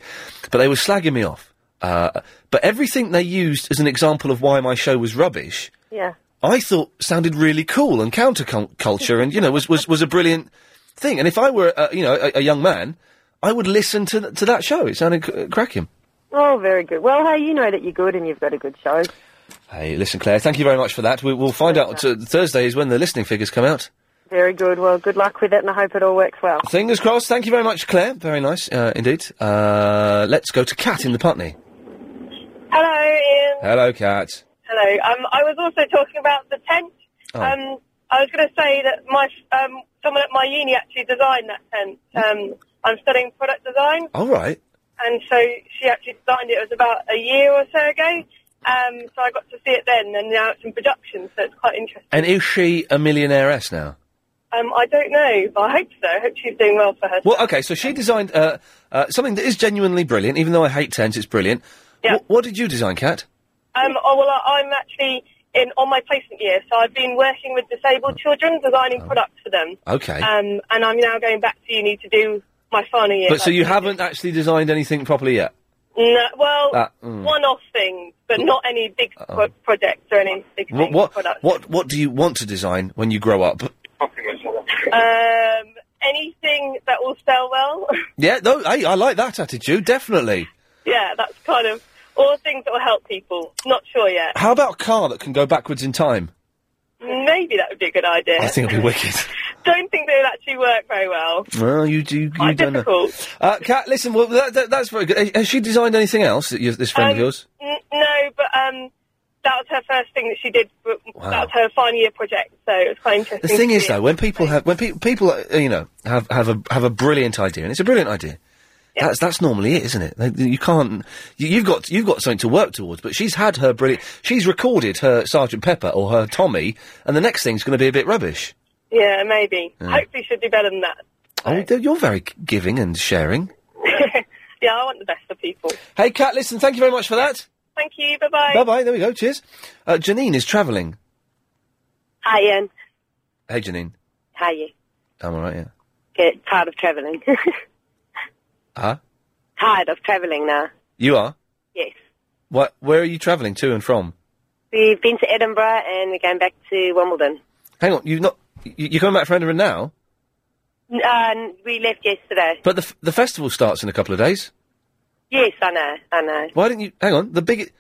But they were slagging me off. Uh, but everything they used as an example of why my show was rubbish,
Yeah.
I thought sounded really cool and counterculture, and you know, was was was a brilliant thing. And if I were, uh, you know, a, a young man, I would listen to th- to that show. It sounded c- uh, cracking.
Oh, very good. Well, hey, you know that you're good and you've got a good show.
Hey, listen, Claire, thank you very much for that. We, we'll find out t- Thursday is when the listening figures come out.
Very good. Well, good luck with it, and I hope it all works well.
Fingers crossed. Thank you very much, Claire. Very nice uh, indeed. Uh, let's go to Kat in the Putney.
Hello, Ian.
Hello, Kat.
Hello. Um, I was also talking about the tent.
Oh.
Um, I was going to say that my um, someone at my uni actually designed that tent. Um, I'm studying product design,
All right.
and so she actually designed it. It was about a year or so ago. Um, so I got to see it then, and now it's in production, so it's quite interesting.
And is she a millionaireess now?
Um, I don't know, but I hope so. I hope she's doing well for herself.
Well, okay, so she designed uh, uh, something that is genuinely brilliant, even though I hate tents, it's brilliant.
Yeah.
Wh- what did you design, Kat?
Um, oh, well, I- I'm actually in on my placement year, so I've been working with disabled children, designing products for them.
Oh. Okay.
Um, and I'm now going back to uni to do my final year.
but so you haven't actually designed anything properly yet?
No, well,
Ah, mm.
one-off things, but not any big pro- projects or any big
What
things,
what,
products.
what what do you want to design when you grow up?
Um, anything that will sell well.
Yeah, no, hey, I like that attitude, definitely.
yeah, that's kind of all things that will help people. Not sure yet.
How about a car that can go backwards in time?
Maybe that would be a good idea.
I think it'd be wicked.
Don't think they would actually work very well.
Well, you do, you
Quite
don't know.
difficult.
Uh, Kat, listen, well, that, that, that's very good. Has- Has she designed anything else, that you- this friend of
Um,
yours?
N- no, but um, that was her first thing that she did. But
Wow.
That was her final year project, so it was quite
The
interesting.
thing
to
is,
see.
though, when people have when pe- people uh, you know have have a have a brilliant idea, and it's a brilliant idea. That's that's normally it, isn't it? They- You can't. You, you've got you've got something to work towards. But she's had her brilliant. She's recorded her Sergeant Pepper or her Tommy, and the next thing's going to be a bit rubbish.
yeah, maybe.
Yeah.
Hopefully, she'll do better than that.
Oh, th- you're very g- giving and sharing.
yeah, I want the best for people.
Hey, Kat, listen. Thank you very much for that.
Thank you. Bye bye.
Bye bye. There we go. Cheers. Uh, Janine is travelling.
Hi, Ian.
Hey, Janine.
How are you?
I'm all right. Yeah.
Get tired of travelling.
Huh?
tired of travelling now.
You are?
Yes.
What, where are you travelling to and from?
We've been to Edinburgh and we're going back to Wimbledon.
Hang on, you've not. You, you're coming back from Edinburgh now?
N- Uh, n- we left yesterday.
But the, f- the festival starts in a couple of days.
Yes, I know, I know.
Why didn't you. Hang on, the big.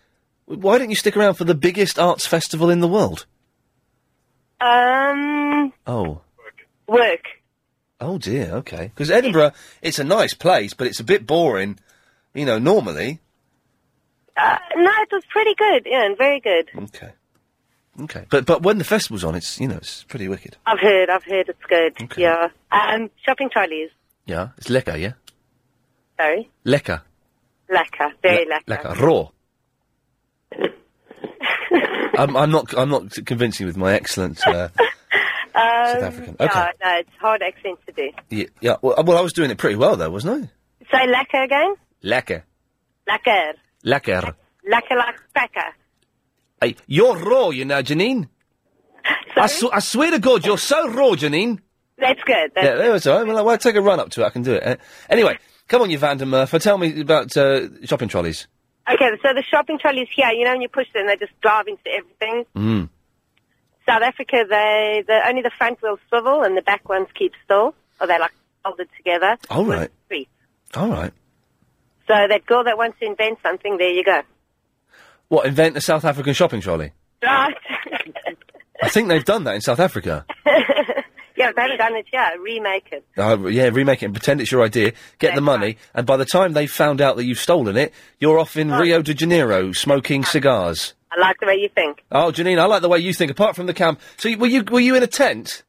Why didn't you stick around for the biggest arts festival in the world?
Um,
Oh.
work.
Oh dear, okay. Because Edinburgh, it's a nice place, but it's a bit boring, you know, normally.
Uh, no, it was pretty good, Ian, very good.
Okay. Okay. But but when the festival's on, it's, you know, it's pretty wicked.
I've heard, I've heard it's good, yeah. Um, shopping trolleys,
Yeah, it's lekker, yeah?
sorry.
Lekker.
Lacquer, very lacquer.
Lekker. Raw. I'm, I'm not I'm not convincing you with my excellent uh,
Um,
African. Okay.
No, no, it's hard accent to do.
yeah, yeah well, uh, well I was doing it pretty well though, wasn't
Say lacquer again.
I? Lekker.
Lacquer.
Lekker.
Lacquer like cracker.
Hey, you're raw, you know, Janine. I, sw- I swear to God, you're so raw, Janine.
That's good. That's
Yeah, there was all right. Well, I won't take a run up to it. I can do it. Uh, anyway, come on, you Vandermurfer. Tell me about uh, shopping trolleys.
Okay, so the shopping trolleys here, you know, when you push them, they just drive into everything.
Mm.
South Africa, they the only the front wheels swivel and the back ones keep still, or they like folded together.
All right.
Free.
All right.
So that girl that wants to invent something, there you go.
What, invent a South African shopping trolley?
Right.
I think they've done that in South Africa.
yeah, they haven't done it yet. Remake it.
Uh, yeah, remake it and pretend it's your idea, get the money, and by the time they've found out that you've stolen it, you're off in Rio de Janeiro smoking cigars.
I like the way you think.
Oh, Janine, I like the way you think. Apart from the camp, so you- were you were you in a tent?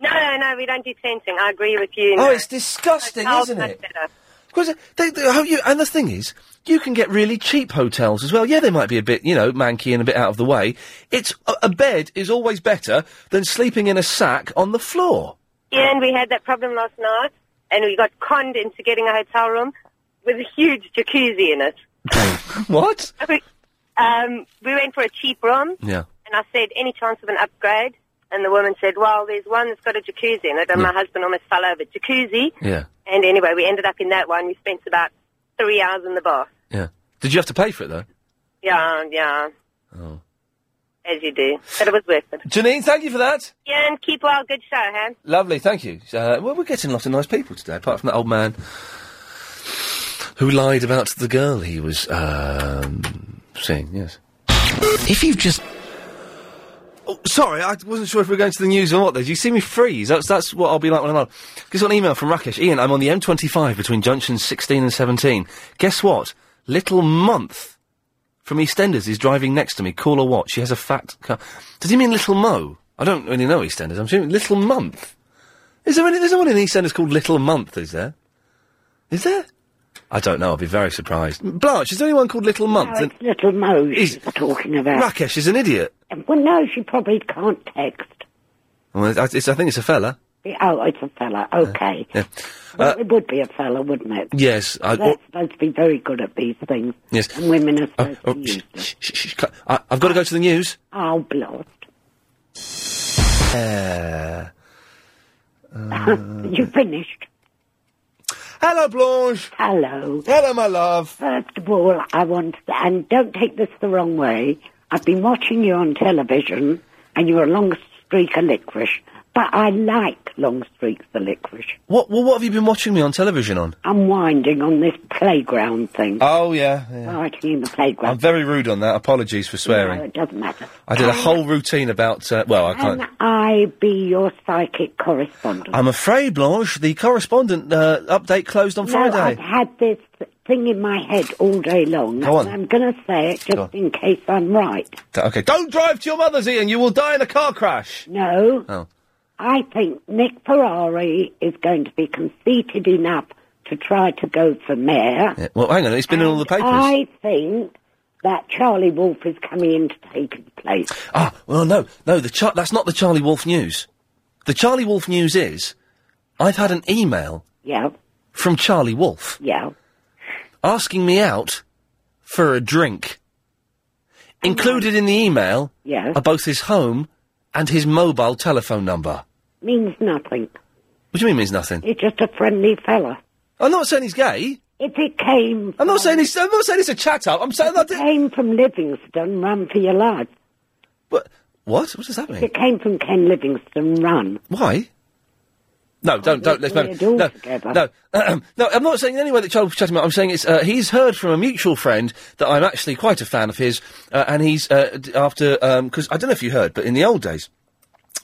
No, no, no, we don't do fencing. I agree with you.
Oh,
no.
it's disgusting,
Hotels
isn't
much
it?
better.
Because they, they, how you, and the thing is, you can get really cheap hotels as well. Yeah, they might be a bit, you know, manky and a bit out of the way. It's a, a bed is always better than sleeping in a sack on the floor.
Ian, we had that problem last night, and we got conned into getting a hotel room with a huge jacuzzi in it.
what?
Um, we went for a cheap room,
Yeah.
and I said, any chance of an upgrade? And the woman said, well, there's one that's got a jacuzzi in it, and my husband almost fell over. Jacuzzi?
Yeah.
And anyway, we ended up in that one. We spent about three hours in the bath.
Yeah. Did you have to pay for it though?
Yeah, yeah.
Oh.
As you do. But it was worth it.
Janine, thank you for that.
Yeah, and keep well. Good show, huh?
Lovely, thank you. Uh, well, we're getting lots of nice people today, apart from that old man who lied about the girl he was um, seeing. Yes. If you've just. Oh, sorry, I wasn't sure if we were going to the news or what. There, you see me freeze. That's that's what I'll be like when I'm on. Guess what? An email from Rakesh. Ian, I'm on the M25 between junctions 16 and 17. Guess what? Little month from EastEnders is driving next to me. Call her what? She has a fat car. Does he mean Little Mo? I don't really know EastEnders. I'm assuming Little Month. Is there any? There's no one in EastEnders called Little Month, is there? Is there? I don't know. I'd be very surprised. Blanche, is there anyone called Little Month?
it's Little Mo
she's
talking about.
Rakesh is an idiot.
Well, no, she probably can't text.
Well, it's, it's, I think it's a fella.
Oh, it's a fella. Okay.
Yeah.
well, it would be a fella, wouldn't it?
Yes, Uh, I,
They're
oh,
supposed to be very good at these things.
Yes.
And women are supposed
oh,
to
shh,
use them.
shh, shh, shh, cl- I, have got to go to the news.
Oh, blot.
Uh,
you finished.
Mm. Hello, Blanche.
Hello.
Hello, my love.
First of all, I want to, and don't take this the wrong way. I've been watching you on television, and you're a long streak of licorice. But I like long streaks of licorice.
what? Well, what have you been watching me on television on?
I'm winding on this playground thing.
Oh yeah, yeah.
Writing in the playground.
I'm very rude on that. Apologies for
No, it
swearing.
doesn't matter.
I did a whole routine about. Uh, well, I
Can
can't.
I be your psychic correspondent?
I'm afraid, Blanche. The correspondent uh, update closed on
No, I've
Friday.
had this thing in my head all day long.
Go on.
And I'm going to say it
Go on.
just in case I'm right.
D- Okay, don't drive to your mother's, Ian. You will die in a car crash.
No,
Oh,
I think Nick Ferrari is going to be conceited enough to try to go for mayor.
yeah. well, hang on. It's been in all the papers.
I think that Charlie Wolf is coming in to take his place.
Ah, well, no, no, the char- that's not the Charlie Wolf news. The Charlie Wolf news is I've had an email
Yeah,
from Charlie Wolf
yeah.
asking me out for a drink. Included in the email
Yes.
are both his home and his mobile telephone number.
Means nothing.
What do you mean means nothing?
He's just a friendly fella.
I'm not saying he's gay.
If it came.
I'm not saying it's. I'm not saying it's a chat up. I'm saying that
it came from Livingston. Run for your life.
What? What does that mean?
It came from Ken Livingston. Run.
Why? No, don't, don't, let's
weird
no,
altogether.
no, no. I'm not saying in any way that Charles was chatting about. I'm saying it's uh, he's heard from a mutual friend that I'm actually quite a fan of his, uh, and he's uh, d- after because I don't know if you heard, but in the old days,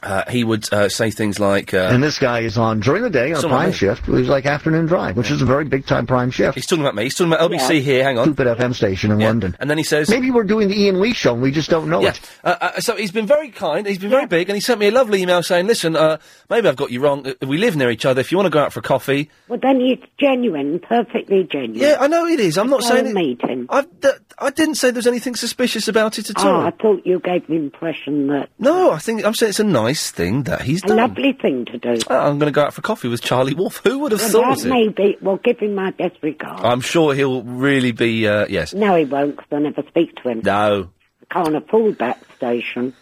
uh, he would uh, say things like, uh,
and this guy is on during the day on
Someone
prime
like-
shift. He's like afternoon drive, which is a very big time prime shift.
"He's talking about me. He's talking about LBC here. Hang on."
Stupid FM station in London.
And then he says,
Maybe we're doing the Ian Lee show and we just don't know
yeah.
it.
Uh, uh, so he's been very kind. He's been very big, and he sent me a lovely email saying, "Listen, uh, maybe I've got you wrong. Uh, We live near each other. If you want to go out for a coffee,
Well, then it's genuine, perfectly genuine.
Yeah, I know it is. I'm not
Go
saying
and
it-
meet him.
I, th- I didn't say there's anything suspicious about it at
oh,
all.
I thought you gave the impression that
No, I think I'm saying it's a nice thing that he's
a
done.
lovely thing to do.
Oh, I'm going to go out for coffee with Charlie Wolf. Who would have
well,
thought
that
it?
may be. Well, give him my best regards.
I'm sure he'll really be. Uh, yes.
No, he won't, 'cause I never speak to him.
No.
I can't afford that station.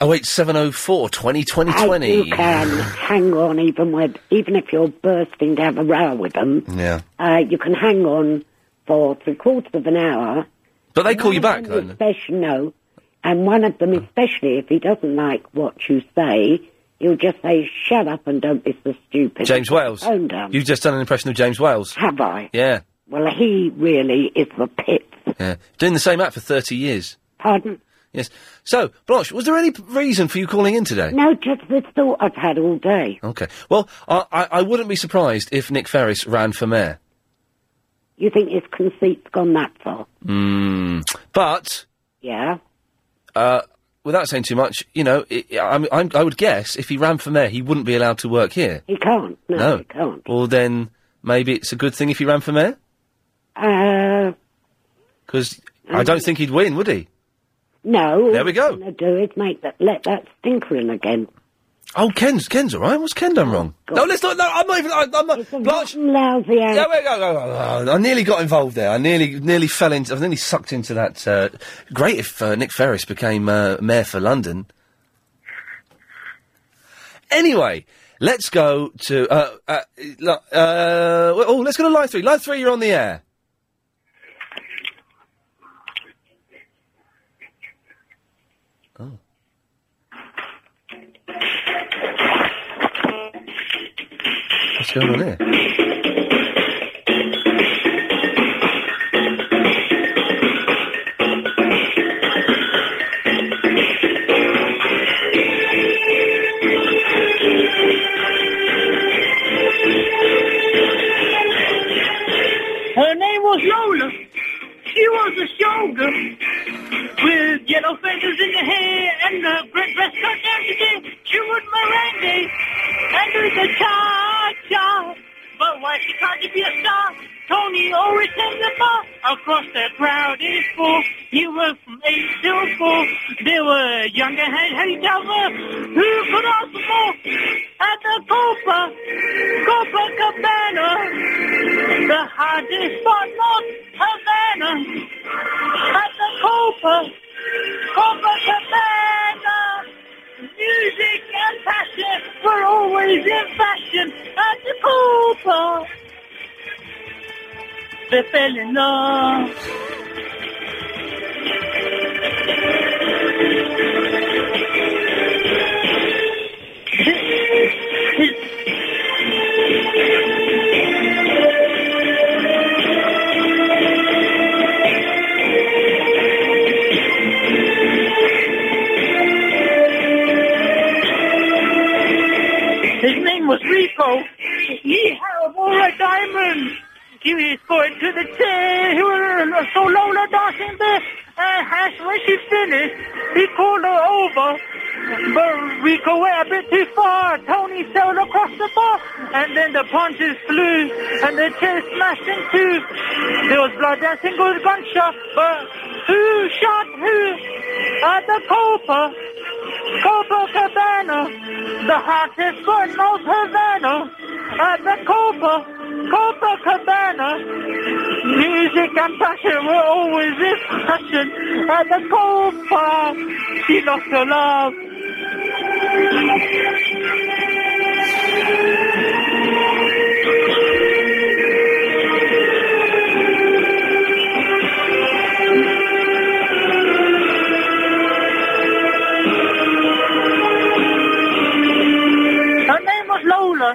Oh wait, 704 20 20 20.
You can hang on even with, even if you're bursting to have a row with them.
Yeah.
Uh, you can hang on for three quarters of an hour.
But they call you back, don't they?
Especially no, and one of them especially if he doesn't like what you say, he'll just say shut up and don't be so stupid.
James Wales.
Phone down.
You've just done an impression of James Wales.
Have I?
Yeah.
Well, he really is the pit.
Yeah. Doing the same act for 30 years.
Pardon?
Yes. So, Blanche, was there any p- reason for you calling in today?
No, just the thought I've had all day.
Okay. Well, I, I, I wouldn't be surprised if Nick Ferris ran for mayor.
You think his conceit's gone that far?
Mm. But
Yeah.
uh, without saying too much, you know, i I'm, I'm, I would guess if he ran for mayor, he wouldn't be allowed to work here.
He can't. No,
No.
he can't.
Well, then maybe it's a good thing if he ran for mayor
Uh,
because
Um,
I don't think he'd win, would he?
no.
There we go.
What I'm going to do is make that, let that stinker in again.
Oh, Ken's Ken's all right. What's Ken done wrong? No, let's not. No, I'm not even. I, I'm not. Blanche.
Lousy
Yeah, wait, go, go, go, go. I nearly got involved there. I nearly, nearly fell into. I nearly sucked into that. Uh, great if uh, Nick Ferris became uh, mayor for London. Anyway, let's go to. Uh, uh, uh, uh, oh, let's go to line three. Line three, you're on the air. What's going on here?
Her name was Lola. She was a soldier with yellow feathers in the hair and a great dress cut down today. She was merengue and did the cha-cha. But why she tried to be a star, Tony always sang the bar. Across the crowded pool, you were from eight till four. There were younger head, heady tower, who could also more. At the Copa, Copa Cabana, the hottest spot, North Havana. At the Copa, Copa Cabana. Music and passion were always in fashion at the Copa. They fell in love. His name was Rico. He had a red diamond. He was going to the chair. He was so Lola dancing there. And Hash, when she finished, he called her over. But Rico went a bit too far. Tony sailed across the bar. And then the punches flew. And the chair smashed in two. There was blood and single gunshot. But who shot who? At the Copa. Copa Cabana. The hottest foot knows Havana at the Copa, Copa Cabana. Music and passion were always in fashion at the Copa. She lost her love.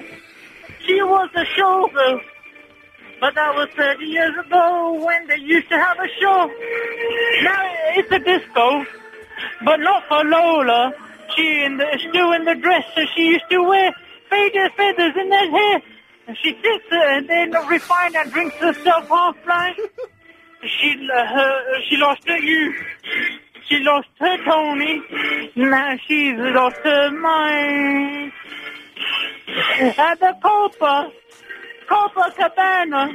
was a show, but that was 30 years ago when they used to have a show. Now it's a disco, but not for Lola. She in the, is doing the dress that she used to wear, faded feathers in her hair. And she sits there and then refined and drinks herself half blind. She, uh, her, she lost her youth. She lost her Tony. Now she's lost her mind. At the Copa, Copa Cabana,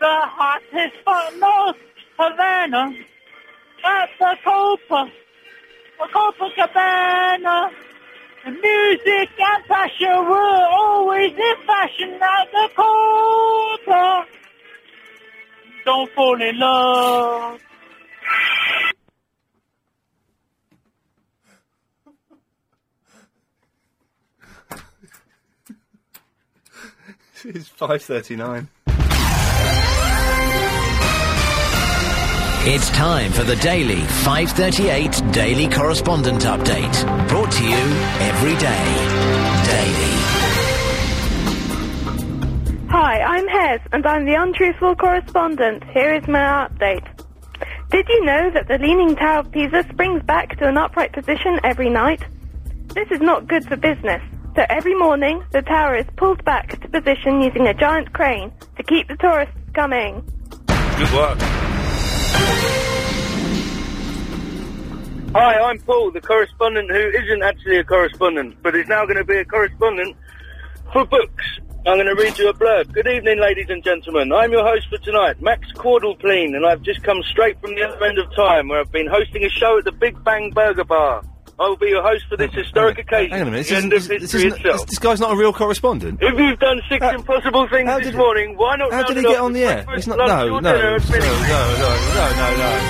the hottest spot in North Havana. At the Copa, the Copa Cabana, music and passion were always in fashion at the Copa. Don't fall in love.
It's 5.39.
It's time for the daily 538 Daily Correspondent Update. Brought to you every day.
Hi, I'm Hez, and I'm the untruthful correspondent. Here is my update. Did you know that the Leaning Tower of Pisa springs back to an upright position every night? This is not good for business, so every morning the tower is pulled back to position using a giant crane to keep the tourists coming.
Good work.
Hi, I'm Paul, the correspondent who isn't actually a correspondent, but is now going to be a correspondent for books. I'm going to read you a blurb. Good evening, ladies and gentlemen. I'm your host for tonight, Max Cordalpleen, and I've just come straight from the other end of time where I've been hosting a show at the Big Bang Burger Bar. I will be your host for this historic occasion.
Hang on a minute. This,
the
isn't,
end
this,
of
this,
history
isn't-
itself.
this- this guy's not a real correspondent.
If you've done six impossible things this morning, why not
How
round
did he
it
get
off
on
with
the air?
breakfast,
It's not.
lunch,
No, no,
or
no,
dinner
no, no,
and finish?
no, no, no.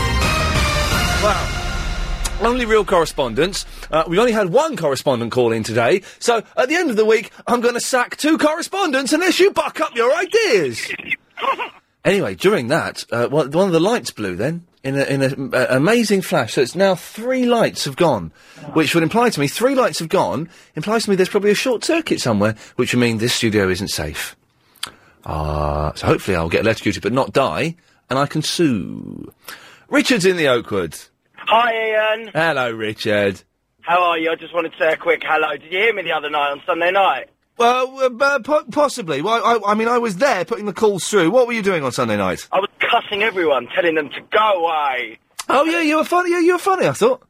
Wow. Only real correspondents. Uh, we only had one correspondent call in today, so at the end of the week, I'm going to sack two correspondents unless you buck up your ideas. anyway, during that, uh, one one of the lights blew then in an in a, a, amazing flash. So it's now three lights have gone, which would imply to me three lights have gone implies to me there's probably a short circuit somewhere, which would mean this studio isn't safe. Ah, so hopefully I'll get electrocuted but not die, and I can sue. Richard's in the Oakwood.
Hi, Ian.
Hello, Richard.
How are you? I just wanted to say a quick hello. Did you hear me the other night on Sunday night?
Well, uh, uh, po- possibly. Well, I, I mean, I was there putting the calls through. What were you doing on Sunday night?
I was cussing everyone, telling them to go away.
Oh yeah, you were funny. Yeah, you were funny. I thought.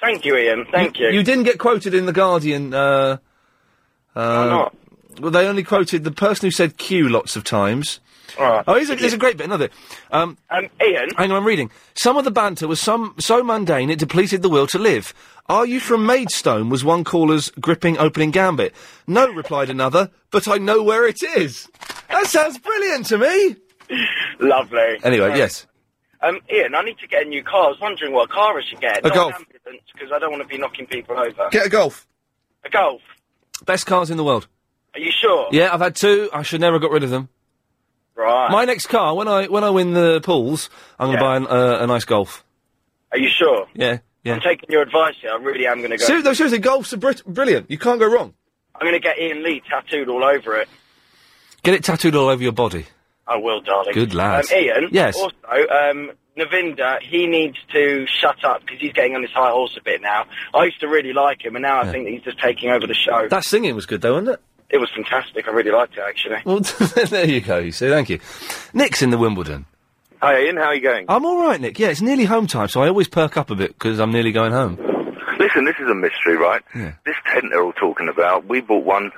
Thank you, Ian. Thank you.
You didn't get quoted in the Guardian. Uh, uh,
not?
Well, they only quoted the person who said Q lots of times.
All right.
Oh, here's a, here's a great bit. Another. Um,
um, Ian.
Hang on, I'm reading. Some of the banter was some so mundane it depleted the will to live. Are you from Maidstone? Was one caller's gripping opening gambit. No, replied another. But I know where it is. That sounds brilliant to me.
Lovely.
Anyway,
Um,
yes.
Um, Ian, I need to get a new car. I was wondering what car I should get.
A Golf.
Because I don't want to be knocking people over.
Get a golf.
A Golf.
Best cars in the world.
Are you sure?
Yeah, I've had two. I should never have got rid of them.
Right.
My next car, when I when I win the pools, I'm going to buy an, uh, a nice golf.
Are you sure?
Yeah, yeah.
I'm taking your advice here. I really am going to go.
Ser- no, seriously, golf's are brit- brilliant. You can't go wrong.
I'm going to get Ian Lee tattooed all over it.
Get it tattooed all over your body.
I will, darling.
Good lad.
Um, Ian.
Yes.
Also, um, Navinda, he needs to shut up because he's getting on his high horse a bit now. I used to really like him, and now I think that he's just taking over the show.
That singing was good though, wasn't it?
It was fantastic. I really liked it actually.
Well, there you go. You see, thank you. Nick's in the Wimbledon.
Hi Ian, how are you going?
I'm all right, Nick. Yeah, it's nearly home time, so I always perk up a bit because I'm nearly going home.
Listen, this is a mystery, right? This tent they're all talking about, we bought one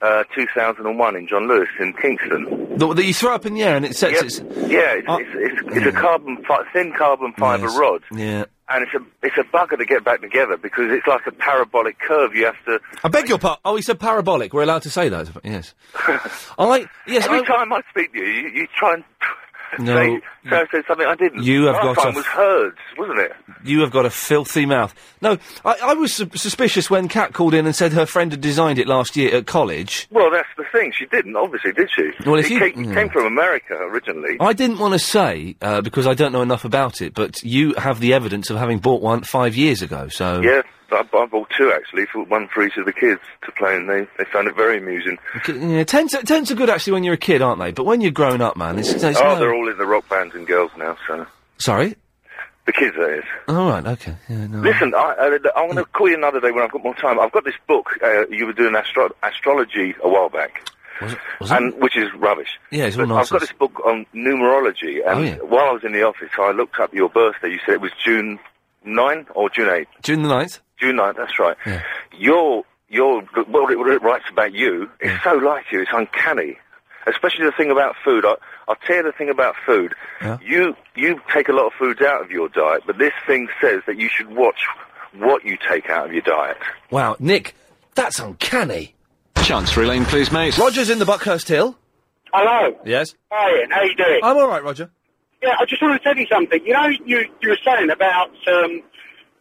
uh, 2001 in John Lewis in Kingston.
The, the, you throw up in the air and it sets
Yep.
its.
Yeah,
Oh.
it's, it's, it's, it's a carbon fi- thin carbon fibre
Yes.
rod,
Yeah.
and it's a it's a bugger to get back together because it's like a parabolic curve. You have to
I beg your pardon. Oh, he said parabolic. We're allowed to say that. Yes. I yes.
Every
I,
time I speak to you, you, you try and
no,
say, say, say something I didn't.
You have
Last
got
time
a-
was herds, wasn't it?
You have got a filthy mouth. No, I, I was su- suspicious when Kat called in and said her friend had designed it last year at college.
Well, that's the thing. She didn't, obviously, did she?
Well, if
it
you-
came,
yeah.
came from America originally.
I didn't want to say uh, because I don't know enough about it, but you have the evidence of having bought one five years ago. So
Yeah, I, I bought two actually, for one for each of the kids to play, and they, they found it very amusing.
Okay, yeah, tents, are- tents are good actually when you're a kid, aren't they? But when you're grown up, man, it's, it's
oh,
no-
they're all in the rock bands and girls now, so
Sorry.
the kids that is.
All right. Okay. Yeah. No.
Listen, I, uh, I'm going to
Mm.
call you another day when I've got more time. I've got this book. Uh, you were doing astro- astrology a while back,
Was it, was it?
and which is rubbish.
Yeah, it's all
But I've got
nonsense.
this book on numerology, and
Oh, yeah.
while I was in the office, I looked up your birthday. You said it was June 9 or June 8?
June the 9th.
June 9th, that's right. Your, your, well, it, what it writes about you is so like you, it's uncanny. Especially the thing about food. I, I'll tell you the thing about food. You, you take a lot of foods out of your diet, but this thing says that you should watch what you take out of your diet.
Wow, Nick, that's uncanny.
Chancery Lane, please, mate.
Roger's in the Buckhurst Hill.
Hello.
Yes.
Hi, Ian. how you doing?
I'm all right, Roger.
Yeah, I just want to tell you something. You know, you, you were saying about um,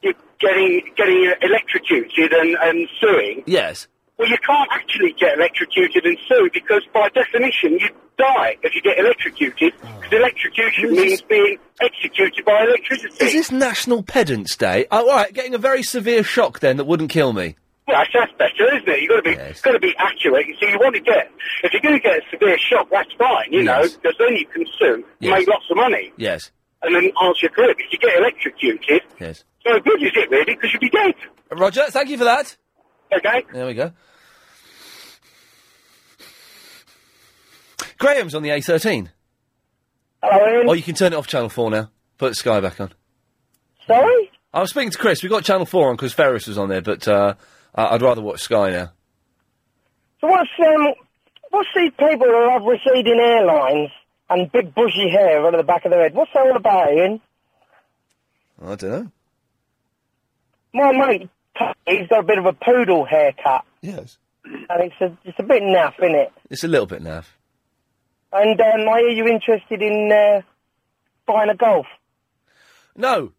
you getting getting electrocuted and, and suing.
Yes.
Well, you can't actually get electrocuted and sue because, by definition, you die if you get electrocuted.
Oh.
Because electrocution means being executed by electricity.
Is this National Pedants Day? Oh, all right, getting a very severe shock then that wouldn't kill me.
Well, that's, that's better, isn't it? You've got to be got to be accurate. You see, you want to get if you're going to get a severe shock, that's fine, you know,
Yes.
because then you can sue,
Yes.
make lots of money,
Yes.
and then answer your career. But if you get electrocuted,
Yes.
no good is it really? Because you'd be dead.
Roger, thank you for that.
Okay.
There we go. Graham's on the A13.
Hello, Ian.
Oh, you can turn it off Channel 4 now. Put Sky back on.
Sorry?
I was speaking to Chris. We got Channel 4 on because Ferris was on there, but uh, I- I'd rather watch Sky now.
So what's um, what's these people who have receding airlines and big bushy hair out of the back of their head? What's that all about, Ian?
I don't know.
My mate, he's got a bit of a poodle haircut.
Yes.
And it's a it's a bit naff, isn't it?
It's a little bit naff.
And um, I hear you interested in uh, buying a golf.
No.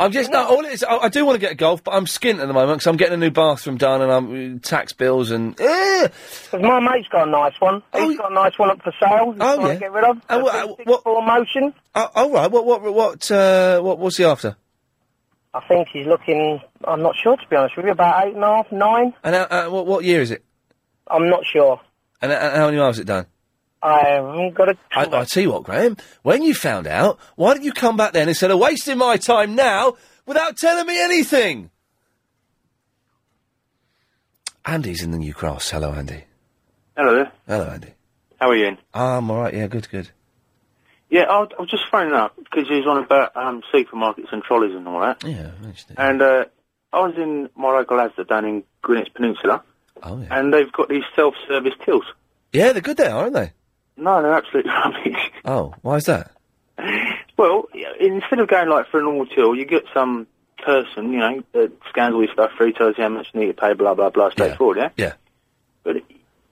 I'm just no. All it is, I, I do want to get a golf, but I'm skint at the moment because I'm getting a new bathroom done and I'm uh, tax bills and. uh, Because
my mate's got a nice one. He's got a nice one up for sale. He's
Oh,
trying
yeah.
to get rid of.
Oh,
A
uh,
364 motion.
Oh, all right. What? What? What? Uh, what? What's he after?
I think he's looking. I'm not sure to be honest with you. About eight and a half, nine.
And uh, uh, what? What year is it?
I'm not sure.
And uh, how many miles it done?
I haven't got a.
I, I tell you what, Graham. When you found out, why didn't you come back then instead of wasting my time now without telling me anything? Andy's in the new cross. Hello, Andy.
Hello there.
Hello, Andy.
How are you? Ian?
Ah, I'm all right. Yeah, good, good.
Yeah, I was, I was just phoning up because you was on about um, supermarkets and trolleys and all that.
Yeah,
And uh, I was in my local Asda down in Greenwich Peninsula.
Oh, yeah.
And they've got these self-service tills.
Yeah, they're good there, aren't they?
No, they're absolute rubbish.
Oh, why is that?
Well, yeah, instead of going like for a normal till, you get some person, you know, that scans all your stuff, free tells you how much you need to pay, blah blah blah, straightforward, yeah.
Yeah.
But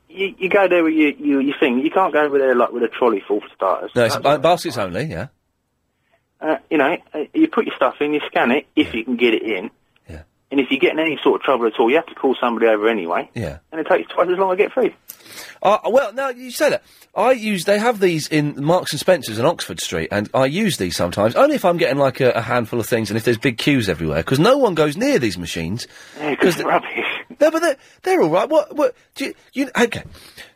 you, you go there with your, your your thing. You can't go over there like with a trolley full for starters.
No, it's ba- baskets only. Yeah.
uh, you know, uh, you put your stuff in, you scan it if you can get it in. And if you get in any sort of trouble at all, you have to call somebody over anyway.
Yeah.
And it takes twice as long to get through.
Uh, well, now you say that. I use they have these in Marks and Spencers in Oxford Street, and I use these sometimes only if I'm getting like a, a handful of things, and if there's big queues everywhere because no one goes near these machines because they're
rubbish.
No, but they're, they're all right. What? What? Do you, you okay?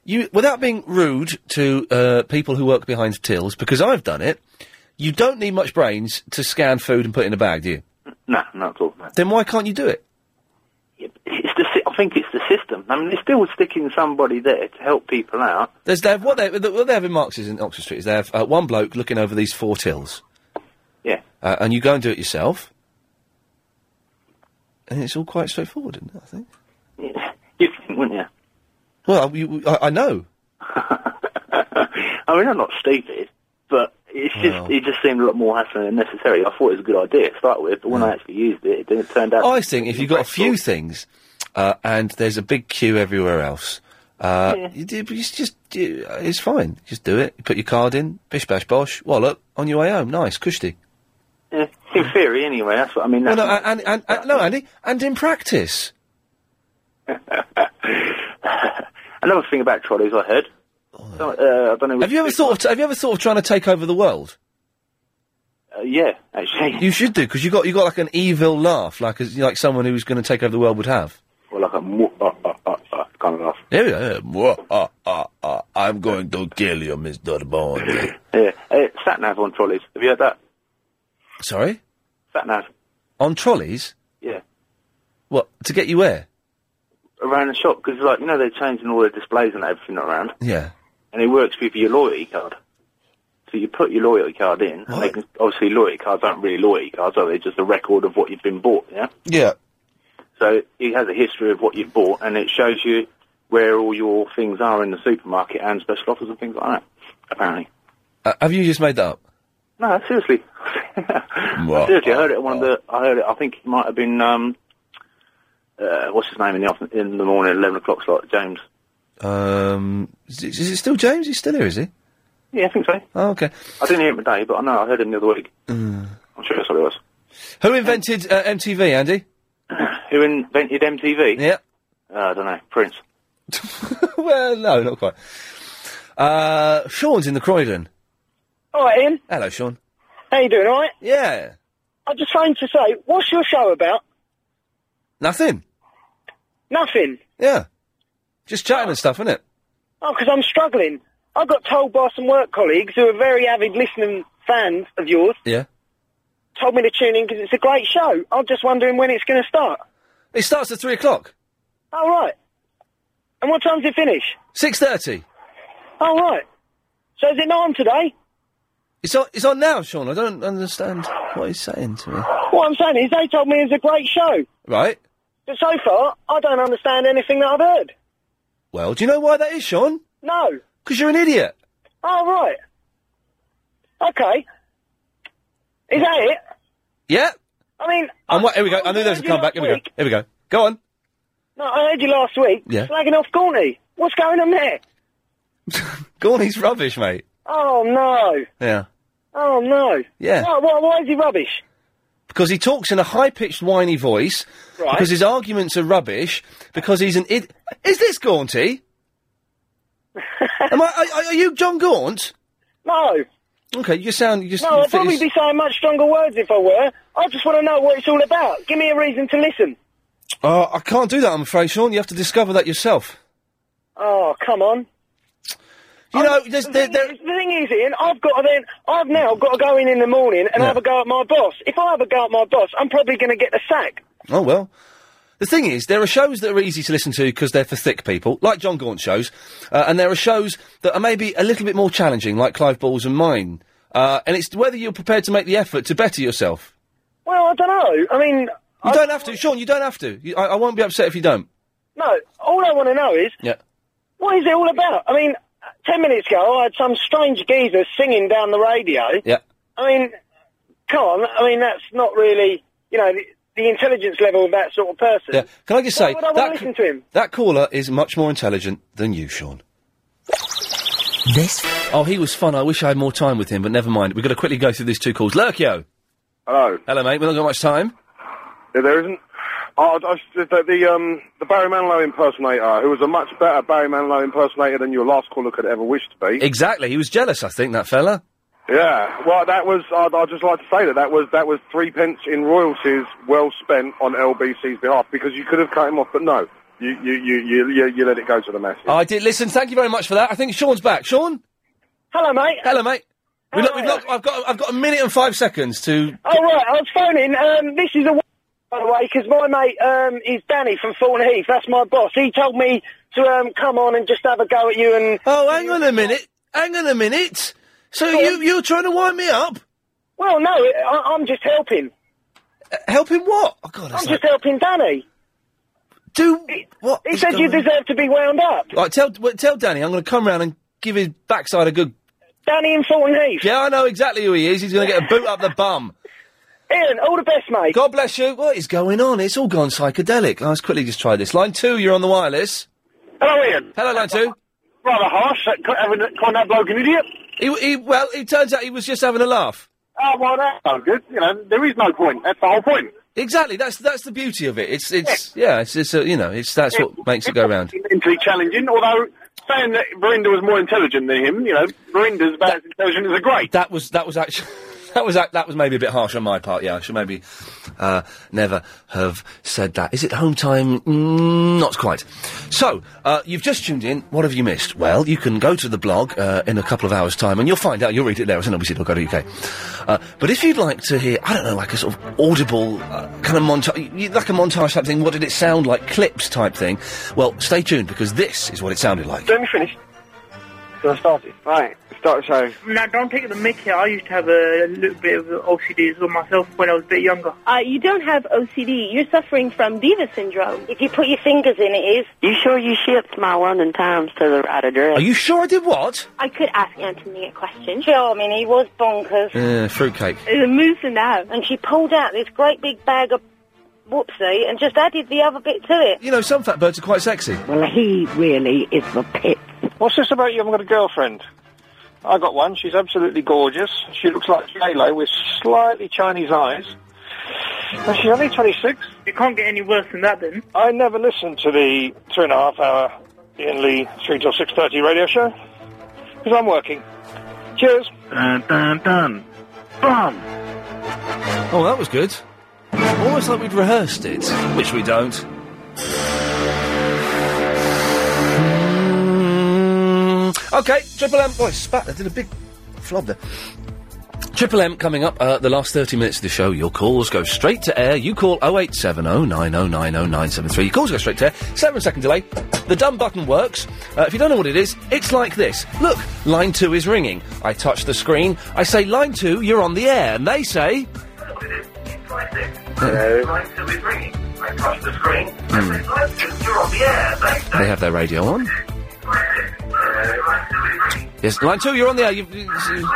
You without being rude to uh, people who work behind tills because I've done it. You don't need much brains to scan food and put it in a bag, do you?
No, not at all. no.
Then why can't you do it?
It's the, si- I think it's the system. I mean, they're still sticking somebody there to help people out.
There's they have what they what they have in Marks in Oxford Street is they have uh, one bloke looking over these four tills.
Yeah.
uh, and you go and do it yourself. And it's all quite straightforward, isn't it? I think.
You'd think, wouldn't you?
Well, you, I, I know.
I mean, I'm not stupid, but it's just
Well.
it just seemed a lot more hassle than necessary. I thought it was a good idea to start with, but when I actually used it, it didn't turn out.
I think if you've got a few things, uh, and there's a big queue everywhere else, uh,
Yeah.
you do, but it's just you, it's fine. Just do it. You put your card in. Bish bash bosh. Wallop on your way home. Nice, cushy.
Yeah, eh, in theory, anyway, that's what I mean.
Well,
That's
no, and, and, and, no, Andy, and in practice.
Another thing about trolleys, I heard. So, uh, I don't know.
Have you ever thought of t- Have you ever thought of trying to take over the world?
Uh, yeah, actually.
You should do because you got you got like an evil laugh, like as, like someone who's going to take over the world would have.
Or like a mu- uh, uh, uh, uh, kind of laugh.
There we go. yeah. Mwah, ah, ah, ah, I'm going to kill you, Mr. Bond.
Yeah. Uh, sat nav on trolleys. Have you heard that?
Sorry,
Sat nav.
on trolleys.
Yeah.
What to get you where?
Around the shop because like you know they're changing all their displays and everything around,
Yeah.
and it works with your loyalty card. So you put your loyalty card in. and They can, obviously, loyalty cards aren't really loyalty cards, are they? Just a record of what you've been bought. Yeah.
Yeah.
So it has a history of what you've bought, and it shows you where all your things are in the supermarket and special offers and things like that. Apparently,
Uh, have you just made that up?
no, seriously,
Mwah.
seriously, I heard it. at One of the, I heard it. I think it might have been, um, uh, what's his name in the afternoon, in the morning, at eleven o'clock slot, James.
Um, is it, is it still James? He's still here, is he?
Yeah, I think so.
Oh, okay.
I didn't hear him today, but I know I heard him the other week.
Mm.
I'm sure that's what it was.
Who invented uh, MTV, Andy?
Who invented MTV?
Yeah.
Uh, I don't know. Prince.
well, no, not quite. Uh, Sean's in the Croydon.
Hi, Ian.
Hello, Sean.
How you doing, all right?
Yeah.
I just phoned to say, what's your show about?
Nothing.
Nothing.
Yeah. Just chatting and stuff, isn't it?
Oh, because I'm struggling. I got told by some work colleagues who are very avid listening fans of yours,
Yeah.
told me to tune in because it's a great show. I'm just wondering when it's going to start.
It starts at three o'clock.
All right. And what time's it finish?
Six thirty.
All right. So is it not on today?
It's on. It's on now, Sean. I don't understand what he's saying to me.
What I'm saying is they told me it's a great show,
Right.
but so far I don't understand anything that I've heard.
Well, do you know why that is, Sean?
No.
Because you're an idiot.
All Oh, right. Okay. Is that it?
Yeah.
I mean,
I'm. wa- Here we go. I knew there was a comeback. Here we go. Here we go. Go on.
no, I heard you last week
Yeah.
slagging off Gorney. What's going on there?
Gorney's rubbish, mate.
Oh no!
Yeah.
Oh no!
Yeah.
Why, why, why is he rubbish?
Because he talks in a high-pitched, whiny voice.
Right.
Because his arguments are rubbish. Because he's an id. Is this Gaunty? Am I? Are, are you John Gaunt?
No.
Okay. You sound. You just.
No, I'd
you fit
probably
his-
be saying much stronger words if I were. I just want to know what it's all about. Give me a reason to listen.
Oh, I can't do that. I'm afraid, Sean. You have to discover that yourself.
Oh, come on.
You know, there's,
the, thing is, the thing is, Ian, I've got to then, I've now got to go in in the morning and
Yeah.
have a go at my boss. If I have a go at my boss, I'm probably going to get the sack.
Oh well. The thing is, there are shows that are easy to listen to because they're for thick people, like John Gaunt shows, uh, and there are shows that are maybe a little bit more challenging, like Clive Ball's and mine. Uh, and it's whether you're prepared to make the effort to better yourself.
Well, I don't know. I mean,
You don't have to, Sean. You don't have to. You, I, I won't be upset if you don't.
no. All I want to know is,
Yeah.
what is it all about? I mean, ten minutes ago, I had some strange geezer singing down the radio.
Yeah.
I mean, come on. I mean, that's not really, you know, the, the intelligence level of that sort of person.
Yeah. Can I just
Why
say
would I
that
want to
c-
listen to him?
that caller is much more intelligent than you, Sean. This. Oh, he was fun. I wish I had more time with him, but never mind. We've got to quickly go through these two calls. Lurkio.
Hello.
Hello, mate. We've not got much time.
Yeah, there isn't. Oh, I, I, the, the, um, the Barry Manilow impersonator, who was a much better Barry Manilow impersonator than your last caller could ever wish to be.
Exactly. He was jealous. I think that fella.
Yeah. Well, that was. I'd, I'd just like to say that that was that was three pence in royalties well spent on LBC's behalf because you could have cut him off, but no, you you you you, you, you let it go to the masses.
I did. Listen, thank you very much for that. I think Sean's back. Sean.
Hello, mate.
Hello, mate. We look, we've look, I've got I've got a minute and five seconds to.
Oh, right, I was phoning. Um, this is a w- by the way, because my mate um, is Danny from Thorn Heath. That's my boss. He told me to um, come on and just have a go at you and.
Oh, hang on a minute. Hang on a minute. So you you're trying to wind me up?
Well, no, I, I'm just helping.
Uh, helping what? Oh, God,
I'm just helping Danny.
Do what?
He said you deserve to be wound up.
Right, tell well, tell Danny I'm going to come round and give his backside a good.
Danny in Thorn Heath.
Yeah, I know exactly who he is. He's going to get a boot up the bum.
Ian, all the best, mate.
God bless you. What is going on? It's all gone psychedelic. Let's quickly just try this. Line two, you're on the wireless.
Hello, Ian.
Hello, line two.
Rather harsh, that c- having that- calling that bloke an idiot.
He, he, well, it turns out he was just having a laugh.
Oh, well, that's no good. You know, there is no point. That's the whole point.
Exactly. That's that's the beauty of it. It's it's yeah. it's it's a, you know it's that's what makes it go round.
Mentally challenging, although saying that Verinda was more intelligent than him, you know, Verinda's about as intelligent as a grape.
That was that was actually that was that was maybe a bit harsh on my part. Yeah, I should maybe uh, never have said that. Is it home time? Mm, not quite. So uh, you've just tuned in. What have you missed? Well, you can go to the blog uh, in a couple of hours' time, and you'll find out. You'll read it there. It's on uk. Uh, but if you'd like to hear, I don't know, like a sort of audible uh, kind of montage, like a montage type thing. What did it sound like? Clips type thing. Well, stay tuned because this is what it sounded like.
Let me finish.
Can I start it? Right, start the show.
Now, don't take the mickey. I used to have a little bit of OCD as well myself when I was a bit younger.
Uh, you don't have OCD. You're suffering from diva syndrome. If you put your fingers in it, is.
You sure you shipped my London Times to the right address?
Are you sure I did what?
I could ask Anthony a question.
Sure, I mean, he was bonkers.
Uh, fruitcake.
It's a moose and out.
And she pulled out this great big bag of whoopsie and just added the other bit to it.
You know, some fat birds are quite sexy.
Well, he really is the pit.
What's this about you haven't got a girlfriend? I got one. She's absolutely gorgeous. She looks like J-Lo with slightly Chinese eyes. And she's only 26. It can't get any worse than that, then. I never listened to the two and a half hour Ian Lee 3 till 6.30 radio show. Because I'm working. Cheers.
Uh,
Dun dun dun. Bum. Oh, that was good. Almost like we'd rehearsed it, which we don't. Mm, Okay, Triple M. Oh, I spat. I did a big flob there. Triple M coming up, uh, the last 30 minutes of the show. Your calls go straight to air. You call 0870 9090973. Your calls go straight to air. Seven second delay. The dumb button works. Uh, if you don't know what it is, it's like this. Look, line two is ringing. I touch the screen. I say, line two, you're on the air. And they say,
Hello. I touch the screen.
hmm,
You're on the air.
they have their radio on. Yes, line two, you're on the air. You, you, you-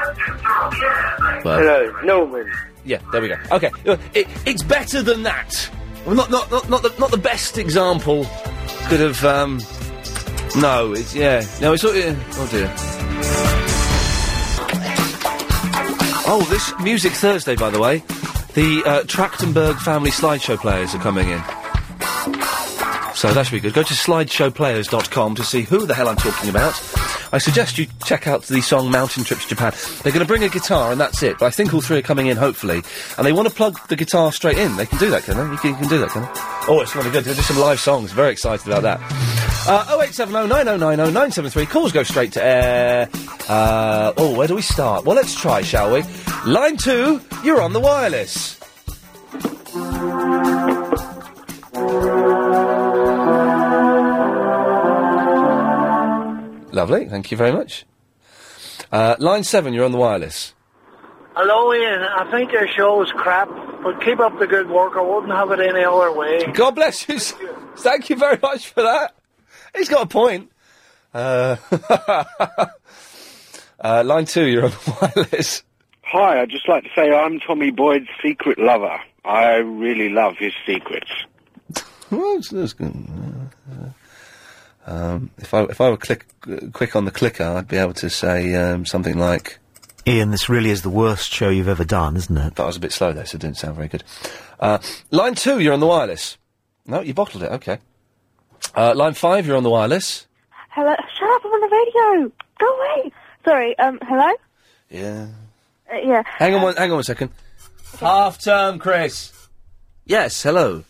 Well,
Hello, Norman.
Yeah, there we go. Okay, uh, it, it's better than that. Well, not not not not the, not the best example. Could have. Um, no, it's yeah. No, it's all. yeah. Oh dear. Oh, this music Thursday, by the way, the uh, Trachtenberg family slideshow players are coming in. So that should be good. Go to slideshowplayers.com to see who the hell I'm talking about. I suggest you check out the song Mountain Trip to Japan. They're going to bring a guitar and that's it. But I think all three are coming in, hopefully. And they want to plug the guitar straight in. They can do that, can they? You can, you can do that, can they? Oh, it's really good. They'll do some live songs. Very excited about that. Uh, 0870 9090 973. Calls go straight to air. Uh, oh, where do we start? Well, let's try, shall we? Line two, you're on the wireless. Lovely. Thank you very much. Uh, line seven, you're on the wireless.
Hello, Ian. I think your show's crap, but keep up the good work. I wouldn't have it any other way.
God bless you. s- Thank you very much for that. He's got a point. Uh, uh, line two, you're on the wireless.
Hi, I'd just like to say I'm Tommy Boyd's secret lover. I really love his secrets.
Well, it's- that's good. Um, if I if I were click uh, quick on the clicker, I'd be able to say um, something like
Ian, this really is the worst show you've ever done, isn't it?
that. Was a bit slow there, so it didn't sound very good. Uh, line two, you're on the wireless. No, you bottled it. Okay. Uh, line five, you're on the wireless.
Hello. Shut up! I'm on the radio. Go away. Sorry. Um. Hello.
Yeah.
Uh, yeah.
Hang on one. Hang on one second. Half term, Chris. Yes. Hello.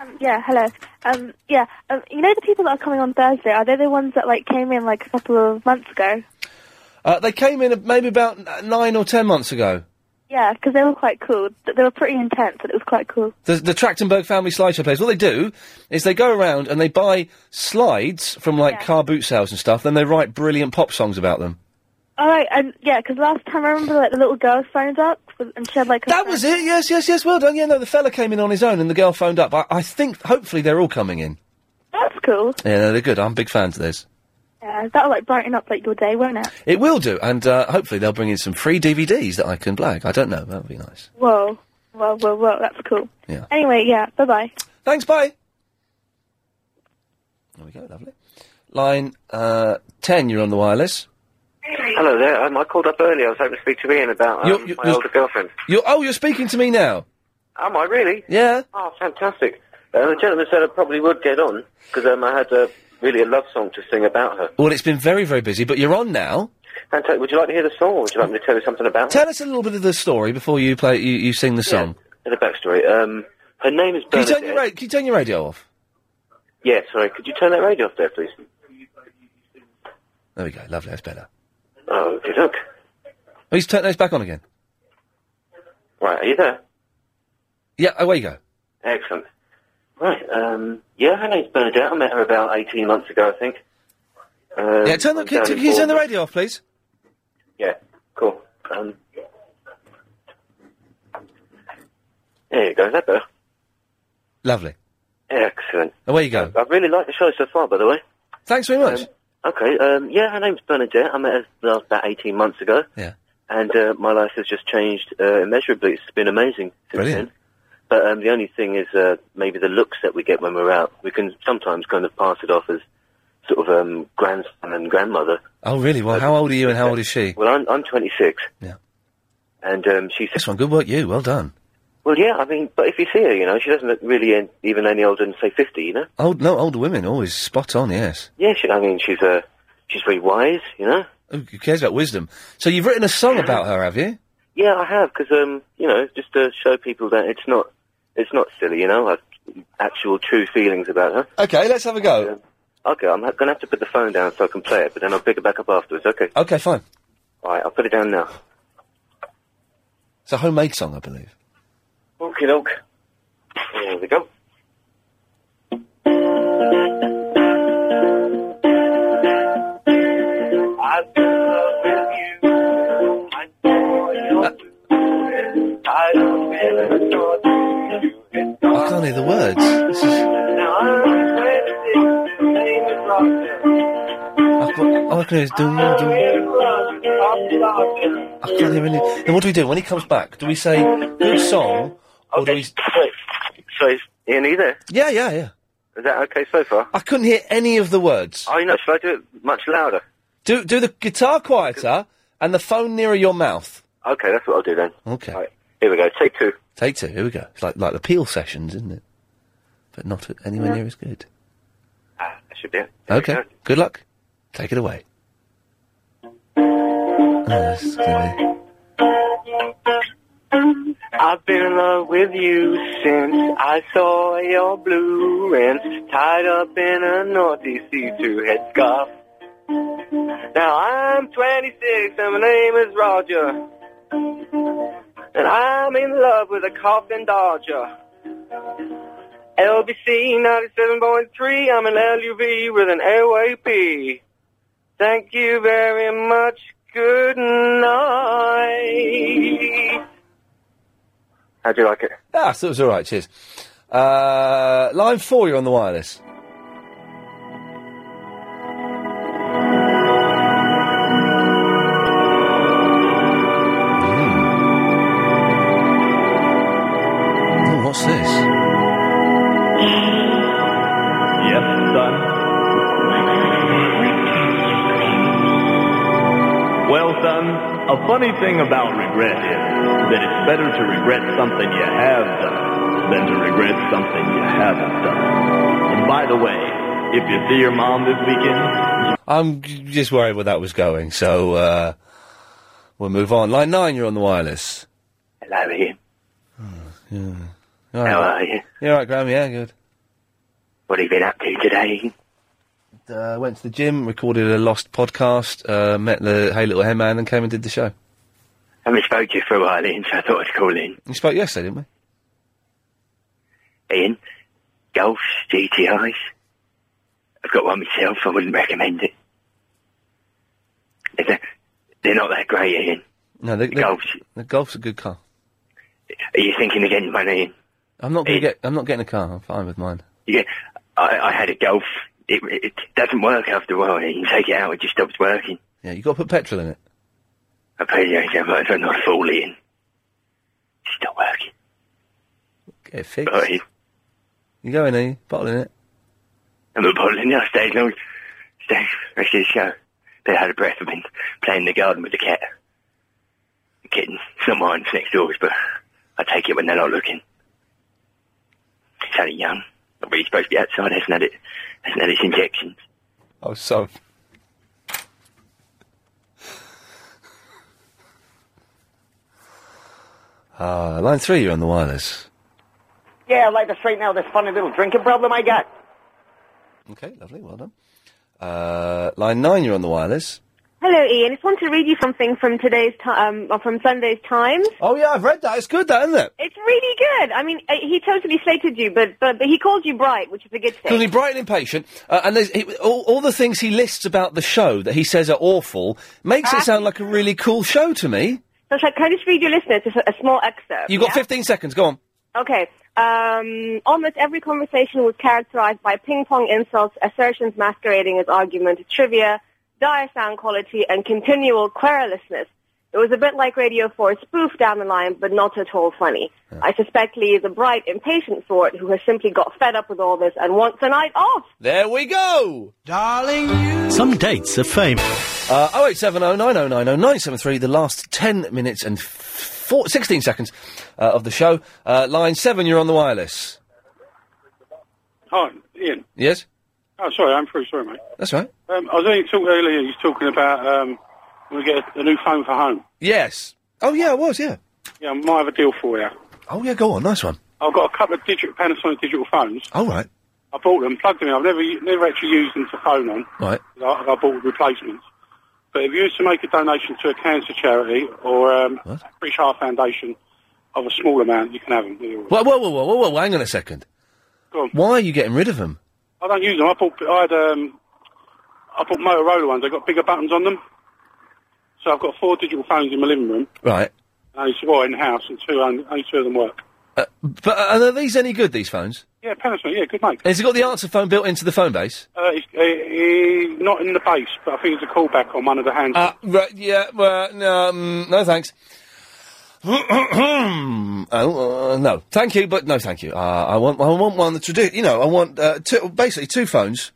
Um, yeah. Hello. Um. Yeah. Um, you know the people that are coming on Thursday? Are they the ones that like came in like a couple of months ago?
Uh, they came in uh, maybe about n- nine or ten months ago.
Yeah, because they were quite cool. Th- They were pretty intense, and it was quite cool.
The, the Trachtenberg family slideshow players. What they do is they go around and they buy slides from like car boot sales and stuff. Then they write brilliant pop songs about them.
All right, and yeah, because last time I remember like the little girl phoned up with- and she had like a
That was it. Yes, yes, yes. Well done. Yeah, no, the fella came in on his own and the girl phoned up. I, I think hopefully they're all coming in.
That's cool.
Yeah, no, they're good. I'm big fans of theirs.
Yeah, that'll like brighten up like your day, won't it?
It will do, and uh, hopefully they'll bring in some free DVDs that I can blag. I don't know. That would be nice.
Whoa, whoa, whoa, whoa. That's cool.
Yeah.
Anyway, yeah. Bye bye.
Thanks. Bye. There we go. Lovely. Line uh, ten. You're on the wireless.
Hello there. Um, I called up earlier. I was hoping to speak to Ian about um,
You're- you're-
my
you're-
older girlfriend.
You're oh, you're speaking to me now.
Am I really?
Yeah.
Oh, fantastic. Uh, the gentleman said I probably would get on because um, I had a really a love song to sing about her.
Well, it's been very, very busy, but you're on now.
Fantastic. Would you like to hear the song, or would you like me to tell you something about her?
Tell us a little bit of the story before you play. You, you sing the song.
The backstory. Um, her name is
Can you,
Bernadette.
turn your ra- can you turn your radio off?
Yeah, sorry. Could you turn that radio off there, please?
There we go. Lovely. That's better.
Oh, good look.
Oh, he's turned those back on again.
Right, are you there?
Yeah, away you go.
Excellent. Right, um, yeah, her name's Bernadette. I met her about 18 months ago, I think. Um,
yeah, turn the,
I'm
can,
down
can
in
you turn the
Bournemouth.
radio off, please?
Yeah, cool. Um, there you go, is that better?
Lovely.
Excellent.
Away you go.
I really like the show so far, by the way.
Thanks very much.
Okay, um, yeah, her name's Bernadette. I met her last, about 18 months ago.
Yeah.
And uh, my life has just changed uh, immeasurably. It's been amazing since
Brilliant.
then. But um, the only thing is uh, maybe the looks that we get when we're out. We can sometimes kind of pass it off as sort of um, grandson and grandmother.
Oh, really? Well, how old are you and how old is she?
Well, I'm, I'm 26.
Yeah.
And um, she said,
This one, good work, you. Well done.
well, yeah, I mean, but if you see her, you know, she doesn't look really en- even any older than, say, 50, you know?
Old, no, older women always spot on. Yes.
Yeah, she, I mean, she's uh, she's very wise, you know?
Oh, Who cares about wisdom? So you've written a song about her, have you?
Yeah, I have because um, you know, just to show people that it's not it's not silly, you know, I've actual true feelings about her. Um,
Okay, let's have a go.
Okay, I'm ha- gonna have to put the phone down so I can play it, but then I'll pick it back up afterwards. Okay,
Okay, fine.
all right, I'll put it down now.
It's a homemade song, I believe.
Okay, doke. There we go.
I can't hear the words. This is... I've got, all I can hear is dum dum. I can't hear any. Then what do we do when he comes back? Do we say good song or do we?
So, Ian, are you there?
Yeah, yeah, yeah.
Is that okay so far?
I couldn't hear any of the words.
Oh, you know, should I do it much louder?
Do do the guitar quieter and the phone nearer your mouth.
Okay, that's what I'll do then.
Okay.
Here we go. Take two.
Take two. Here we go. It's like like the Peel sessions, isn't it? But not anywhere near as good.
Ah, that should be it.
Okay. Good luck. Take it away. Oh, this is gonna be-
I've been in love with you since I saw your blue rinse tied up in a naughty C2 headscarf.
Now I'm 26 and my name is Roger.
And I'm in love with a coffin Dodger. LBC 97.3, I'm an LUV with an AOAP. Thank you very much. Good night.
How do you like it?
Ah, so it was all right. Cheers. Uh, line four, you're on the wireless. Mm. Ooh, what's this?
Yes, son.
Well, son, a funny thing about regret is that it's better to regret something you have done than to regret something you haven't done. And by the way, if you see your mom this weekend,
I'm j- just worried where that was going, so uh, we'll move on. Line nine, you're on the wireless.
Hello, Ian.
Yeah.
How are you?
You all right, Graham? Yeah, good.
What have you been up to today?
Uh, went to the gym, recorded a lost podcast, uh, met the Hey Little Hen Man, and came and did the show.
I haven't spoke to you for a while, Ian, so I thought I'd call in.
We spoke yesterday, didn't
Ian, Golfs, GTIs. I've got one myself. I wouldn't recommend it. They're, they're not that great, Ian.
we? No, the, the,
Golfs.
the golf's a good car.
Are you thinking of getting one, Ian?
I'm not gonna
It-
get. I'm not getting a car. I'm fine with mine.
You get, I, I had a Golf. It, it doesn't work after a while, Ian. You take it out, it just stops working.
Yeah, you got to put petrol in it.
I pay you exam, but I'm not a fool, Ian. It's not working. Oh,
Get it fixed.
Right.
You go in there, you bottle in it.
I'm a bottling now, stay long. Stay, rest of the show. Bit out of breath. I've been playing in the garden with the cat. The kitten. It's not mine, it's next door's, but I take it when they're not looking. It's only young. Not really supposed to be outside, hasn't had it, hasn't had its injections.
I was so. Uh, line three, you're on the wireless.
Yeah, I'd like to straighten out this funny little drinking problem I got.
Okay, lovely, well done. Uh, line nine, you're on the wireless.
Hello, Ian. I just want to read you something from today's ti um, or from Sunday's Times.
Oh yeah, I've read that. It's good, that isn't it?
It's really good. I mean, uh, he totally slated you, but, but but he called you bright, which is a good thing.
Because he's bright and impatient, uh, and there's, he, all, all the things he lists about the show that he says are awful makes it sound like a really cool show to me.
So shall- can I just read your listeners just a, a small
Uh,
excerpt?
You got
yeah?
15 seconds. Go on.
Okay. Um, almost every conversation was characterized by ping pong insults, assertions masquerading as argument, trivia, dire sound quality, and continual querulousness. It was a bit like Radio 4 spoof down the line, but not at all funny. I suspect Lee is a bright, impatient sort who has simply got fed up with all this and wants a night off.
There we go,
darling. You.
Some dates of fame. Uh, 0870 9090 973, the last 10 minutes and four, 16 seconds uh, of the show. Uh, line 7, you're on the wireless.
Hi, Ian.
Yes?
Oh, sorry, I'm through. Sorry, mate.
That's right.
Um, I was only talking earlier. You was talking about um, we get a new phone for home.
Yes. Oh, yeah, it was, yeah.
Yeah, I might have a deal for you.
Oh, yeah, go on. Nice one.
I've got a couple of digital Panasonic digital phones.
All right.
I bought them, plugged them in. I've never u- never actually used them for phone on.
Right.
I, I bought replacements. But if you was to make a donation to a cancer charity or um, British Heart Foundation of a small amount, you can have them. They're all-
Whoa, whoa, whoa, whoa, whoa, whoa, hang on a second.
Go on.
Why are you getting rid of them?
I don't use them. I bought I had um, I bought Motorola ones. They got bigger buttons on them. So I've got four digital phones in my living room.
Right.
And only two are in the house, and two only, only two of them work.
Uh, but uh, are these any good, these phones?
Yeah, Panasonic. Yeah, good mate.
Has it got the answer phone built into the phone base?
Uh, it's, uh, eh, not in the base, but I think it's a callback on one of the hands.
Uh, right, yeah, well, no, um, no thanks. oh, uh, no, thank you, but no, thank you. Uh, I want, I want one that's ridiculous. You know, I want uh, two, basically two phones,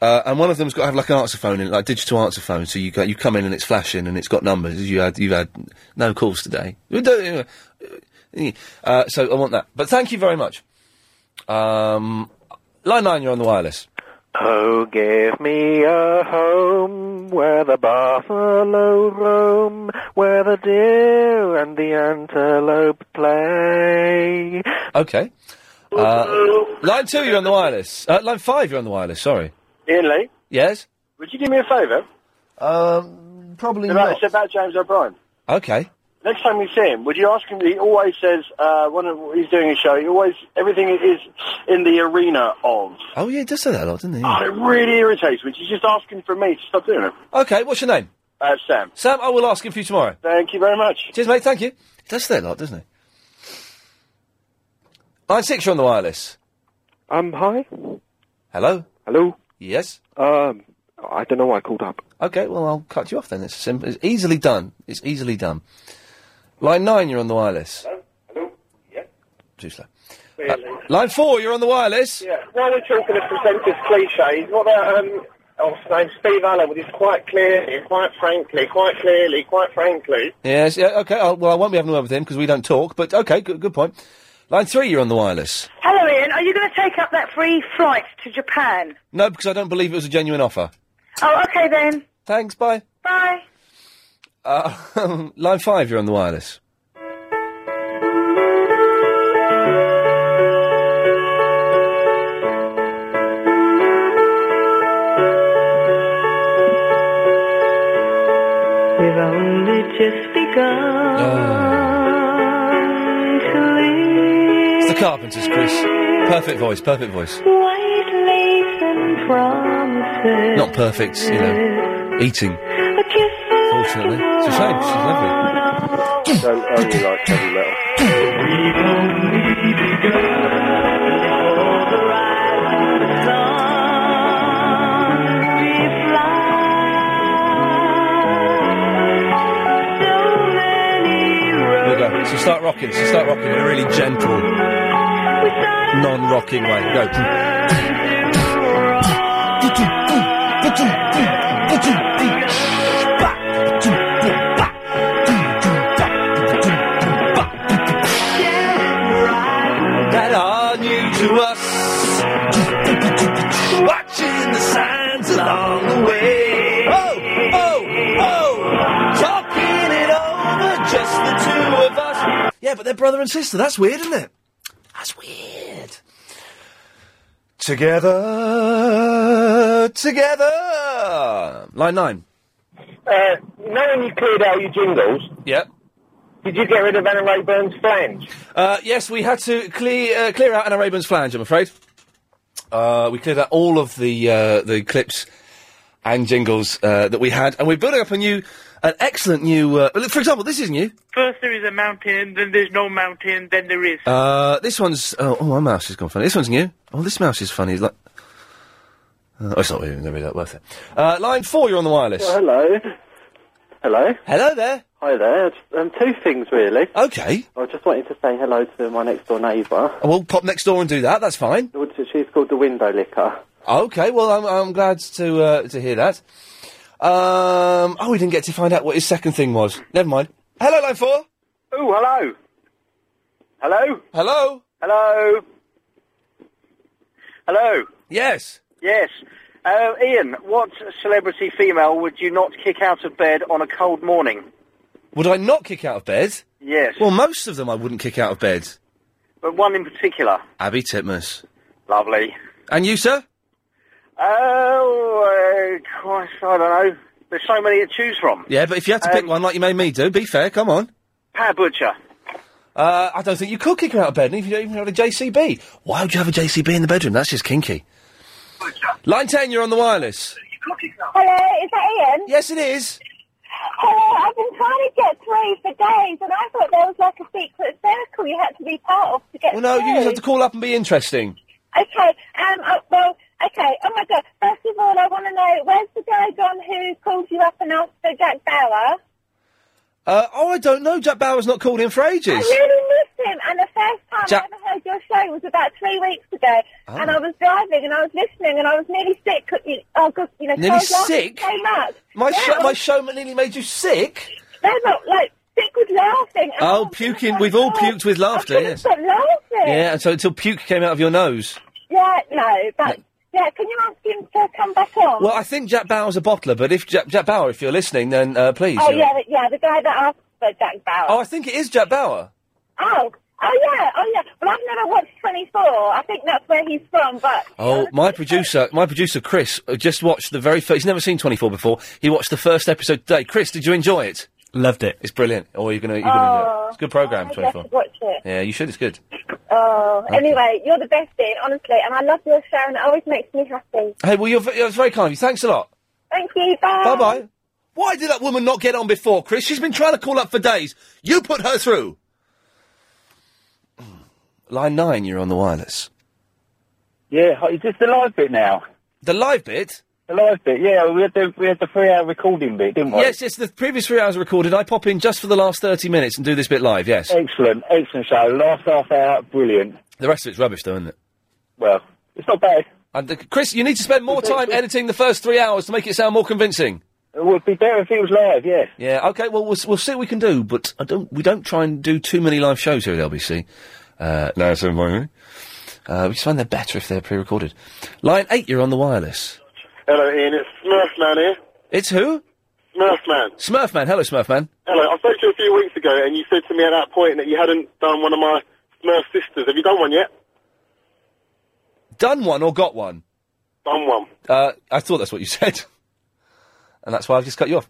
uh, and one of them's got to have like an answer phone in it, like digital answer phone. So you go, you come in and it's flashing and it's got numbers. You had, you had no calls today. You don't- you know, Uh, so I want that, but thank you very much. Um, line nine, you're on the wireless.
Oh, give me a home where the buffalo roam, where the deer and the antelope play.
Okay. Uh, line two, you're on the wireless. Uh, line five, you're on the wireless. Sorry.
Ian Lee,
Yes.
would you do me a favour?
Um, probably
about,
not.
It's about James O'Brien.
Okay.
Next time you see him, would you ask him? He always says uh, when he's doing a show, he always everything is in the arena of.
Oh yeah, it does say that a lot, doesn't it?
Oh, it really irritates me. He's just asking for me to stop doing it.
Okay, what's your name?
Uh, Sam.
Sam, I will ask him for you tomorrow.
Thank you very much.
Cheers, mate. Thank you. It does say a lot, doesn't it? Line six, you're on the wireless.
Um, hi.
Hello.
Hello.
Yes.
Um, I don't know why I called up.
Okay, well I'll cut you off then. It's simple. It's easily done. It's easily done. Line nine, you're on the wireless. Hello. Too slow. Uh, line four, you're on the wireless.
Yeah, while we're talking of presenters cliches, what about, um, oh, what's his name, Steve Allen, with his quite clearly, quite frankly, quite clearly, quite frankly.
Yes. Yeah. Okay. i well, I won't be having a word with him because we don't talk. But okay, good, good point. Line three, you're on the wireless.
Hello, Ian. Are you going to take up that free flight to Japan?
No, because I don't believe it was a genuine offer.
Oh, okay then.
Thanks. Bye.
Bye.
Uh, line five, you're on the wireless.
We've only just begun to leave.
It's the Carpenters, Chris. Perfect voice. Perfect voice.
White lace and promises.
Not perfect, you know. Eating.
A kiss
Fortunately, it's a shame. She's lovely.
Don't only like heavy metal.
There we go. So start rocking. So start rocking in a really gentle, non-rocking way. Go. That are new to us. Watching the signs along
away. Oh, oh, oh! Talking it over, just the two of us.
Yeah, but they're brother and sister. That's weird, isn't it? That's weird. Together, together. Line nine.
Uh, knowing you cleared out your jingles,
Yep.
did you get rid of Anna Rayburn's flange?
Uh, yes, we had to clear uh, clear out Anna Rayburn's flange. I'm afraid. Uh, we cleared out all of the uh, the clips and jingles uh, that we had, and we're building up a new, an excellent new. Uh, look, for example, this is new.
First there is a mountain, then there's no mountain, then there is.
Uh, this one's oh, oh, my mouse has gone funny. This one's new. Oh, this mouse is funny. It's Like, uh, oh, it's not really, really that worth it. Uh, line four, you're on the wireless.
Oh,
Well, hello. Hello.
Hello there.
Hi there. Um, two things really.
Okay.
I just wanted to say hello to my next door neighbour.
Oh, we'll pop next door and do that. That's fine.
She's called the window licker.
Okay, well, I'm, I'm glad to uh, to hear that. Um, oh, we didn't get to find out what his second thing was. Never mind. Hello, line four.
Oh, hello. Hello?
Hello?
Hello? Hello?
Yes.
Yes. Uh, Ian, what celebrity female would you not kick out of bed on a cold morning?
Would I not kick out of bed?
Yes.
Well, most of them I wouldn't kick out of bed.
But one in particular.
Abby Titmus.
Lovely.
And you, sir?
Oh, uh, Christ, I don't know. There's so many to choose from.
Yeah, but if you had to pick
Um,
one like you made me do, be fair, come on.
Pat Butcher.
Uh, I don't think you could kick her out of bed, even if you don't even have a JCB. Why would you have a JCB in the bedroom? That's just kinky. Line 10, you're on the wireless.
Hello, is that Ian?
Yes, it is.
Hello, Oh, I've been trying to get through for days, and I thought there was like a secret circle you had to be part of to get
Well, no,
through.
you just have to call up and be interesting.
Okay, um, uh, well, okay, oh my god. First of all, I want to know, where's the guy gone who called you up and asked for Jack Bauer?
Uh, oh, I don't know. Jack Bauer's not called in for
I
ages.
really missed him, and the first time
Jack-
I ever heard your show was about three weeks ago,
Oh.
and I was driving and I was listening and I was nearly sick. could You, oh god, you know,
Nearly
I was laughing
sick?
So much.
My,
yeah,
sho my show nearly made you sick.
No, not like sick with laughing. and
Oh, puking. We've all puked with laughter,
I couldn't
yes.
stop laughing.
Yeah, and so until puke came out of your nose.
Yeah, no, but yeah, can you ask him to come back on?
Well, I think Jack Bauer's a bottler, but if Jack, Jack Bauer, if you're listening, then uh, please.
oh
you're-
yeah, the, yeah, the guy that asked for Jack Bauer.
Oh, I think it is Jack Bauer.
Oh, oh yeah, oh yeah. Well, I've never watched Twenty Four. I think that's where he's from, but
Oh, my producer, my producer Chris uh, just watched the very first. He's never seen Twenty Four before. He watched the first episode today. Chris, did you enjoy it?
Loved it.
It's brilliant. Or you're gonna, you're gonna enjoy it.
Oh,
It's a good program.
I
Twenty
have to
Four.
watch it.
Yeah, you should. It's good.
Oh,
Okay.
anyway, you're the best, Dean, honestly, and I love your show, and it always makes me happy.
Hey, well, you're, v- you're very kind of you. Thanks a lot.
Thank you. Bye.
Bye bye. Why did that woman not get on before, Chris? She's been trying to call up for days. You put her through. Line nine, you're on the wireless.
Yeah, hi- is this the live bit now?
The live bit?
The live bit, yeah. We had the we had the three hour recording bit, didn't we?
Yes, yes. The previous three hours are recorded. I pop in just for the last thirty minutes and do this bit live. Yes.
Excellent, excellent show. Last half hour, brilliant.
The rest of it's rubbish, though, isn't it?
Well, it's not bad.
And the, Chris, you need to spend more time editing the first three hours to make it sound more convincing.
It would be better if it was live, yes.
Yeah. Okay. Well, we'll, s- we'll see what we can do, but I don't. We don't try and do too many live shows here at LBC. Uh, no, it's annoying. Uh, we just find they're better if they're pre-recorded. Line eight, you're on the wireless.
Hello, Ian. It's Smurfman here.
It's who?
Smurfman.
Smurfman. Hello, Smurfman.
Hello. I spoke to you a few weeks ago, and you said to me at that point that you hadn't done one of my Smurf sisters. Have you done one yet?
Done one or got one?
Done one.
Uh, I thought that's what you said, and that's why I've just cut you off.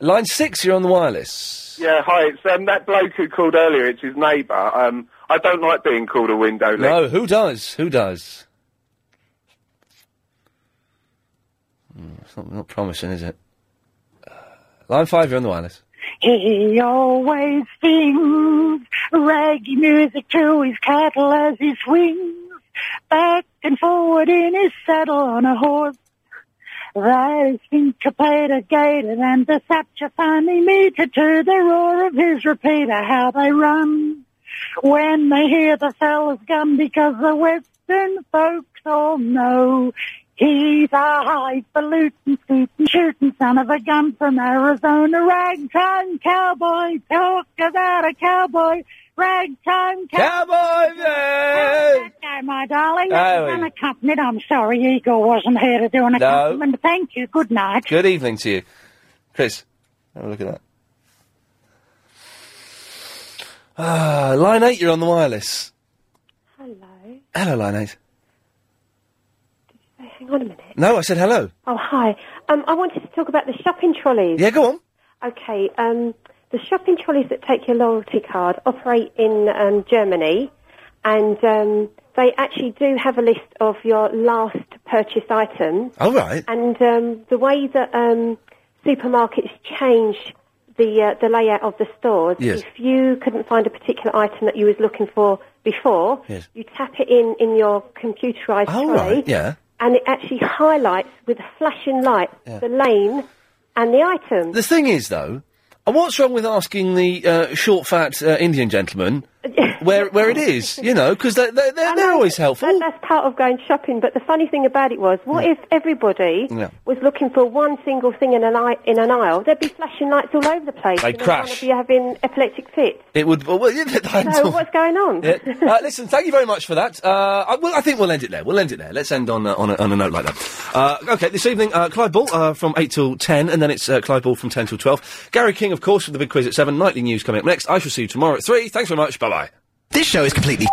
Line six, you're on the wireless.
Yeah, hi. It's um, that bloke who called earlier. It's his neighbour. Um, I don't like being called a window lick.
No, who does? Who does? Hmm, It's not, not promising, is it? Uh, line five, you're on the wireless.
He always sings reggae music to his cattle as he swings back and forward in his saddle on a horse that is syncopated, gated, and the rapture finally meter to the roar of his repeater. How they run when they hear the fellas gun because the western folks all know He's a highfalutin, scootin', shootin' son of a gun from Arizona, ragtime cowboy. Talk about a cowboy ragtime
Come on, man!
No, my darling, that
Oh.
was unaccompanied. I'm sorry, Igor wasn't here to do an
No.
accompaniment. Thank you. Good night.
Good evening to you, Chris. Have a look at that. Ah, line eight, you're on the wireless.
Hello.
Hello, line eight.
Hey, Hang on a minute.
No, I said hello.
Oh, hi. Um, I wanted to talk about the shopping trolleys.
Yeah, go on.
Okay. Um, the shopping trolleys that take your loyalty card operate in um, Germany, and um, they actually do have a list of your last purchase item.
All right.
And um, the way that um, supermarkets change the uh, the layout of the stores,
Yes.
if you couldn't find a particular item that you was looking for before,
Yes.
you tap it in in your computerized
All
trolley,
right, yeah.
and it actually highlights with a flashing light
Yeah.
the lane and the item.
The thing is, though, uh, what's wrong with asking the uh, short, fat uh, Indian gentleman where where it is? You know, because they, they, they're, they're always helpful.
And that's part of going shopping. But the funny thing about it was, what if everybody
Yeah.
was looking for one single thing in an, i- in an aisle? There'd be flashing lights all over the place.
They'd
and then
crash.
One of you having epileptic fits.
It would. Well, well, that's
So
all.
what's going on?
Yeah. Uh, listen, thank you very much for that. Uh, I, well, I think we'll end it there. We'll end it there. Let's end on uh, on, a, on a note like that. Uh, okay, this evening, uh, Clive Ball uh, from 8 till 10, and then it's uh, Clive Ball from 10 till 12. Gary King, of course, with the big quiz at 7. Nightly news coming up next. I shall see you tomorrow at 3. Thanks very much. Bye bye.
This show is completely